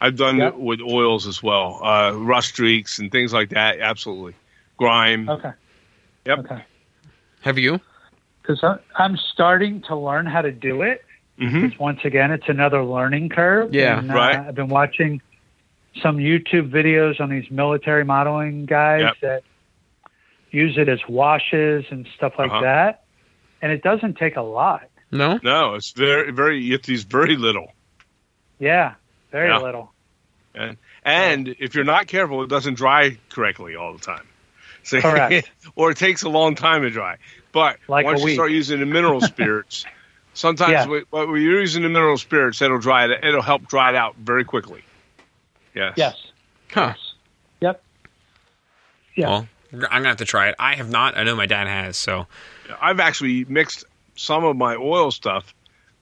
Speaker 2: I've done
Speaker 3: Yep.
Speaker 2: with oils as well, uh, rust streaks and things like that. Absolutely, grime.
Speaker 3: Okay.
Speaker 2: Mm-hmm. Yep.
Speaker 3: Okay.
Speaker 1: Have you?
Speaker 3: Because I'm starting to learn how to do it.
Speaker 2: hmm
Speaker 3: Once again, it's another learning curve.
Speaker 1: Yeah,
Speaker 3: And, uh,
Speaker 2: right.
Speaker 3: I've been watching some YouTube videos on these military modeling guys
Speaker 2: Yep.
Speaker 3: that use it as washes and stuff like
Speaker 2: Uh-huh.
Speaker 3: that. And it doesn't take a lot.
Speaker 1: No?
Speaker 2: No, it's very, very. You have to use very little,
Speaker 3: Yeah, very
Speaker 2: Yeah.
Speaker 3: little.
Speaker 2: and if you're not careful, it doesn't dry correctly all the time. So,
Speaker 3: Correct.
Speaker 2: or it takes a long time to dry. But
Speaker 3: Like
Speaker 2: once
Speaker 3: a
Speaker 2: you
Speaker 3: week.
Speaker 2: start using the mineral spirits, sometimes
Speaker 3: Yeah.
Speaker 2: we, when you're using the mineral spirits, that'll dry it. It'll help dry it out very quickly. Yes.
Speaker 3: Yes.
Speaker 1: Huh.
Speaker 3: Yep. Yeah.
Speaker 1: Well, I'm gonna have to try it. I have not. I know my dad has. So
Speaker 2: I've actually mixed some of my oil stuff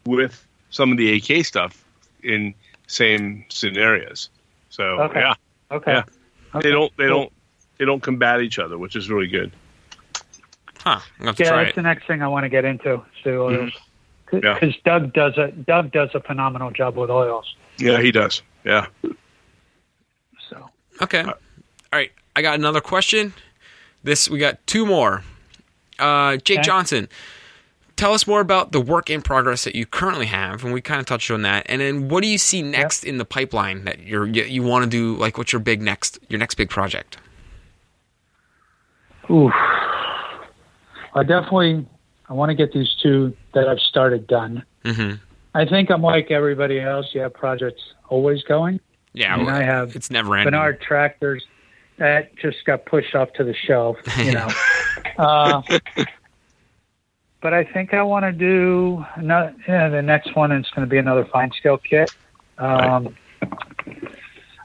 Speaker 2: with some of the AK stuff in same scenarios. So
Speaker 3: Okay.
Speaker 2: yeah,
Speaker 3: Okay.
Speaker 2: Yeah.
Speaker 3: Okay.
Speaker 2: they don't they
Speaker 3: Cool.
Speaker 2: don't they don't combat each other, which is really good.
Speaker 1: huh. I'm gonna have to
Speaker 3: Yeah,
Speaker 1: try
Speaker 3: that's
Speaker 1: it.
Speaker 3: the next thing I want to get into. So oils, because
Speaker 2: Mm-hmm. Yeah.
Speaker 3: Doug does a Doug does a phenomenal job with oils.
Speaker 2: Yeah, he does. Yeah.
Speaker 3: So
Speaker 1: Okay. All right. I got another question. This we got two more. Uh, Jake
Speaker 3: Okay.
Speaker 1: Johnson, tell us more about the work in progress that you currently have, and we kind of touched on that. And then, what do you see next in the pipeline that you're you, you want to do? Like, what's your big next your next big project?
Speaker 3: Oof. I definitely I want to get these two that I've started done.
Speaker 1: Mm-hmm.
Speaker 3: I think I'm like everybody else. You have projects always going,
Speaker 1: Yeah,
Speaker 3: and I have
Speaker 1: it's never ending.
Speaker 3: Bernard tractors that just got pushed off to the shelf. You know. uh, but I think I want to do another. Yeah, the next one is going to be another fine scale kit. Um,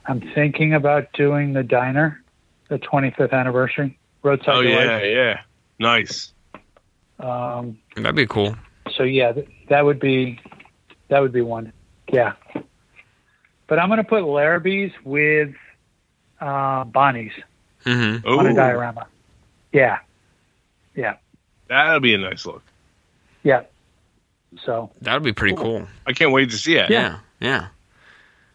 Speaker 3: I'm thinking about doing the diner, the 25th anniversary roadside.
Speaker 2: Oh
Speaker 3: delight.
Speaker 2: yeah, yeah. Nice.
Speaker 3: Um,
Speaker 1: That'd be cool.
Speaker 3: so yeah, th- that would be that would be one. Yeah. But I'm going to put Larrabee's with uh, Bonnie's
Speaker 1: hmm
Speaker 3: on a
Speaker 2: Oh,
Speaker 3: diorama. Yeah,
Speaker 2: that'll be a nice look.
Speaker 3: yeah. So
Speaker 1: That'd be pretty cool.
Speaker 2: I can't wait to see it.
Speaker 1: Yeah, yeah,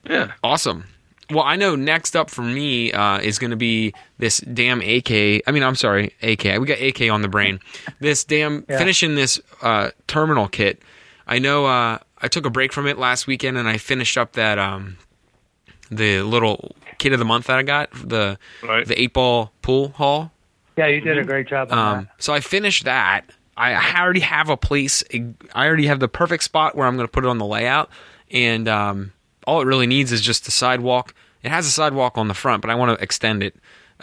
Speaker 2: Yeah.
Speaker 1: Awesome. Well, I know next up for me uh, is going to be this damn AK. I mean, I'm sorry, AK. We got AK on the brain. This damn
Speaker 3: Yeah.
Speaker 1: finishing this uh, terminal kit. I know uh, I took a break from it last weekend and I finished up that um, the little kit of the month that I got the
Speaker 2: Right.
Speaker 1: the eight ball pool hall.
Speaker 3: yeah, you did a great job on
Speaker 1: Um, so I finished that. I I already have a place. I already have the perfect spot where I'm going to put it on the layout, and um, all it really needs is just the sidewalk. It has a sidewalk on the front, but I want to extend it,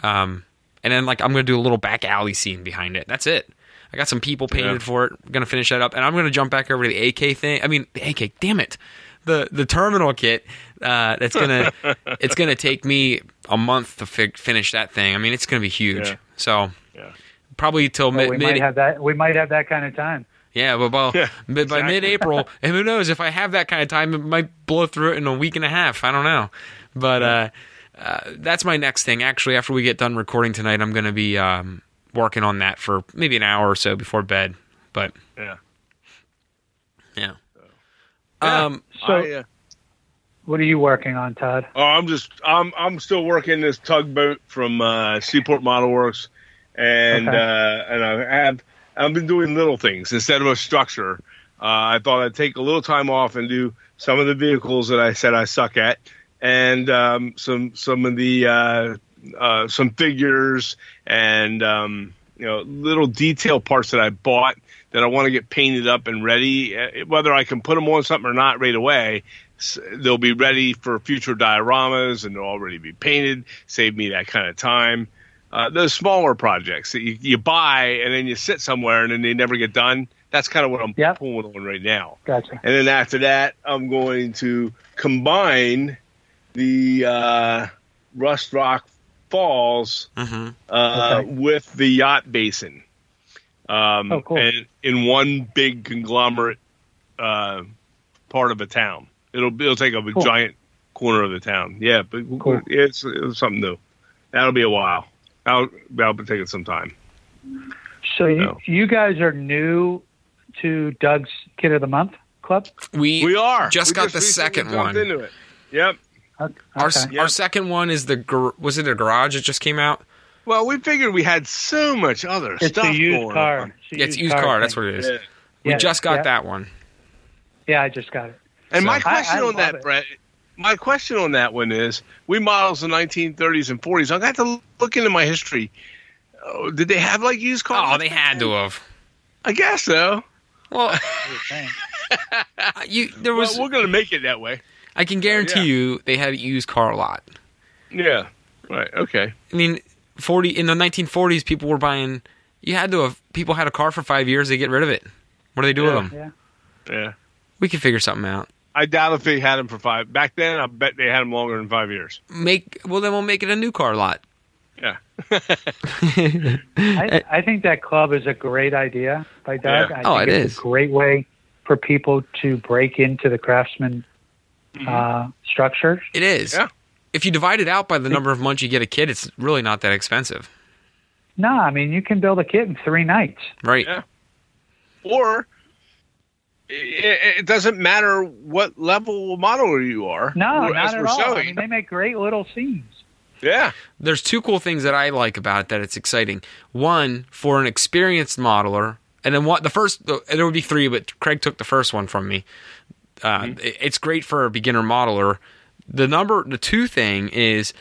Speaker 1: um, and then like I'm going to do a little back alley scene behind it. That's it. I got some people painted
Speaker 2: Yeah.
Speaker 1: for it. going to finish that up, and I'm going to jump back over to the AK thing. I mean, the AK. Damn it, the the terminal kit. Uh, that's gonna it's gonna take me a month to fi- finish that thing. I mean, it's gonna be huge.
Speaker 2: Yeah.
Speaker 1: So
Speaker 2: Yeah.
Speaker 1: probably till
Speaker 3: that.
Speaker 1: mid,
Speaker 3: Well, we
Speaker 1: mid
Speaker 3: might have that. We might have that kind of time.
Speaker 1: yeah, but well,
Speaker 2: Yeah,
Speaker 1: mid, by
Speaker 2: exactly.
Speaker 1: mid-April, and who knows if I have that kind of time, it might blow through it in a week and a half. I don't know, but uh, uh, that's my next thing. Actually, after we get done recording tonight, I'm going to be um, working on that for maybe an hour or so before bed. But
Speaker 2: Yeah.
Speaker 1: yeah,
Speaker 2: Yeah.
Speaker 1: um,
Speaker 3: So
Speaker 2: I, uh,
Speaker 3: what are you working on, Todd?
Speaker 2: Oh, I'm just I'm I'm still working this tugboat from uh, Seaport Model Works, and
Speaker 3: Okay.
Speaker 2: uh, and I have I've been doing little things instead of a structure. Uh, I thought I'd take a little time off and do some of the vehicles that I said I suck at, and um, some some of the uh, uh, some figures and um, you know little detail parts that I bought that I want to get painted up and ready. Uh, Whether I can put them on something or not right away, s- they'll be ready for future dioramas and they'll already be painted. Save me that kind of time. Uh, those smaller projects that you, you buy and then you sit somewhere and then they never get done. That's kind of what I'm
Speaker 3: Yep.
Speaker 2: pulling on right now.
Speaker 3: Gotcha.
Speaker 2: And then after that, I'm going to combine the uh, Rust Rock Falls
Speaker 1: mhm.
Speaker 2: uh,
Speaker 3: Okay.
Speaker 2: with the yacht basin. Um,
Speaker 3: Oh, cool.
Speaker 2: And in one big conglomerate uh, part of a town, it'll it'll take up a
Speaker 3: Cool.
Speaker 2: giant corner of the town. Yeah, but
Speaker 3: Cool.
Speaker 2: it's, it's something new. That'll be a while. I'll that'll be taking some time.
Speaker 3: So you,
Speaker 2: No.
Speaker 3: you guys are new to Doug's Kid of the Month Club.
Speaker 1: we,
Speaker 2: We are
Speaker 1: just
Speaker 2: We
Speaker 1: got the
Speaker 2: recently
Speaker 1: second
Speaker 2: jumped
Speaker 1: one.
Speaker 2: Into it. Yep.
Speaker 3: Okay.
Speaker 1: Our,
Speaker 3: Okay.
Speaker 2: Yeah.
Speaker 1: our second one is the gar- was it a garage that just came out?
Speaker 2: Well, we figured we had so much other
Speaker 3: It's
Speaker 2: stuff
Speaker 3: a used
Speaker 2: going
Speaker 3: car.
Speaker 2: on.
Speaker 1: Yeah, it's a used car. That's
Speaker 3: thing.
Speaker 1: what it is.
Speaker 2: Yeah.
Speaker 1: We
Speaker 3: Yeah,
Speaker 1: just got
Speaker 3: yeah.
Speaker 1: that one.
Speaker 3: Yeah, I just got it.
Speaker 2: And my
Speaker 3: So- I-
Speaker 2: question
Speaker 3: I
Speaker 2: on
Speaker 3: love
Speaker 2: that,
Speaker 3: it.
Speaker 2: Brett, my question on that one is: we models the 1930s and 40s. I got to look into my history. Oh, did they have like used cars?
Speaker 1: Oh, they had to have.
Speaker 2: I guess so.
Speaker 1: Well,
Speaker 3: Good thing.
Speaker 1: you there
Speaker 2: Well,
Speaker 1: was.
Speaker 2: we're going to make it that way.
Speaker 1: I can guarantee
Speaker 2: Yeah.
Speaker 1: you they had a used car lot.
Speaker 2: Yeah. Right. Okay.
Speaker 1: I mean, forty in the nineteen forties, people were buying. You had to have people had a car for five years. They get rid of it. What do they do
Speaker 2: Yeah.
Speaker 1: with them?
Speaker 3: Yeah.
Speaker 2: Yeah.
Speaker 1: We can figure something out.
Speaker 2: I doubt if they had them for five back then. I bet they had them longer than five years.
Speaker 1: Make well, then we'll make it a new car lot.
Speaker 2: Yeah.
Speaker 3: I, I think that club is a great idea by Doug.
Speaker 2: Yeah.
Speaker 3: I
Speaker 1: Uh, Oh,
Speaker 3: think
Speaker 1: it
Speaker 3: it's
Speaker 1: is.
Speaker 3: a great way for people to break into the craftsman
Speaker 2: Mm-hmm.
Speaker 3: uh, structures.
Speaker 1: It is.
Speaker 2: Yeah.
Speaker 1: If you divide it out by the number of months you get a kid, it's really not that expensive,
Speaker 3: No, I mean you can build a kit in three nights.
Speaker 1: right?
Speaker 2: Yeah. Or it, it doesn't matter what level model you are.
Speaker 3: No,
Speaker 2: or-
Speaker 3: not
Speaker 2: as
Speaker 3: at
Speaker 2: we're
Speaker 3: all. I
Speaker 2: showing.
Speaker 3: mean, they make great little scenes.
Speaker 2: Yeah.
Speaker 1: there's two cool things that I like about it that it's exciting. One for an experienced modeler, and then what the first there would be three, but Craig took the first one from me. Uh, it- It's great for a beginner modeler. The number the two thing is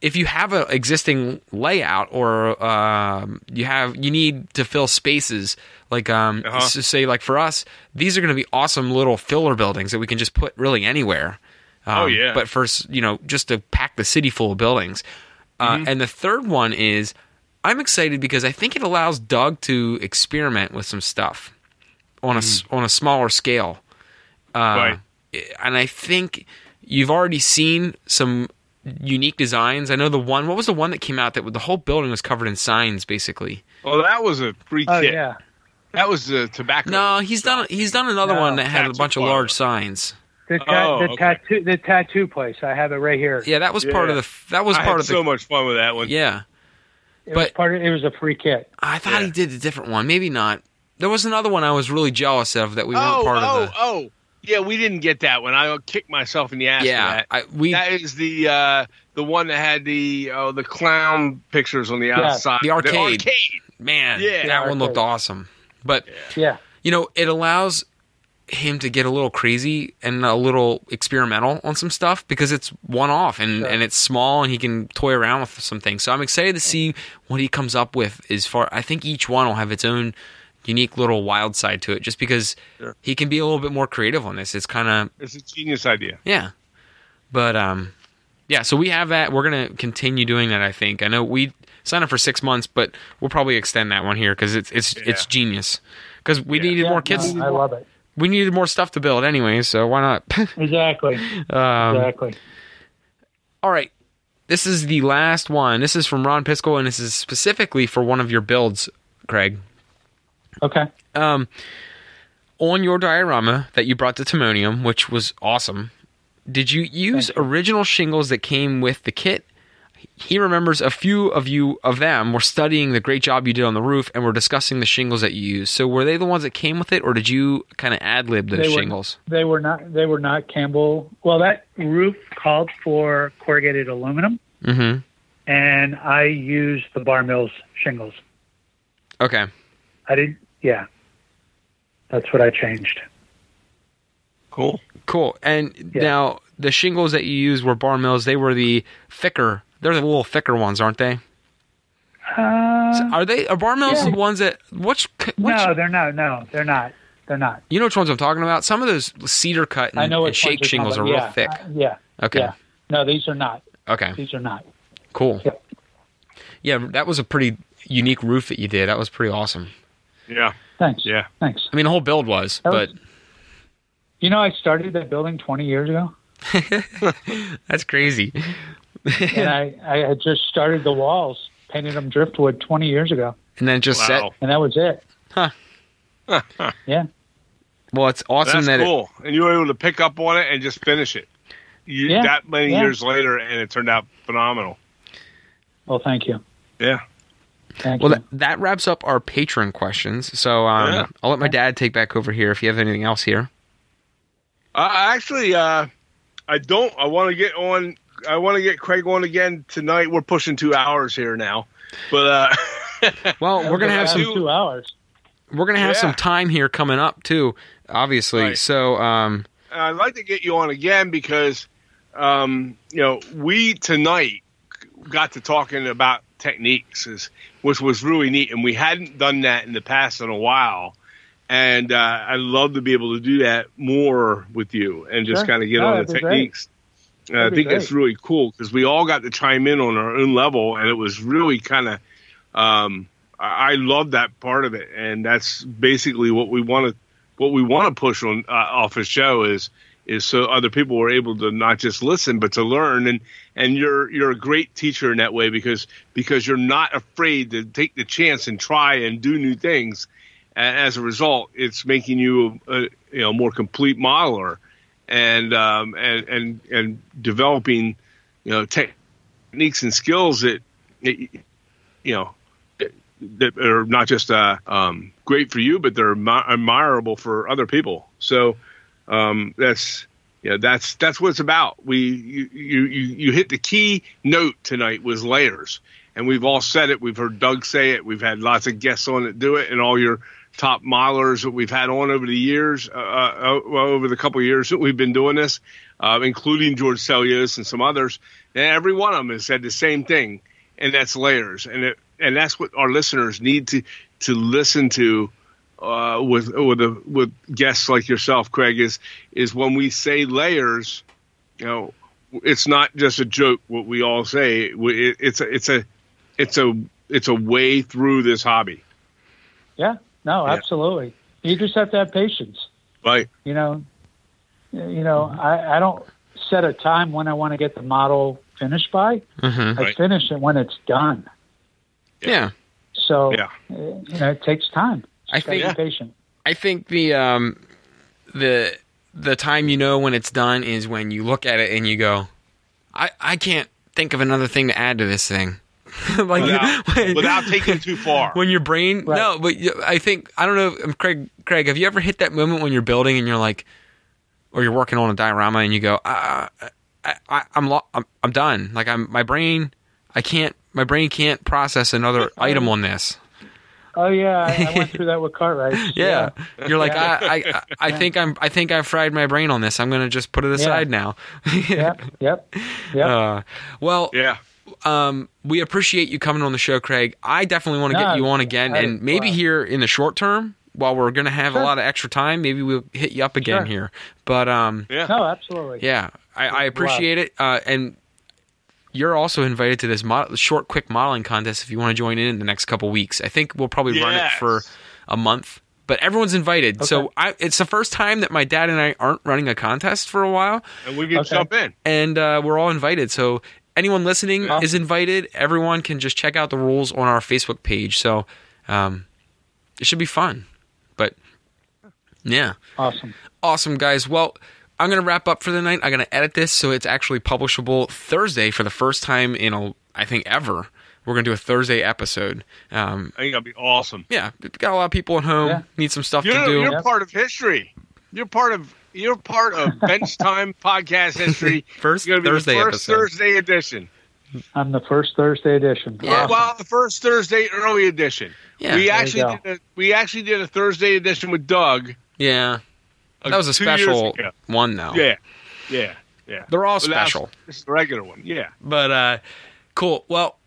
Speaker 1: if you have an existing layout or um, you have you need to fill spaces like um,
Speaker 2: Uh-huh.
Speaker 1: s- say like for us these are going to be awesome little filler buildings that we can just put really anywhere um,
Speaker 2: Oh, yeah.
Speaker 1: but first you know just to pack the city full of buildings uh,
Speaker 2: Mm-hmm.
Speaker 1: and the third one is i'm excited because i think it allows doug to experiment with some stuff on a s
Speaker 2: Mm.
Speaker 1: on a smaller scale Uh.
Speaker 2: right.
Speaker 1: and I think you've already seen some unique designs. I know the one. What was the one that came out that the whole building was covered in signs, basically?
Speaker 2: Well, that was a free
Speaker 4: Oh
Speaker 2: kit.
Speaker 4: yeah.
Speaker 2: That was the tobacco.
Speaker 1: No, he's done. He's done another
Speaker 4: No,
Speaker 1: one that had a
Speaker 2: that's
Speaker 1: bunch of
Speaker 2: a
Speaker 1: large
Speaker 2: flower.
Speaker 1: signs.
Speaker 4: The, ta-
Speaker 2: Oh,
Speaker 4: the
Speaker 2: okay.
Speaker 4: tattoo the tattoo place. I have it right here.
Speaker 1: Yeah, that was part of
Speaker 2: Yeah.
Speaker 1: the. That was
Speaker 2: I
Speaker 1: part
Speaker 2: had
Speaker 1: of the.
Speaker 2: so much fun with that one.
Speaker 1: yeah,
Speaker 4: It was
Speaker 1: but-
Speaker 4: part of, it was a free kit.
Speaker 1: I thought
Speaker 2: Yeah.
Speaker 1: he did a different one. Maybe not. There was another one I was really jealous of that we weren't
Speaker 2: oh,
Speaker 1: part
Speaker 2: oh,
Speaker 1: of. The,
Speaker 2: oh. Yeah, we didn't get that one. I kicked myself in the ass for
Speaker 1: yeah,
Speaker 2: that.
Speaker 1: I, we
Speaker 2: that is the uh, the one that had the oh, the clown pictures on the outside.
Speaker 1: the arcade.
Speaker 2: arcade.
Speaker 1: man,
Speaker 2: Yeah.
Speaker 1: that one looked awesome. But
Speaker 4: Yeah.
Speaker 1: you know, it allows him to get a little crazy and a little experimental on some stuff because it's one off and,
Speaker 4: Sure.
Speaker 1: and it's small and he can toy around with some things. So I'm excited to see what he comes up with as far I think each one will have its own unique little wild side to it just because
Speaker 2: Sure.
Speaker 1: he can be a little bit more creative on this. It's kind of
Speaker 2: It's a genius idea.
Speaker 1: yeah. But um yeah, so we have that. We're gonna continue doing that, I think. I know we signed up for six months, but we'll probably extend that one here because it's it's it's
Speaker 2: Yeah.
Speaker 1: genius. Because we
Speaker 2: Yeah.
Speaker 1: needed
Speaker 4: Yeah,
Speaker 1: more kids.
Speaker 4: no, I love it.
Speaker 1: We needed more stuff to build anyway, so why not?
Speaker 4: Exactly.
Speaker 1: um,
Speaker 4: exactly.
Speaker 1: all right, this is the last one. This is from Ron Piskel, and this is specifically for one of your builds, Craig.
Speaker 4: Okay.
Speaker 1: um, on your diorama that you brought to Timonium, which was awesome, did you use original shingles that came with the kit? He remembers a few of you of them were studying the great job you did on the roof and were discussing the shingles that you used. So were they the ones that came with it, or did you kind of ad lib those
Speaker 4: They were-
Speaker 1: shingles?
Speaker 4: They were not. They were not Campbell. Well, that roof called for corrugated aluminum,
Speaker 1: Mm-hmm.
Speaker 4: and I used the Bar Mills shingles.
Speaker 1: Okay.
Speaker 4: I didn't. Yeah, that's what I changed.
Speaker 2: Cool.
Speaker 1: Cool. And
Speaker 4: Yeah.
Speaker 1: now the shingles that you used were bar mills. They were the thicker. They're the little thicker ones, aren't they?
Speaker 4: Uh,
Speaker 1: Are they are bar mills
Speaker 4: Yeah.
Speaker 1: the ones that which, which
Speaker 4: no, they're not. No, they're not. They're not.
Speaker 1: You know which ones I'm talking about? Some of those cedar cut and,
Speaker 4: I know
Speaker 1: Mm, and
Speaker 4: which ones
Speaker 1: shake
Speaker 4: you're
Speaker 1: shingles are
Speaker 4: talking
Speaker 1: real
Speaker 4: about.
Speaker 1: thick.
Speaker 4: yeah, I- yeah.
Speaker 1: okay.
Speaker 4: Yeah. No, these are not.
Speaker 1: Okay.
Speaker 4: These are not.
Speaker 1: Cool.
Speaker 4: Yep.
Speaker 1: Yeah, that was a pretty unique roof that you did. That was pretty awesome.
Speaker 2: Yeah.
Speaker 4: Thanks.
Speaker 2: Yeah.
Speaker 4: Thanks.
Speaker 1: I mean, the whole build was,
Speaker 4: That
Speaker 1: but
Speaker 4: was- You know, I started that building 20 years ago,
Speaker 1: that's crazy.
Speaker 4: and I, I had just started the walls, painted them driftwood 20 years ago,
Speaker 1: And then it just set.
Speaker 2: Wow.
Speaker 4: and that was it.
Speaker 1: Well, it's awesome
Speaker 2: That's
Speaker 1: that
Speaker 2: cool. and you were able to pick up on it and just finish it. You,
Speaker 4: Yeah.
Speaker 2: That many
Speaker 4: Yeah.
Speaker 2: years later, and it turned out phenomenal.
Speaker 4: Well, thank you.
Speaker 2: Yeah.
Speaker 4: Thank
Speaker 1: it. Well,
Speaker 4: you.
Speaker 1: that, that wraps up our patron questions. So um,
Speaker 2: Yeah.
Speaker 1: I'll let my dad take back over here if you have anything else here.
Speaker 2: Uh, actually, uh, I don't. I want to get on. I want to get Craig on again tonight. We're pushing two hours here now, but uh,
Speaker 1: Well, we're gonna have
Speaker 4: That
Speaker 1: some
Speaker 4: was two hours.
Speaker 1: we're gonna have
Speaker 2: Yeah.
Speaker 1: some time here coming up too, obviously.
Speaker 2: Right.
Speaker 1: So um,
Speaker 2: And I'd like to get you on again because, um, you know, we tonight got to talking about techniques, is, which was really neat, and we hadn't done that in the past in a while. And uh, I'd love to be able to do that more with you and just
Speaker 4: Sure.
Speaker 2: kind of get
Speaker 4: No,
Speaker 2: on the
Speaker 4: that'd be great.
Speaker 2: techniques. And I
Speaker 4: That'd be
Speaker 2: think that's
Speaker 4: great.
Speaker 2: really cool because we all got to chime in on our own level, and it was really kind of. Um, I I love that part of it, and that's basically what we want to what we want to push on uh, off a show is is so other people are able to not just listen but to learn and and you're you're a great teacher in that way because because you're not afraid to take the chance and try and do new things and as a result it's making you a, a you know more complete modeler and um and and and developing you know techniques and skills that, that you know that are not just uh, um, great for you, but they're admi- admirable for other people. So um, that's yeah, that's that's what it's about. We you you you you hit the key note tonight was layers, and we've all said it. We've heard Doug say it. We've had lots of guests on that do it, and all your top milers that we've had on over the years, uh, uh, well, over the couple of years that we've been doing this, uh, including George Celios and some others. And every one of them has said the same thing, and that's layers, and it, and that's what our listeners need to to listen to uh, with with a, with guests like yourself, Craig, is is when we say layers, you know, it's not just a joke. What we all say, We- it, it's a it's a it's a it's a way through this hobby,
Speaker 4: Yeah, no,
Speaker 2: Yeah.
Speaker 4: absolutely. You just have to have patience.
Speaker 2: right?
Speaker 4: You know, you know,
Speaker 1: Mm-hmm.
Speaker 4: I, I don't set a time when I want to get the model finished by.
Speaker 1: Mhm.
Speaker 4: I
Speaker 2: Right.
Speaker 4: finish it when it's done.
Speaker 1: Yeah.
Speaker 4: So
Speaker 2: Yeah.
Speaker 4: uh, you know, it takes time.
Speaker 1: I
Speaker 4: Just gotta
Speaker 1: think-
Speaker 4: be patient.
Speaker 1: I think the um the the time you know when it's done is when you look at it and you go, I I can't think of another thing to add to this thing. like
Speaker 2: Without, without taking it too far.
Speaker 1: when your brain
Speaker 4: Right.
Speaker 1: no, but you- I think I don't know. um, Craig, Craig, have you ever hit that moment when you're building and you're like, or you're working on a diorama and you go, uh, I, I, I'm, lo- I'm I'm done. Like I'm my brain, I can't. My brain can't process another item on this.
Speaker 4: Oh yeah, I, I went through that with Cartwright.
Speaker 1: Yeah. You're like,
Speaker 4: Yeah.
Speaker 1: I, I, I think I'm, I think I fried my brain on this. I'm going to just put it aside now.
Speaker 4: Yep. Yep. Yep.
Speaker 1: Uh, well,
Speaker 2: yeah.
Speaker 1: um, we appreciate you coming on the show, Craig. I definitely want to
Speaker 4: No,
Speaker 1: get you on again
Speaker 4: I-
Speaker 1: and maybe
Speaker 4: well-
Speaker 1: here in the short term while we're going to have a
Speaker 4: Sure.
Speaker 1: lot of extra time, maybe we'll hit you up again
Speaker 4: Sure.
Speaker 1: here. But, um,
Speaker 2: Yeah.
Speaker 4: no, absolutely.
Speaker 1: yeah, I, I appreciate it. Uh, and you're also invited to this mod- short, quick modeling contest if you want to join in in the next couple weeks. I think we'll probably run it
Speaker 2: Yes.
Speaker 1: for a month, but everyone's invited. So I, it's the first time that my dad and I aren't running a contest for a while,
Speaker 2: And we can
Speaker 4: Okay.
Speaker 2: jump in.
Speaker 1: and uh, we're all invited. So anyone listening
Speaker 4: Awesome.
Speaker 1: is invited. Everyone can just check out the rules on our Facebook page. So um, it should be fun. But yeah.
Speaker 4: Awesome.
Speaker 1: Awesome, guys. Well, I'm going to wrap up for the night. I'm going to edit this so it's actually publishable Thursday for the first time in, a, I think, ever. We're going to do a Thursday episode. Um,
Speaker 2: I think that'd be awesome.
Speaker 1: yeah, got a lot of people at home,
Speaker 4: Yeah.
Speaker 1: need some stuff
Speaker 2: You're
Speaker 1: to do.
Speaker 2: you're
Speaker 4: Yep.
Speaker 2: part of history. You're part of you're part of bench time podcast history.
Speaker 1: First
Speaker 2: You're gonna be the
Speaker 1: Thursday
Speaker 2: first
Speaker 1: episode.
Speaker 2: Thursday edition.
Speaker 4: On the first Thursday edition.
Speaker 1: Yeah.
Speaker 2: Well, the first Thursday early edition.
Speaker 1: Yeah.
Speaker 2: we
Speaker 1: There
Speaker 4: you
Speaker 2: actually
Speaker 4: go.
Speaker 2: did a, we actually did a Thursday edition with Doug.
Speaker 1: Yeah.
Speaker 2: uh,
Speaker 1: That was a
Speaker 2: two years
Speaker 1: special Oh.
Speaker 2: ago.
Speaker 1: one, though.
Speaker 2: Yeah, yeah, yeah.
Speaker 1: They're all
Speaker 2: But that's-
Speaker 1: special.
Speaker 2: This is the regular one. Yeah.
Speaker 1: But uh, cool. Well,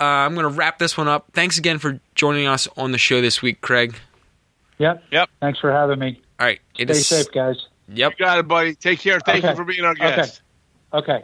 Speaker 1: uh, I'm going to wrap this one up. Thanks again for joining us on the show this week, Craig.
Speaker 4: Yep.
Speaker 2: Yep.
Speaker 4: Thanks for having me.
Speaker 1: All right. it
Speaker 4: Stay
Speaker 1: is-
Speaker 4: safe, guys.
Speaker 1: Yep.
Speaker 2: You got it, buddy. Take care. Thank
Speaker 4: Okay.
Speaker 2: you for being our
Speaker 4: Okay.
Speaker 2: guest.
Speaker 4: Okay.